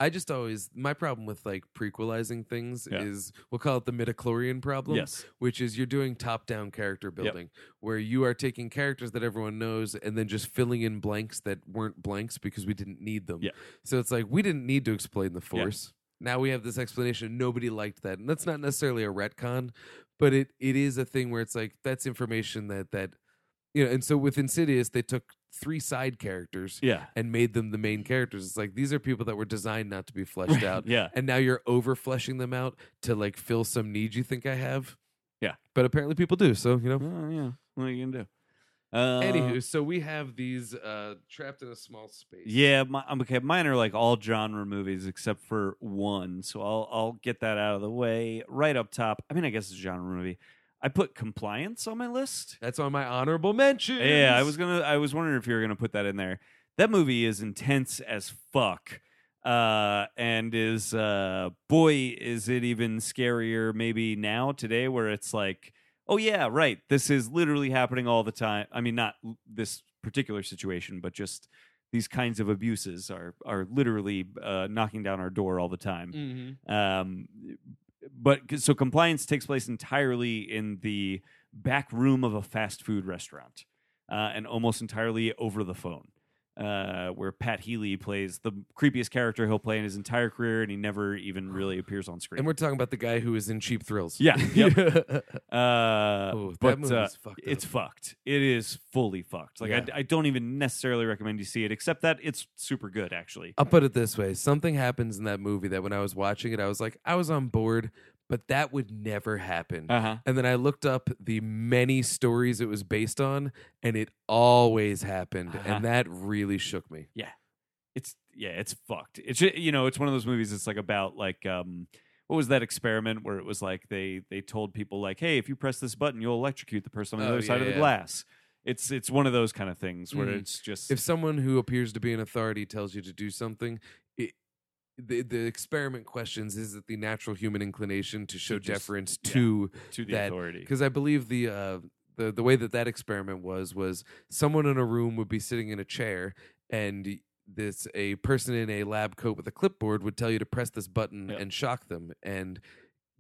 S2: I just always my problem with like prequelizing things
S3: Yeah.
S2: is we'll call it the midichlorian problem.
S3: yes,
S2: which is you're doing top down character building where you are taking characters that everyone knows and then just filling in blanks that weren't blanks because we didn't need them.
S3: Yeah.
S2: So it's like we didn't need to explain the force. Now we have this explanation nobody liked that. And that's not necessarily a retcon, but it it is a thing where it's like that's information that that you know, and so with Insidious they took three side characters
S3: yeah,
S2: and made them the main characters. It's like these are people that were designed not to be fleshed out
S3: yeah.
S2: and now you're over fleshing them out to like fill some need you think I have.
S3: Yeah.
S2: But apparently people do. So, you know.
S3: Oh, yeah, what are you gonna do? Uh,
S2: Anywho, so we have these uh trapped in a small space.
S3: Yeah, my, um, okay. Mine are like all genre movies except for one, so I'll I'll get that out of the way right up top. I mean, I guess it's a genre movie. I put Compliance on my list.
S2: That's on my honorable mention.
S3: Yeah, I was gonna. I was wondering if you were gonna put that in there. That movie is intense as fuck, uh, and is uh, boy is it even scarier maybe now today where it's like, oh yeah, right. This is literally happening all the time. I mean, not l- this particular situation, but just these kinds of abuses are are literally uh, knocking down our door all the time.
S2: hmm
S3: Um, but so compliance takes place entirely in the back room of a fast food restaurant, uh, and almost entirely over the phone. Uh, where Pat Healy plays the creepiest character he'll play in his entire career, and he never even really appears on screen.
S2: And we're talking about the guy who is in Cheap Thrills.
S3: Yeah, yep.
S2: oh,
S3: uh,
S2: that
S3: but
S2: movie's
S3: uh,
S2: fucked up.
S3: it's fucked. It is fully fucked. Like
S2: Yeah.
S3: I, I don't even necessarily recommend you see it, except that it's super good actually.
S2: I'll put it this way. Something happens in that movie that when I was watching it, I was like, I was on board, but that would never happen.
S3: Uh huh.
S2: And then I looked up the many stories it was based on, and it always happened.
S3: Uh-huh.
S2: And that really shook me.
S3: it's yeah, it's fucked. It's ju- you know, it's one of those movies. It's like about like um, what was that experiment where it was like they they told people like, hey, if you press this button, you'll electrocute the person on the
S2: Oh,
S3: other side
S2: yeah,
S3: of the
S2: yeah.
S3: glass. It's it's one of those kind of things where
S2: Mhm.
S3: it's just
S2: If someone who appears to be an authority tells you to do something, it, the, the experiment questions is it the natural human inclination to show
S3: just-
S2: deference
S3: yeah.
S2: to
S3: to the
S2: that-
S3: authority.
S2: because I believe the uh, the the way that that experiment was was someone in a room would be sitting in a chair and this a person in a lab coat with a clipboard would tell you to press this button
S3: Yeah.
S2: and shock them and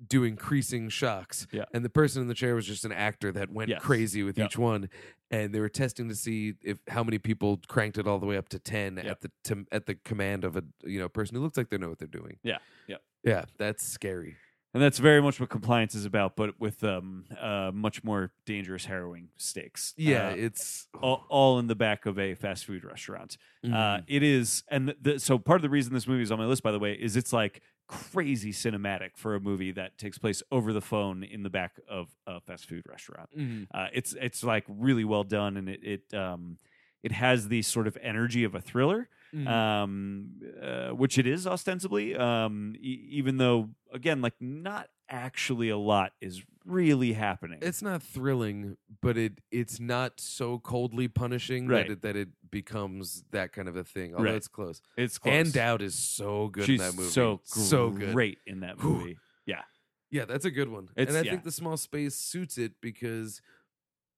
S2: do increasing shocks
S3: Yeah.
S2: and the person in the chair was just an actor that went
S3: Yes.
S2: crazy with
S3: Yeah.
S2: each one and they were testing to see if how many people cranked it all the way up to 10
S3: Yeah.
S2: at the to, at the command of a you know person who looks like they know what they're doing
S3: Yeah. Yeah.
S2: yeah that's scary
S3: And that's very much what compliance is about, but with um uh much more dangerous, harrowing stakes.
S2: yeah
S3: Uh,
S2: it's
S3: all, all in the back of a fast food restaurant. Uh,
S2: Mhm.
S3: it is, and th the, so part of the reason this movie is on my list, by the way, is it's like crazy cinematic for a movie that takes place over the phone in the back of a fast food restaurant.
S2: Mhm.
S3: Uh, it's it's like really well done, and it it um it has the sort of energy of a thriller,
S2: Mhm.
S3: um, uh, which it is ostensibly. Um, e- even though again, like not actually a lot is really happening.
S2: it's not thrilling, but it it's not so coldly punishing
S3: Right.
S2: that it, that it becomes that kind of a thing. Although
S3: Right.
S2: it's close.
S3: it's close.
S2: And Dowd is so good
S3: She's
S2: in that movie.
S3: so
S2: so good.
S3: great in that
S2: Whew.
S3: movie.
S2: Yeah, that's a good one.
S3: It's-
S2: and I
S3: yeah.
S2: think the small space suits it because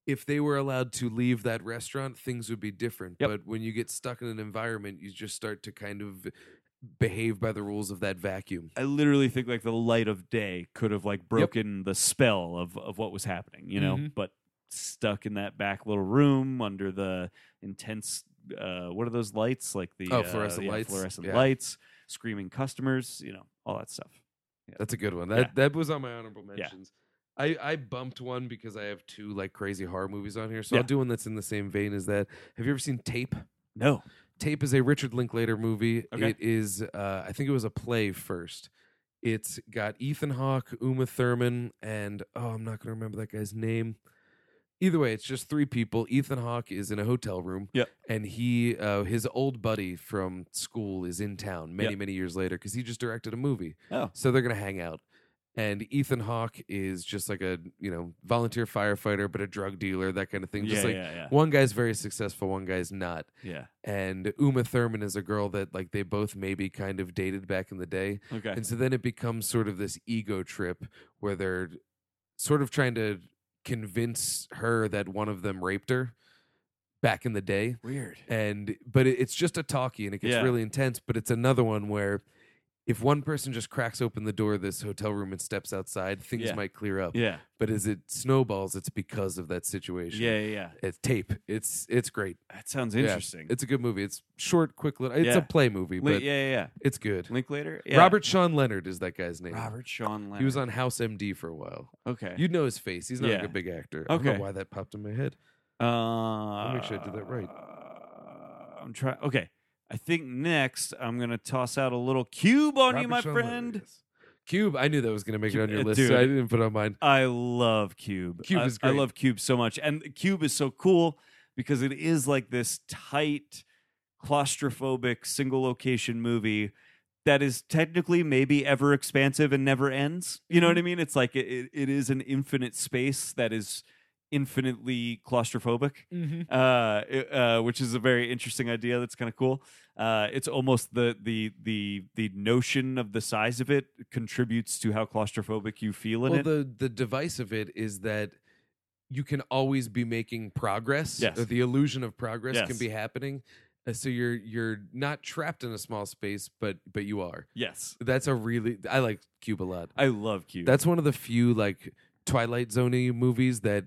S2: if they were allowed to leave that restaurant, things would be different.
S3: Yep.
S2: But when you get stuck in an environment, you just start to kind of behave by the rules of that vacuum.
S3: I literally think like the light of day could have like broken the spell of of what was happening, you know.
S2: Mhm.
S3: But stuck in that back little room under the intense uh what are those lights like the
S2: Oh,
S3: uh,
S2: fluorescent
S3: yeah,
S2: lights.
S3: fluorescent
S2: Yeah.
S3: lights, screaming customers, you know, all that stuff.
S2: That's a good one. That
S3: Yeah.
S2: that was on my honorable
S3: Yeah.
S2: mentions. I, I bumped one because I have two like crazy horror movies on here. So
S3: Yeah.
S2: I'll do one that's in the same vein as that. Have you ever seen Tape?
S3: No,
S2: Tape is a Richard Linklater movie.
S3: Okay.
S2: It is uh, I think it was a play first. It's got Ethan Hawke, Uma Thurman, and oh, I'm not going to remember that guy's name. Either way, it's just three people. Ethan Hawke is in a hotel room.
S3: Yep.
S2: And he, uh, his old buddy from school is in town many,
S3: Yep.
S2: many years later because he just directed a movie.
S3: Oh,
S2: So they're going to hang out. And Ethan Hawke is just like a, you know, volunteer firefighter, but a drug dealer, that kind of thing.
S3: yeah,
S2: just like
S3: Oh. yeah, yeah,
S2: one guy's very successful, one guy's not
S3: yeah.
S2: and Uma Thurman is a girl that like they both maybe kind of dated back in the day.
S3: Okay.
S2: And so then it becomes sort of this ego trip where they're sort of trying to convince her that one of them raped her back in the day
S3: Weird.
S2: and but it, it's just a talkie and it gets
S3: Yeah.
S2: really intense but it's another one where if one person just cracks open the door of this hotel room and steps outside things
S3: Yeah.
S2: might clear up
S3: Yeah.
S2: but as it snowballs it's because of that situation
S3: Yeah, yeah, yeah.
S2: it's tape it's it's great
S3: That sounds
S2: Yeah.
S3: interesting.
S2: it's a good movie it's short quick little it's
S3: Yeah.
S2: a play movie
S3: Li-
S2: but
S3: yeah, yeah, yeah.
S2: it's good
S3: Linklater? Yeah.
S2: robert sean leonard is that guy's name
S3: Robert Sean Leonard.
S2: he was on house md for a while
S3: Okay.
S2: you'd know his face he's not like
S3: Yeah.
S2: a big actor i don't know
S3: Okay.
S2: why that popped in my head
S3: uh, I'll
S2: make sure I did that right.
S3: Uh, I'm trying. Okay. I think next I'm going to toss out a little cube on you,
S2: Robert
S3: my
S2: Sean Leonard,
S3: friend.
S2: yes. cube i knew that was going to make it
S3: Cube-
S2: on your
S3: uh,
S2: list
S3: dude.
S2: so i didn't put it on mine
S3: I love Cube.
S2: Cube
S3: I,
S2: is
S3: I
S2: great.
S3: love Cube so much. And Cube is so cool because it is like this tight, claustrophobic, single location movie that is technically maybe ever expansive and never ends. You
S2: Mm-hmm.
S3: know what I mean? It's like it- it, it is an infinite space that is infinitely claustrophobic
S2: mm-hmm.
S3: uh, it- uh, which is a very interesting idea. That's kind of cool. Uh, it's almost the the the the notion of the size of it contributes to how claustrophobic you feel in
S2: well,
S3: it.
S2: the the device of it is that you can always be making progress.
S3: Yes.
S2: or the illusion of progress
S3: Yes.
S2: can be happening. Uh, so you're you're not trapped in a small space, but but you are.
S3: yes,
S2: That's a really I like Cube a lot.
S3: I love Cube.
S2: That's one of the few like Twilight Zone movies that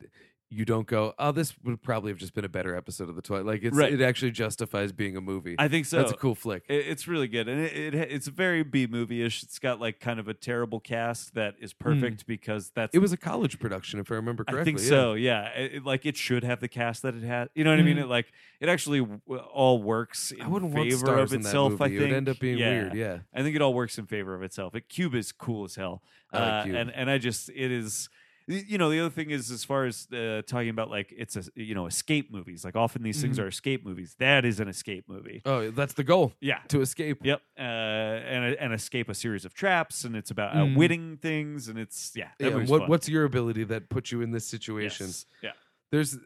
S2: you don't go, oh, this would probably have just been a better episode of the Twilight. Like it's
S3: Right.
S2: it actually justifies being a movie.
S3: I think so.
S2: That's a cool flick.
S3: It- it's really good, and it, it it's very B movie ish. It's got like kind of a terrible cast that is perfect because that's
S2: Hmm. It was a college production, if I remember correctly.
S3: I think
S2: yeah.
S3: so. Yeah, It- it- like it should have the cast that it had. You know what I mean?
S2: Mhm.
S3: It like it actually w- all works in
S2: I wouldn't want
S3: favor
S2: stars
S3: of
S2: in that
S3: itself.
S2: movie.
S3: I think
S2: it would end up being
S3: Yeah.
S2: weird. Yeah.
S3: I think it all works in favor of itself. It, Cube is cool as hell,
S2: I like
S3: uh,
S2: Cube.
S3: and and I just it is. y- You know, the other thing is as far as uh, talking about like it's a you know escape movies. Like often these things
S2: Mhm.
S3: are escape movies. That is an escape movie.
S2: Oh, that's the goal
S3: Yeah.
S2: to escape.
S3: Yep. Uh, and and escape a series of traps, and it's about
S2: Mhm.
S3: outwitting things, and it's yeah. that
S2: Yeah,
S3: movie's
S2: what
S3: fun.
S2: what's your ability that puts you in this situation?
S3: Yes. Yeah.
S2: There's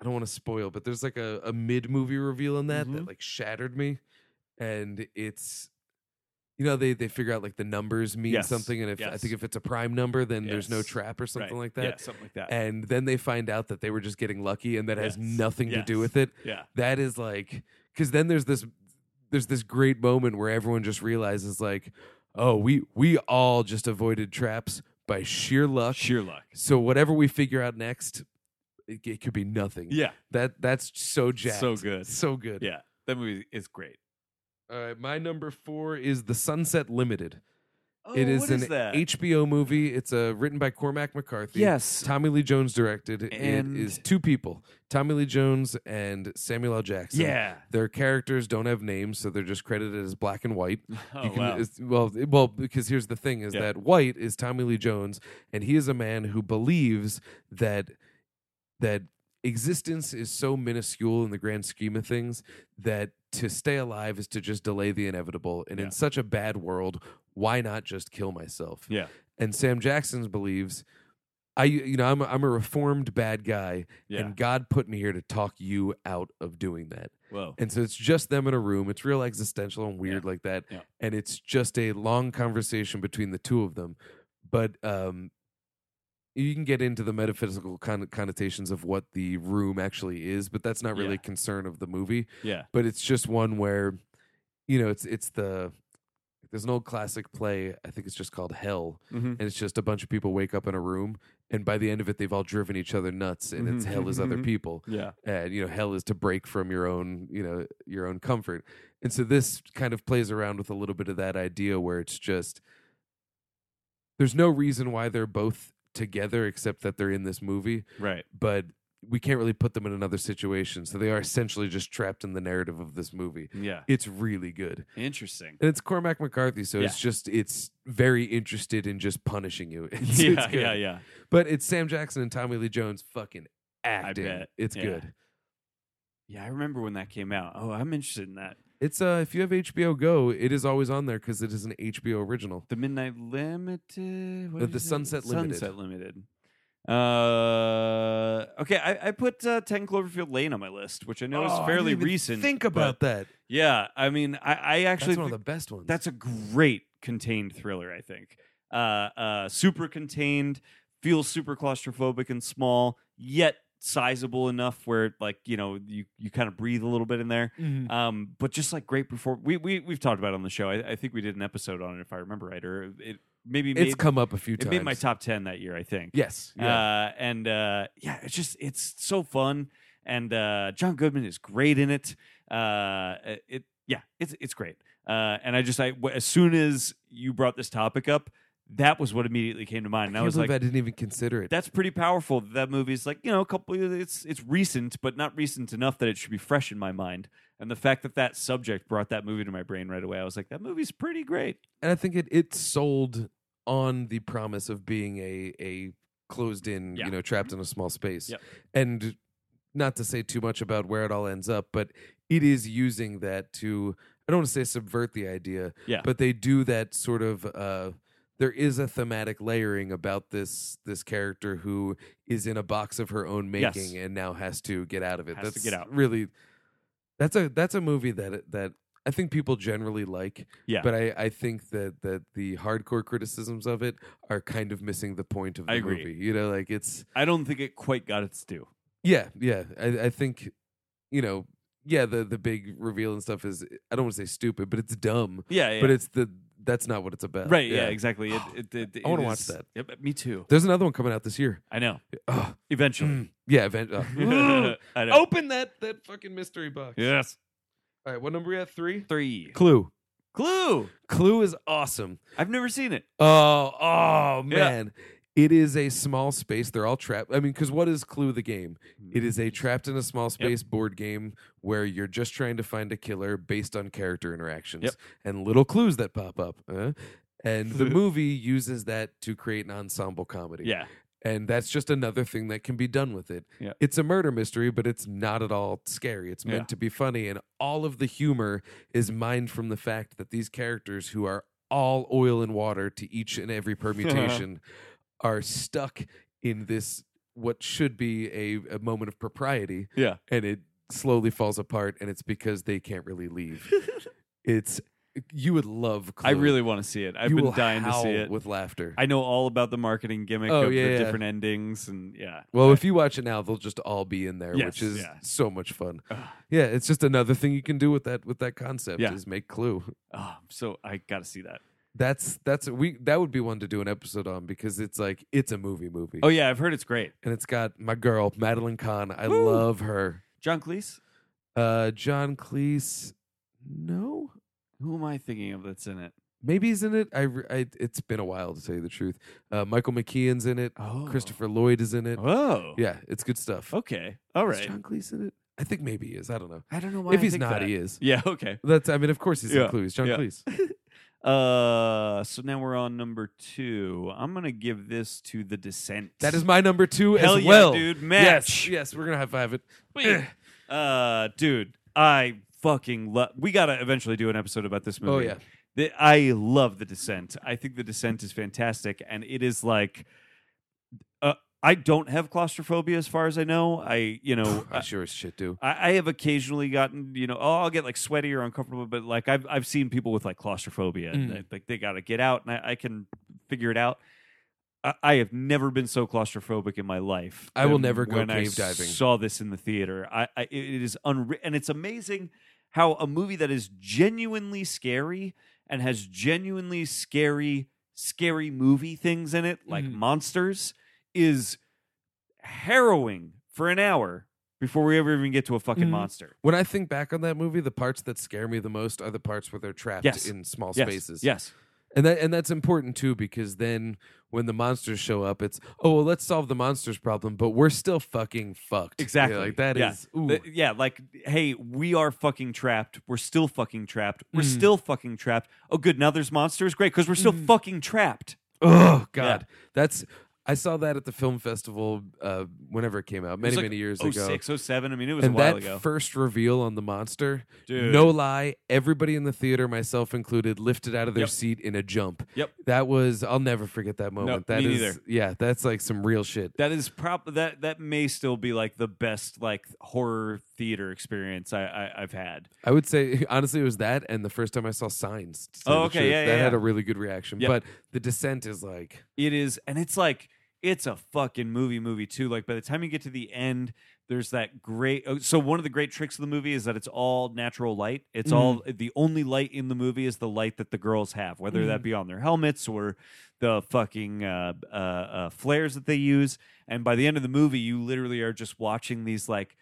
S2: I don't want to spoil, but there's like a, a mid movie reveal in that
S3: Mhm.
S2: that like shattered me. And it's you know, they they figure out like the numbers mean
S3: Yes.
S2: something, and if I
S3: Yes.
S2: think if it's a prime number, then there's no
S3: Yes.
S2: trap or something
S3: Right.
S2: like that.
S3: Yeah, something like that.
S2: And then they find out that they were just getting lucky and that has
S3: Yes.
S2: nothing to do
S3: Yes.
S2: with it.
S3: yeah.
S2: that is like because then there's this there's this great moment where everyone just realizes like oh we we all just avoided traps by sheer luck
S3: Sheer luck.
S2: so whatever we figure out next it, it could be nothing
S3: Yeah.
S2: that that's so jacked
S3: So good.
S2: so good
S3: Yeah. That movie is great.
S2: all right my number four is the sunset limited it is
S3: Oh, what
S2: an
S3: is that?
S2: hbo movie it's uh, written by cormac mccarthy
S3: yes.
S2: tommy lee jones directed
S3: And-
S2: it is two people tommy lee jones and samuel l jackson
S3: Yeah.
S2: their characters don't have names, so they're just credited as black and white.
S3: Oh,
S2: You can-
S3: wow.
S2: it's- well, it- well, because here's the thing: is
S3: Yeah.
S2: that White is Tommy Lee Jones, and he is a man who believes that that existence is so minuscule in the grand scheme of things that to stay alive is to just delay the inevitable. And
S3: Yeah.
S2: in such a bad world, why not just kill myself?
S3: Yeah.
S2: And Sam Jackson's believes. I you know I'm a, I'm a reformed bad guy
S3: Yeah.
S2: and God put me here to talk you out of doing that.
S3: Whoa.
S2: And so it's just them in a room. It's real existential and weird like that.
S3: Yeah.
S2: And it's just a long conversation between the two of them. But um, you can get into the metaphysical con- connotations of what the room actually is, but that's not really
S3: Yeah.
S2: a concern of the movie.
S3: Yeah.
S2: But it's just one where, you know, it's it's the there's an old classic play. I think it's just called Hell,
S3: Mhm.
S2: and it's just a bunch of people wake up in a room, and by the end of it, they've all driven each other nuts, and it's
S3: Mhm.
S2: hell is other
S3: Mhm.
S2: people
S3: Yeah.
S2: and you know hell is to break from your own you know your own comfort and so this kind of plays around with a little bit of that idea where it's just there's no reason why they're both together except that they're in this movie
S3: Right.
S2: but we can't really put them in another situation. So they are essentially just trapped in the narrative of this movie.
S3: Yeah.
S2: It's really good.
S3: Interesting.
S2: And it's Cormac McCarthy, so it's
S3: Yeah.
S2: just it's very interested in just punishing you. It's,
S3: yeah,
S2: it's good.
S3: yeah, yeah.
S2: But it's Sam Jackson and Tommy Lee Jones fucking acting.
S3: bet.
S2: It's
S3: Yeah.
S2: good.
S3: Yeah, I remember when that came out. Oh, I'm interested in that.
S2: It's uh if you have HBO Go, it is always on there because it is an HBO original.
S3: The Midnight Limited. what
S2: Uh,
S3: is
S2: the
S3: it?
S2: Sunset Limited.
S3: Sunset Limited. Uh, okay, I, I put uh, Ten Cloverfield Lane on my list, which I know
S2: Oh, I
S3: is fairly
S2: didn't even
S3: recent.
S2: Think
S3: but
S2: about that.
S3: yeah. I mean, I, I
S2: That's
S3: actually
S2: one of
S3: thi-
S2: the best ones.
S3: that's a great contained thriller. I think uh, uh, super contained, feels super claustrophobic and small, yet sizable enough where like you know you you kind of breathe a little bit in there.
S2: Mhm.
S3: Um, but just like great perform, we we we've talked about it on the show. I, I think we did an episode on it, if I remember right, or it maybe made,
S2: it's come up a few
S3: it
S2: times.
S3: made my top ten that year. I think.
S2: Yes. Yeah.
S3: Uh, and uh, yeah, it's just it's so fun, and uh, John Goodman is great in it. Uh, it yeah, it's it's great. Uh, and I just I w- as soon as you brought this topic up, that was what immediately came to mind. And I,
S2: I, can't
S3: was
S2: believe
S3: like,
S2: I didn't even consider it.
S3: that's pretty powerful. That, that movie's like you know a couple. It's it's recent, but not recent enough that it should be fresh in my mind. And the fact that that subject brought that movie to my brain right away, I was like, that movie's pretty great.
S2: and I think it it sold on the promise of being a a closed in,
S3: Yeah.
S2: you know, trapped in a small space.
S3: Yep.
S2: And not to say too much about where it all ends up, but it is using that to I don't want to say subvert the idea,
S3: Yeah.
S2: but they do that sort of uh there is a thematic layering about this this character who is in a box of her own
S3: Yes.
S2: making and now has to get out of it.
S3: Has to
S2: that's
S3: get out.
S2: really that's a that's a movie that that I think people generally like
S3: Yeah,
S2: but I, I think that that the hardcore criticisms of it are kind of missing the point of the
S3: I agree.
S2: movie. You know, like it's
S3: I don't think it quite got its due.
S2: yeah, yeah. I, I think you know, yeah. The the big reveal and stuff is I don't want to say stupid, but it's dumb.
S3: Yeah, yeah.
S2: But it's the that's not what it's about.
S3: Right. Yeah. exactly. It, it, it,
S2: I wanna
S3: it
S2: watch
S3: is-
S2: that.
S3: Yeah, but me too.
S2: There's another one coming out this year.
S3: I know.
S2: Ugh.
S3: Eventually.
S2: yeah, event.
S3: I
S2: oh.
S3: know.
S2: Open that that fucking mystery box.
S3: yes.
S2: All right, what number we at? Three.
S3: Three.
S2: Clue.
S3: Clue.
S2: Clue is awesome.
S3: I've never seen it.
S2: Oh, oh
S3: Yeah.
S2: man. It is a small space. They're all trapped. I mean, because what is Clue the game? It is
S3: Mm.
S2: a trapped in a small space board game where you're just trying to find a killer based on character interactions
S3: Yep.
S2: and little clues that pop up. uh. And the movie uses that to create an ensemble comedy.
S3: Yeah.
S2: And that's just another thing that can be done with it.
S3: Yeah.
S2: It's a murder mystery, but it's not at all scary. It's meant
S3: Yeah.
S2: to be funny. And all of the humor is mined from the fact that these characters, who are all oil and water to each and every permutation, are stuck in this, what should be a, a moment of propriety.
S3: Yeah.
S2: And it slowly falls apart. And it's because they can't really leave. it's, you would love Clue.
S3: I really want to see it. I've
S2: You
S3: been
S2: will
S3: dying to
S2: howl
S3: see it.
S2: With laughter.
S3: I know all about the marketing gimmick
S2: Oh,
S3: of
S2: yeah,
S3: the
S2: yeah.
S3: different endings and yeah.
S2: Well, if you watch it now, they'll just all be in there, which
S3: Yes,
S2: is
S3: yeah.
S2: so much fun.
S3: Ugh.
S2: Yeah, it's just another thing you can do with that with that concept
S3: Yeah.
S2: is make Clue.
S3: Oh, so I got to see that.
S2: That's that's we that would be one to do an episode on because it's like it's a movie movie.
S3: Oh yeah, I've heard it's great.
S2: And it's got my girl Madeline Kahn. I
S3: Woo.
S2: love her.
S3: John Cleese.
S2: Uh John Cleese. No,
S3: Who am I thinking of that's in it?
S2: maybe he's in it. I, re- I it's been a while to tell you the truth. Uh, Michael McKean's in it.
S3: Oh,
S2: Christopher Lloyd is in it.
S3: Whoa.
S2: Yeah, it's good stuff.
S3: Okay. All
S2: Is
S3: right.
S2: John Cleese in it? I think maybe he is. I don't know.
S3: I don't know why.
S2: if
S3: I
S2: he's
S3: think
S2: not,
S3: that.
S2: he is.
S3: Yeah. Okay.
S2: That's I mean, of course he's
S3: Yeah.
S2: in Clues. John
S3: Yeah.
S2: Cleese.
S3: Uh, so now we're on number two. I'm gonna give this to the Descent.
S2: That is my number two
S3: Hell
S2: as
S3: yeah,
S2: well,
S3: dude.
S2: Yes,
S3: Match.
S2: yes, we're gonna high five it.
S3: uh, dude. I fucking love. We gotta eventually do an episode about this
S2: Oh,
S3: movie.
S2: yeah.
S3: The- I love the Descent. I think the Descent is fantastic, and it is like, uh, I don't have claustrophobia as far as I know. I you know.
S2: I
S3: I-
S2: sure as shit do.
S3: I I have occasionally gotten, you know, oh, I'll get like sweaty or uncomfortable, but like I've I've seen people with like claustrophobia, and
S2: Mm.
S3: they- like they got to get out, and I, I can figure it out. I, I have never been so claustrophobic in my life.
S2: I will
S3: than
S2: never go
S3: when I
S2: cave diving.
S3: Saw this in the theater. I, I it is unre- and it's amazing how a movie that is genuinely scary and has genuinely scary scary movie things in it, like
S2: Mhm.
S3: monsters, is harrowing for an hour before we ever even get to a fucking
S2: Mhm.
S3: monster.
S2: When I think back on that movie, the parts that scare me the most are the parts where they're trapped
S3: Yes.
S2: in small
S3: Yes.
S2: spaces.
S3: Yes.
S2: And that and that's important too because then when the monsters show up, it's oh well, let's solve the monsters problem, but we're still fucking fucked. Yeah,
S3: Exactly.
S2: like that is
S3: yeah.
S2: ooh.
S3: Th- yeah, like hey, we are fucking trapped. We're still fucking trapped. We're
S2: Mm.
S3: still fucking trapped. Oh, good. Now there's monsters. Great, because we're still fucking trapped.
S2: oh god, that's. I saw that at the film festival uh, whenever it came out, many
S3: It was like
S2: many years ago.
S3: 06, 07. I mean, it was
S2: and
S3: a while
S2: that
S3: ago.
S2: first reveal on the monster,
S3: Dude.
S2: no lie, everybody in the theater, myself included, lifted out of their
S3: Yep.
S2: seat in a jump.
S3: Yep.
S2: That was I'll never forget that moment. That is,
S3: me neither.
S2: yeah, that's like some real shit.
S3: that is prob that that may still be like the best like horror theater experience I, I I've had.
S2: I would say honestly, it was that, and the first time I saw Signs. to tell
S3: Oh,
S2: the
S3: okay,
S2: truth.
S3: yeah, yeah,
S2: that had
S3: yeah.
S2: a really good reaction.
S3: Yep.
S2: But The Descent is like,
S3: It is, and it's like it's a fucking movie movie too. Like by the time you get to the end, there's that great. oh, So one of the great tricks of the movie is that it's all natural light. It's all
S2: Mm-hmm.
S3: the only light in the movie is the light that the girls have, whether
S2: Mm-hmm.
S3: that be on their helmets or the fucking uh, uh, uh, flares that they use. And by the end of the movie, you literally are just watching these like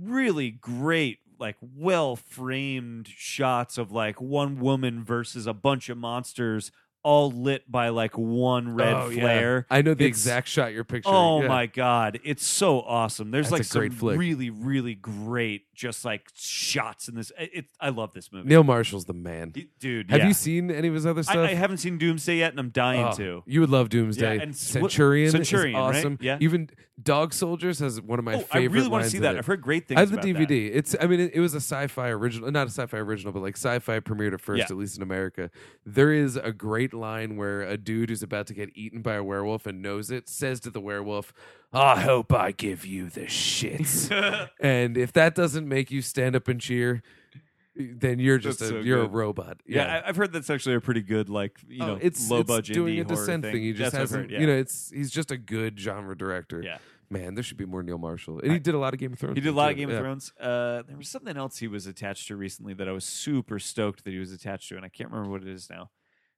S3: really great like well framed shots of like one woman versus a bunch of monsters all lit by like one red
S2: oh, yeah.
S3: flare
S2: I know the
S3: It's-
S2: exact shot you're picturing.
S3: oh
S2: yeah.
S3: my god it's so awesome there's
S2: That's
S3: like
S2: a great
S3: some
S2: flick.
S3: really really great just like shots in this it, it- i love this movie
S2: Neil Marshall's the man.
S3: D- dude
S2: Have
S3: yeah.
S2: you seen any of his other
S3: I,
S2: stuff?
S3: I haven't seen doomsday yet and i'm dying
S2: Oh,
S3: to
S2: You would love Doomsday.
S3: Yeah, and s- what-
S2: Centurion,
S3: Centurion,
S2: is
S3: right?
S2: awesome.
S3: Yeah.
S2: Even Dog Soldiers has one of my
S3: oh, i
S2: favorite.
S3: really want
S2: want
S3: to see that i've heard great things
S2: I have the
S3: about that.
S2: DVD. It's I mean it, it was a sci-fi original, not a sci-fi original, but like sci-fi premiered at first,
S3: Yeah.
S2: at least in America. There is a great line where a dude who's about to get eaten by a werewolf and knows it says to the werewolf, "I hope I give you the shits." and if that doesn't make you stand up and cheer, then you're just a,
S3: That's so
S2: you're a
S3: good.
S2: robot.
S3: Yeah, I, I've heard that's actually a pretty good, like you
S2: Oh,
S3: know, low budget
S2: doing
S3: indie
S2: a
S3: horror
S2: descent
S3: thing.
S2: thing. He just
S3: That's what I've
S2: hasn't,
S3: heard, yeah.
S2: you know, it's he's just a good genre director.
S3: Yeah.
S2: man, there should be more Neil Marshall, and he did a lot of Game of Thrones.
S3: He did a lot of
S2: too.
S3: Game of
S2: Yeah.
S3: Thrones. Uh, there was something else he was attached to recently that I was super stoked that he was attached to, and I can't remember what it is now.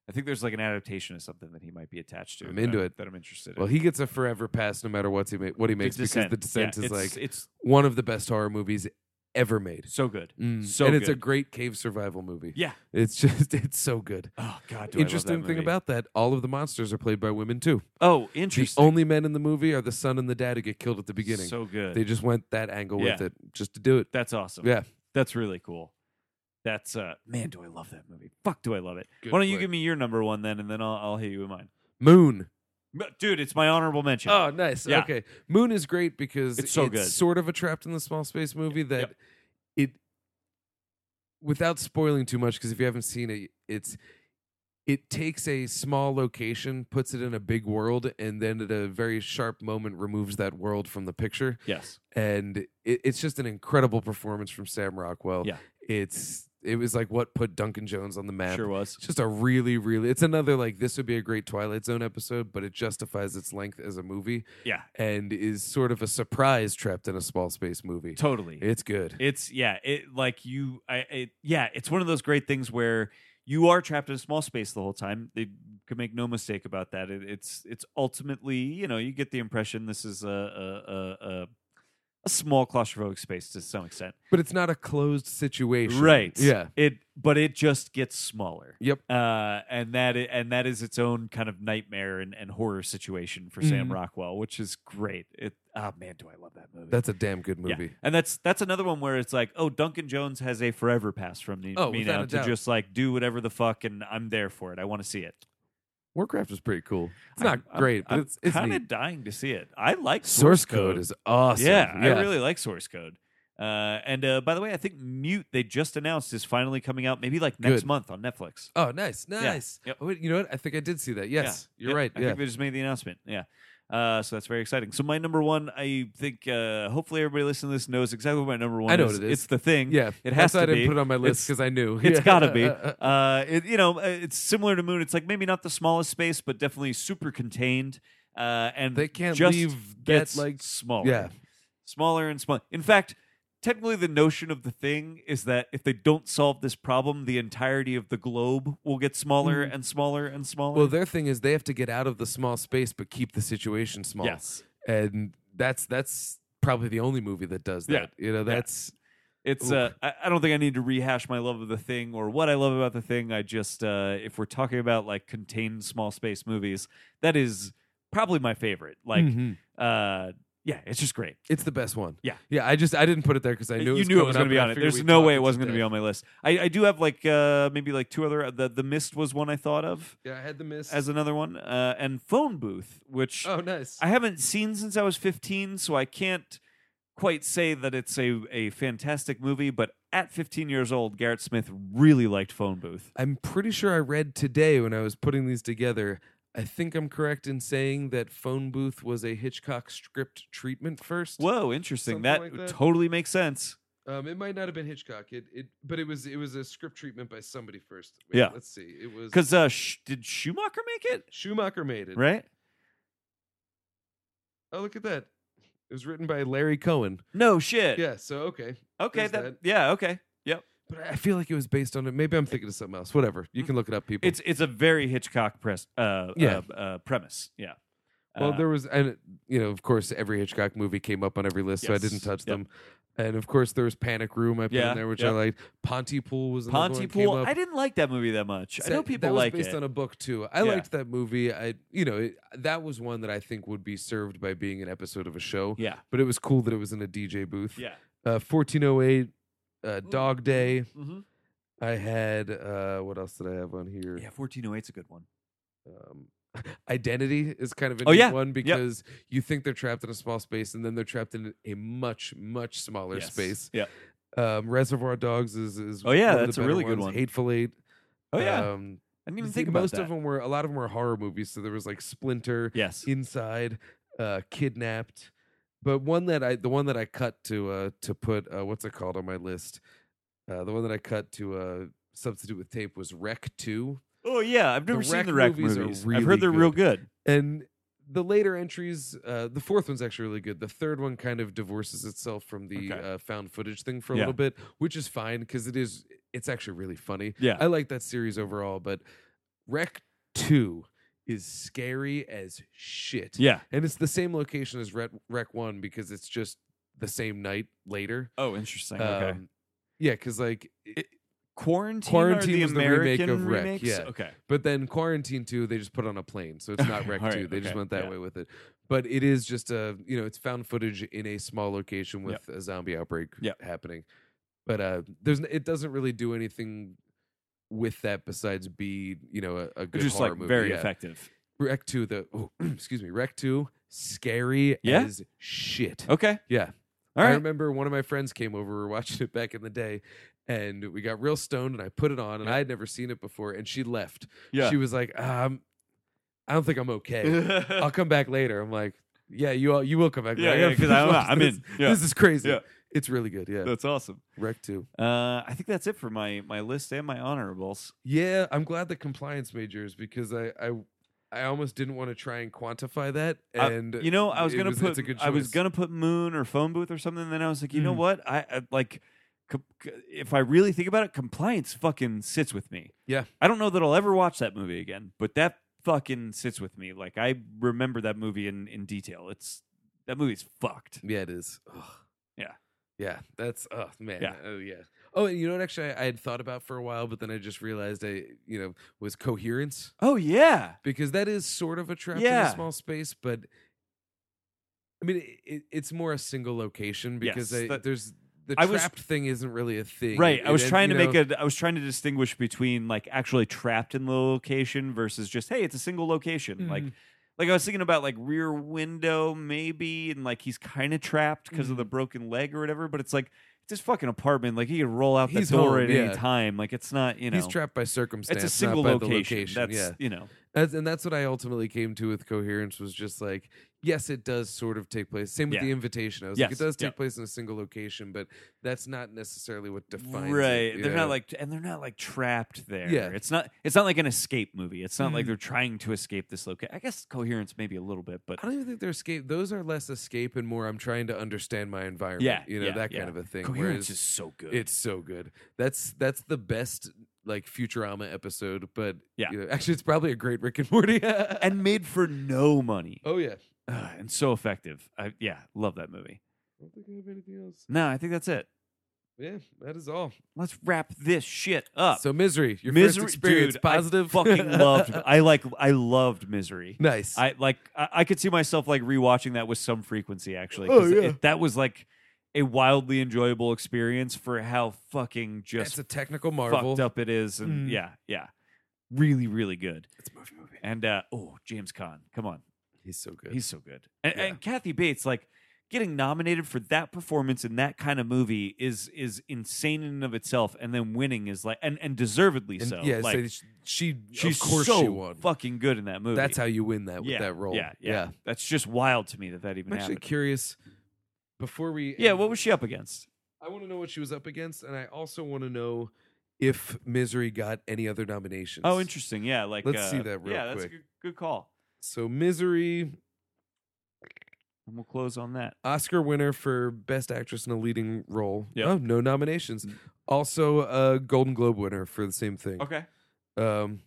S3: I think there's like an adaptation of something that he might be attached to.
S2: I'm
S3: that
S2: into it.
S3: That I'm interested
S2: Well,
S3: in.
S2: he gets a forever pass no matter what he ma- what he
S3: The
S2: makes because
S3: Descent.
S2: The Descent is
S3: Yeah, it's-
S2: like
S3: it's
S2: one of the best horror movies ever made.
S3: so good.
S2: Mm.
S3: So
S2: and it's a
S3: good.
S2: great cave survival movie.
S3: Yeah.
S2: It's just it's so good.
S3: Oh God. do I love that
S2: Interesting thing
S3: movie.
S2: about that, all of the monsters are played by women too.
S3: Oh,
S2: The
S3: interesting.
S2: only men in the movie are the son and the dad who get killed at the beginning.
S3: So good.
S2: they just went that angle with
S3: Yeah.
S2: it just to do it.
S3: That's awesome.
S2: Yeah.
S3: That's really cool. That's uh man, do I love that movie? Fuck, do I love it?
S2: Good
S3: Why don't you
S2: flick.
S3: give me your number one then, and then I'll I'll hit you with mine.
S2: Moon.
S3: But, Dude, it's my honorable mention.
S2: Oh, nice.
S3: Yeah.
S2: Okay. Moon is great because
S3: It's so good.
S2: sort of a trapped in the small space movie that
S3: Yep.
S2: it without spoiling too much because if you haven't seen it it's it takes a small location, puts it in a big world and then at a very sharp moment removes that world from the picture
S3: Yes.
S2: and it, it's just an incredible performance from Sam Rockwell.
S3: Yeah.
S2: It's it was like what put Duncan Jones on the map.
S3: Sure was.
S2: It's just a really, really. It's another like this would be a great Twilight Zone episode, but it justifies its length as a movie
S3: Yeah.
S2: and is sort of a surprise trapped in a small space movie.
S3: Totally.
S2: It's good.
S3: It's yeah, it like you I it, yeah, it's one of those great things where you are trapped in a small space the whole time. They can make no mistake about that. It, it's it's ultimately, you know, you get the impression this is a a a, a, a small claustrophobic space to some extent.
S2: But it's not a closed situation.
S3: Right.
S2: Yeah.
S3: It but it just gets smaller.
S2: Yep.
S3: Uh, and that i- and that is its own kind of nightmare and, and horror situation for Sam
S2: Mhm.
S3: Rockwell, which is great. It ah man, do I love that movie.
S2: That's a damn good
S3: Yeah.
S2: movie.
S3: And that's that's another one where it's like, oh, Duncan Jones has a forever pass from the,
S2: Oh,
S3: me
S2: without
S3: now
S2: a
S3: to
S2: doubt.
S3: just like do whatever the fuck, and I'm there for it. I want to see it.
S2: Warcraft is pretty cool. It's
S3: I'm-
S2: not
S3: I'm-
S2: great, but
S3: I'm
S2: it's it's
S3: kind
S2: neat.
S3: of dying to see it. I like
S2: Source code is awesome.
S3: yeah, I really like source code. Uh, and uh, by the way, I think Mute they just announced is finally coming out, maybe like next
S2: Good.
S3: month on Netflix.
S2: Oh, nice, nice.
S3: Yep.
S2: Oh, wait, you know what? I think I did see that. Yes,
S3: Yeah.
S2: you're
S3: Yep.
S2: right.
S3: I
S2: yeah,
S3: think they just made the announcement. Yeah. Uh, so that's very exciting. So my number one, I think uh, hopefully everybody listening to this knows exactly what my number one
S2: I know
S3: is.
S2: what it is.
S3: It's the thing.
S2: yeah.
S3: It has
S2: That's why
S3: to
S2: I didn't
S3: be.
S2: put it on my list
S3: It's-
S2: because I knew
S3: It's got to be. Uh, it, you know, uh, it's similar to Moon. It's like maybe not the smallest space, but definitely super contained. Uh, and
S2: They can't
S3: just
S2: leave that,
S3: gets
S2: like-
S3: smaller,
S2: yeah.
S3: smaller and smaller. In fact, technically, the notion of the thing is that if they don't solve this problem, the entirety of the globe will get smaller and smaller and smaller.
S2: Mm-hmm. Well, their thing is they have to get out of the small space but keep the situation small.
S3: yes,
S2: And that's that's probably the only movie that does
S3: Yeah.
S2: that. You know, that's
S3: It's
S2: Oof.
S3: uh, I, I don't think I need to rehash my love of the thing or what I love about the thing. I just uh, if we're talking about like contained small space movies, that is probably my favorite. Like,
S2: Mhm.
S3: uh, yeah, it's just great.
S2: it's the best one.
S3: Yeah.
S2: yeah. I just I didn't put it there because I knew it
S3: you
S2: was
S3: knew it
S2: coming
S3: was
S2: up
S3: going to be
S2: and I
S3: on it.
S2: figured
S3: There's
S2: we'd
S3: no
S2: talk
S3: way
S2: it
S3: it wasn't going to be
S2: today.
S3: on my list. I, I do have like uh, maybe like two other. The The Mist was one I thought of
S2: Yeah, I had the miss.
S3: as another one, uh, and Phone Booth, which
S2: oh, nice.
S3: I haven't seen since I was 15, so I can't quite say that it's a, a fantastic movie, but at 15 years old, Garrett Smith really liked Phone Booth.
S2: I'm pretty sure I read today when I was putting these together. I think I'm correct in saying that Phone Booth was a Hitchcock script treatment first.
S3: Whoa, interesting.
S2: Something
S3: That,
S2: like that.
S3: totally makes sense.
S2: Um, it might not have been Hitchcock. It, it, but it was it was a script treatment by somebody first.
S3: Yeah.
S2: Let's see. It was
S3: Because uh, sh- did Schumacher make it?
S2: Schumacher made it.
S3: Right?
S2: Oh, look at that. It was written by Larry Cohen.
S3: No shit.
S2: Yeah. So okay.
S3: okay.
S2: there's
S3: That,
S2: that.
S3: Yeah, okay.
S2: But I feel like it was based on it. Maybe I'm thinking of something else. Whatever. You can look it up, people.
S3: Hmm. It's it's a very Hitchcock press uh,
S2: Yeah.
S3: uh, uh, premise. Yeah.
S2: well,
S3: Uh,
S2: there was, and it- you know, of course, every Hitchcock movie came up on every list, so I didn't
S3: Yes.
S2: touch
S3: Yep.
S2: them. And of course, there was Panic Room I put
S3: Yeah,
S2: in there, which I
S3: yep.
S2: liked. Pontypool was another one that came
S3: Pontypool.
S2: up.
S3: I didn't like that movie that much. I
S2: That-
S3: know people
S2: that was
S3: like
S2: based
S3: it.
S2: on a book too. I
S3: Yeah.
S2: liked that movie. I, you know, it, that was one that I think would be served by being an episode of a show.
S3: yeah.
S2: But it was cool that it was in a DJ booth.
S3: Yeah.
S2: Uh, 1408, uh, Dog Day.
S3: hmm
S2: I had uh, what else did I have on here?
S3: Yeah. 1408's a good one.
S2: Um, identity is kind of a
S3: Oh,
S2: neat
S3: yeah.
S2: one because you think they're trapped in a small space and then they're trapped in a much much smaller
S3: Yes.
S2: space.
S3: Yeah.
S2: Um, Reservoir Dogs is, is
S3: Oh, yeah,
S2: one of the
S3: that's a
S2: better
S3: really good
S2: ones.
S3: one.
S2: Hateful Eight.
S3: Oh yeah.
S2: Um,
S3: I didn't
S2: I
S3: even
S2: think
S3: think about
S2: most
S3: that.
S2: of them were a lot of them were horror movies. So there was like Splinter,
S3: Yes.
S2: Inside, uh, Kidnapped. But one that I the one that I cut to uh to put uh what's it called on my list? Uh the one that I cut to uh substitute with tape was Wreck 2.
S3: Oh yeah, I've never seen
S2: Wreck
S3: the wreck
S2: movies
S3: movies.
S2: are
S3: I've
S2: really
S3: heard they're real good.
S2: And the later entries, uh the fourth one's actually really good. The third one kind of divorces itself from the
S3: Okay.
S2: uh found footage thing for a
S3: Yeah.
S2: little bit, which is fine because it is it's actually really funny.
S3: Yeah.
S2: I like that series overall, but Wreck 2 is scary as shit.
S3: yeah.
S2: And it's the same location as Rec, Rec 1 because it's just the same night later.
S3: Oh, interesting.
S2: Um, yeah, because like, it-
S3: Quarantine.
S2: Quarantine
S3: are the
S2: was the remake
S3: American
S2: of Wreck,
S3: remakes?
S2: yeah.
S3: Okay.
S2: but then Quarantine 2, they just put on a plane. So it's not Rec
S3: All
S2: 2.
S3: right,
S2: They just
S3: okay,
S2: went that
S3: yeah.
S2: way with it. But it is just a, you know, it's found footage in a small location with a zombie outbreak
S3: Yep.
S2: happening. But uh there's n- it doesn't really do anything with that besides be, you know, a, a
S3: They're
S2: good
S3: just
S2: horror
S3: like
S2: movie.
S3: very
S2: yeah.
S3: effective.
S2: Rec 2, the, oh, excuse me, Rec 2, scary
S3: Yeah? Uh,
S2: as shit.
S3: Okay.
S2: Yeah.
S3: All
S2: I
S3: right.
S2: remember one of my friends came over. We were watching it back in the day, and we got real stoned. And I put it on, and
S3: Yeah.
S2: I had never seen it before. And she left.
S3: yeah.
S2: She was like, um, "I don't think I'm okay. I'll come back later." I'm like, "Yeah, you all, you will come back."
S3: Yeah,
S2: later.
S3: yeah,
S2: I gotta
S3: 'cause I don't
S2: watch
S3: know. I'm
S2: this.
S3: in. Yeah.
S2: This is crazy.
S3: Yeah.
S2: It's really good. Yeah,
S3: That's awesome.
S2: wreck too.
S3: Uh, I think that's it for my my list and my honorables.
S2: Yeah, I'm glad the compliance majors because I I, I almost didn't want to try and quantify that.
S3: I-
S2: And
S3: You know, I was
S2: Uh, it
S3: gonna
S2: was-
S3: put
S2: it's a good
S3: I was
S2: choice.
S3: gonna put Moon or Phone Booth or something. Then I was like, you know
S2: Mhm.
S3: what? I, I like com- c- if I really think about it, compliance fucking sits with me.
S2: Yeah.
S3: I don't know that I'll ever watch that movie again, but that fucking sits with me. Like I remember that movie in in detail. It's that movie's fucked.
S2: Yeah, it is. Ugh.
S3: Yeah.
S2: Yeah, that's oh man.
S3: Yeah.
S2: Oh yeah. Oh, and you know what actually I, I had thought about for a while, but then I just realized I, you know, was coherence.
S3: Oh yeah,
S2: Because that is sort of a trap in
S3: Yeah.
S2: a small space, but I mean it, it, it's more a single location because
S3: Yes,
S2: I,
S3: that-
S2: there's the
S3: I
S2: trapped
S3: was-
S2: thing isn't really a thing.
S3: right. I
S2: It-
S3: was
S2: it-
S3: trying
S2: you
S3: to
S2: know,
S3: make a. I was trying to distinguish between like actually trapped in the location versus just hey, it's a single location. Like
S2: Mhm.
S3: like I was thinking about like Rear Window maybe, and like he's kind of trapped because of the broken leg or whatever. But it's like it's his fucking apartment. Like he could roll out the
S2: He's
S3: door
S2: home,
S3: at
S2: yeah.
S3: any time. Like it's not you know.
S2: he's trapped by circumstance.
S3: it's a single
S2: not by
S3: location.
S2: The location.
S3: That's
S2: yeah.
S3: you know.
S2: That's, and that's what I ultimately came to with coherence was just like, yes, it does sort of take place. Same with
S3: Yeah.
S2: the invitation. I was like, it
S3: Yes,
S2: does take
S3: yeah.
S2: place in a single location, but that's not necessarily what defines
S3: right.
S2: it. you
S3: They're
S2: know?
S3: not like and they're not like trapped there.
S2: Yeah.
S3: It's not it's not like an escape movie. It's not
S2: Mhm.
S3: like they're trying to escape this location. I guess coherence maybe a little bit, but
S2: I don't even think they're escape. Those are less escape and more. I'm trying to understand my environment.
S3: Yeah,
S2: you know
S3: yeah,
S2: that
S3: yeah.
S2: kind of a thing.
S3: coherence
S2: Whereas
S3: is so good.
S2: it's so good. That's that's the best like Futurama episode. But
S3: Yeah.
S2: you know, actually, it's probably a great Rick and Morty.
S3: and made for no money.
S2: oh yeah,
S3: Ugh, and so effective. I yeah, love that movie.
S2: I don't think I have anything else.
S3: No, I think that's it.
S2: Yeah, that is all.
S3: Let's wrap this shit up.
S2: So misery, your
S3: Uh, misery,
S2: first experience
S3: dude,
S2: positive.
S3: I fucking loved. I like. I loved misery.
S2: nice.
S3: I like. I, I could see myself like rewatching that with some frequency. Actually, 'cause
S2: Oh, yeah.
S3: it- that was like a wildly enjoyable experience for how fucking
S2: it's
S3: just
S2: a technical marvel.
S3: fucked up it is. And
S2: Mm.
S3: yeah, yeah, really, really good.
S2: It's a movie movie.
S3: And uh, oh, James Caan, come on,
S2: He's so good.
S3: he's so good. And,
S2: Yeah.
S3: and Kathy Bates, like getting nominated for that performance in that kind of movie is is insane in and of itself. And then winning is like, and and deservedly
S2: and
S3: so.
S2: yeah,
S3: like,
S2: so she, she
S3: she's
S2: of course
S3: so
S2: she won.
S3: fucking good in that movie.
S2: That's how you win that with
S3: yeah,
S2: that role.
S3: Yeah, yeah, That's just wild to me that that even
S2: I'm actually
S3: happened.
S2: curious. Before we
S3: Yeah,
S2: end,
S3: what was she up against?
S2: I want to know what she was up against, and I also want to know if Misery got any other nominations.
S3: Oh, interesting. Yeah, like
S2: Let's
S3: uh,
S2: see that real
S3: yeah, that's a
S2: quick.
S3: good, good call.
S2: So Misery,
S3: And we'll close on that.
S2: Oscar winner for Best Actress in a Leading Role.
S3: Yep.
S2: Oh, no nominations.
S3: Mm.
S2: Also, a Golden Globe winner for the same thing.
S3: Okay.
S2: Um,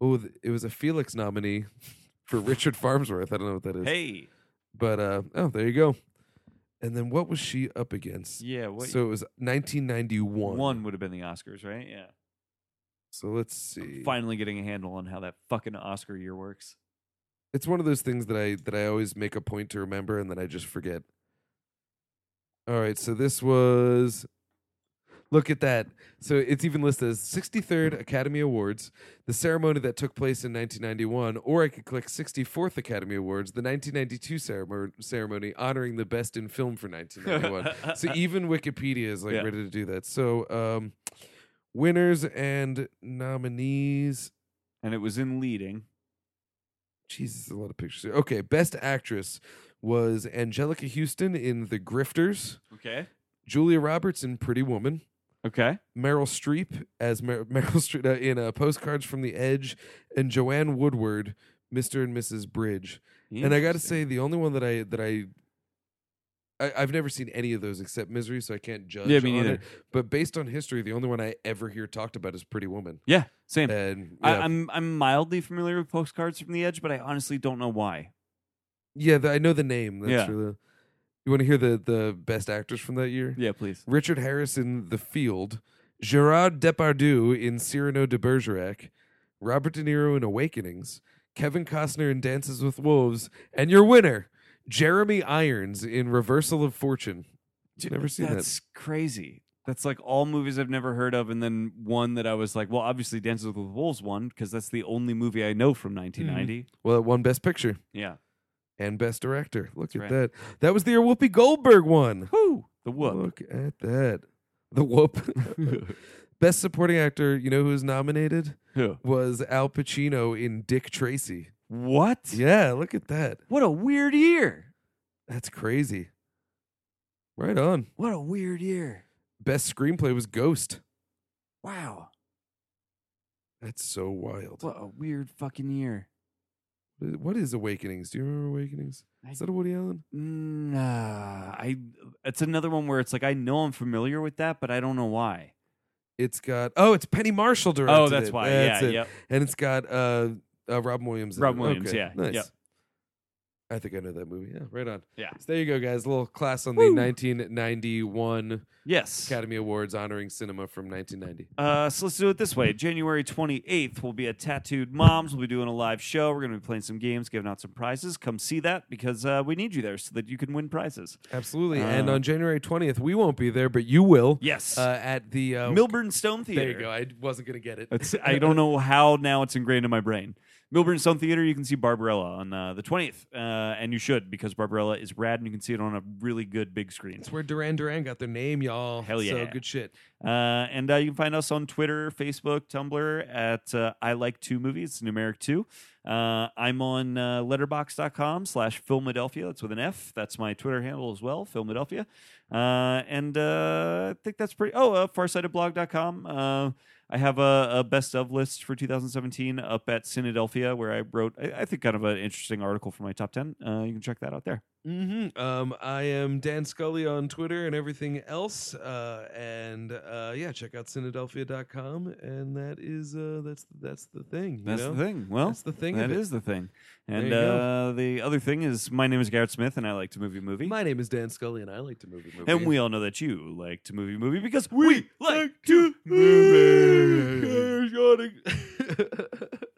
S2: oh, th- it was a Felix nominee for Richard Farmsworth. I don't know what that is.
S3: Hey.
S2: But uh, oh, there you go. And then what was she up against?
S3: Yeah. What
S2: so it was 1991.
S3: one would have been the Oscars, right? Yeah.
S2: So let's see.
S3: Finally getting a handle on how that fucking Oscar year works.
S2: It's one of those things that I that I always make a point to remember and then I just forget. All right, so this was Look at that. So it's even listed as 63rd Academy Awards, the ceremony that took place in 1991, or I could click 64th Academy Awards, the 1992 ceremony, ceremony honoring the best in film for 1991. so even Wikipedia is like
S3: Yeah.
S2: ready to do that. So um, winners and nominees.
S3: and it was in leading.
S2: Jesus, a lot of pictures. here. Okay, best actress was Angelica Houston in The Grifters,
S3: Okay.
S2: Julia Roberts in Pretty Woman,
S3: Okay.
S2: Meryl Streep as Mer- Meryl Streep uh, in uh, Postcards from the Edge, and Joanne Woodward, Mr. and Mrs. Bridge. And I got to
S3: Interesting.
S2: say, the only one that I that I, I I've never seen any of those except Misery, so I can't judge.
S3: Yeah, me
S2: on
S3: neither.
S2: It. But based on history, the only one I ever hear talked about is Pretty Woman.
S3: Yeah, same.
S2: And yeah,
S3: I, I'm I'm mildly familiar with postcards from the edge, but I honestly don't know why.
S2: yeah the, I know the name. That's
S3: Yeah.
S2: really- you want to hear the the best actors from that year?
S3: Yeah, please.
S2: Richard Harris in The Field, Gerard Depardieu in Cyrano de Bergerac, Robert De Niro in Awakenings, Kevin Costner in Dances with Wolves, and your winner, Jeremy Irons in Reversal of Fortune. Never seen that.
S3: That's crazy. That's like all movies I've never heard of, and then one that I was like, well, obviously Dances with Wolves won because that's the only movie I know from 1990.
S2: Well, it won Best Picture
S3: Yeah.
S2: and Best Director. Look
S3: That's
S2: at
S3: right.
S2: that. That was the year Whoopi Goldberg won.
S3: Whoo! The whoop.
S2: Look at that. The whoop. Best Supporting Actor, you know who was nominated?
S3: Who?
S2: Was Al Pacino in Dick Tracy.
S3: What?
S2: Yeah, look at that.
S3: What a weird year.
S2: That's crazy. Right on.
S3: What a weird year.
S2: Best screenplay was Ghost.
S3: Wow.
S2: That's so wild.
S3: What a weird fucking year.
S2: What is Awakenings? Do you remember Awakenings?
S3: I-
S2: Is that a Woody Allen?
S3: Mm, uh, I. It's another one where it's like I know I'm familiar with that, but I don't know why.
S2: It's got oh, it's Penny Marshall directed.
S3: Oh, that's
S2: it.
S3: why.
S2: That's
S3: yeah.
S2: it.
S3: Yep.
S2: And it's got uh, uh Robin Williams. in
S3: Robin
S2: it.
S3: Williams,
S2: Okay,
S3: yeah,
S2: Nice.
S3: yep.
S2: I think I know that movie. Yeah, right on.
S3: Yeah.
S2: So there you go, guys. A little class on the
S3: Woo.
S2: 1991
S3: Yes.
S2: Academy Awards honoring cinema from 1990.
S3: Uh, so let's do it this way. January 28th, we'll be at Tattooed Moms. We'll be doing a live show. We're going to be playing some games, giving out some prizes. Come see that because uh, we need you there so that you can win prizes.
S2: Absolutely. and
S3: Um,
S2: on January 20th, we won't be there, but you will.
S3: Yes.
S2: Uh, at the uh,
S3: Milburn Stone Theater.
S2: There you go. I wasn't gonna get it.
S3: It's, I don't know how now it's ingrained in my brain. Milburn Stone Theater, you can see Barbarella on uh, the 20th, uh, and you should because Barbarella is rad and you can see it on a really good big screen.
S2: It's where Duran Duran got their name, y'all.
S3: Hell yeah.
S2: So good shit.
S3: Uh, and uh, you can find us on Twitter, Facebook, Tumblr at uh, I Like Two Movies, numeric two. Uh, I'm on uh, letterbox.com slash Philadelphia. That's with an F. That's my Twitter handle as well, Philadelphia. Uh, and uh, I think that's pretty. Oh, uh, farsightedblog.com. Uh, I have a, a best of list for 2017 up at Cynadelphia where I wrote, I, I think, kind of an interesting article for my top 10. Uh, you can check that out there.
S2: Mm-hmm. Um, I am Dan Scully on Twitter and everything else. Uh, and uh, yeah, check out Cynadelphia.com. And that is uh, that's that's the thing. You
S3: That's
S2: know?
S3: the thing. Well,
S2: that's the thing thing.
S3: That
S2: of it.
S3: is the thing.
S2: There
S3: And
S2: you go.
S3: uh, the other thing is, my name is Garrett Smith, and I like to movie movie.
S2: My name is Dan Scully, and I like to movie movie.
S3: and we all know that you like to movie movie because we, like
S2: to
S3: to movie.
S2: movie.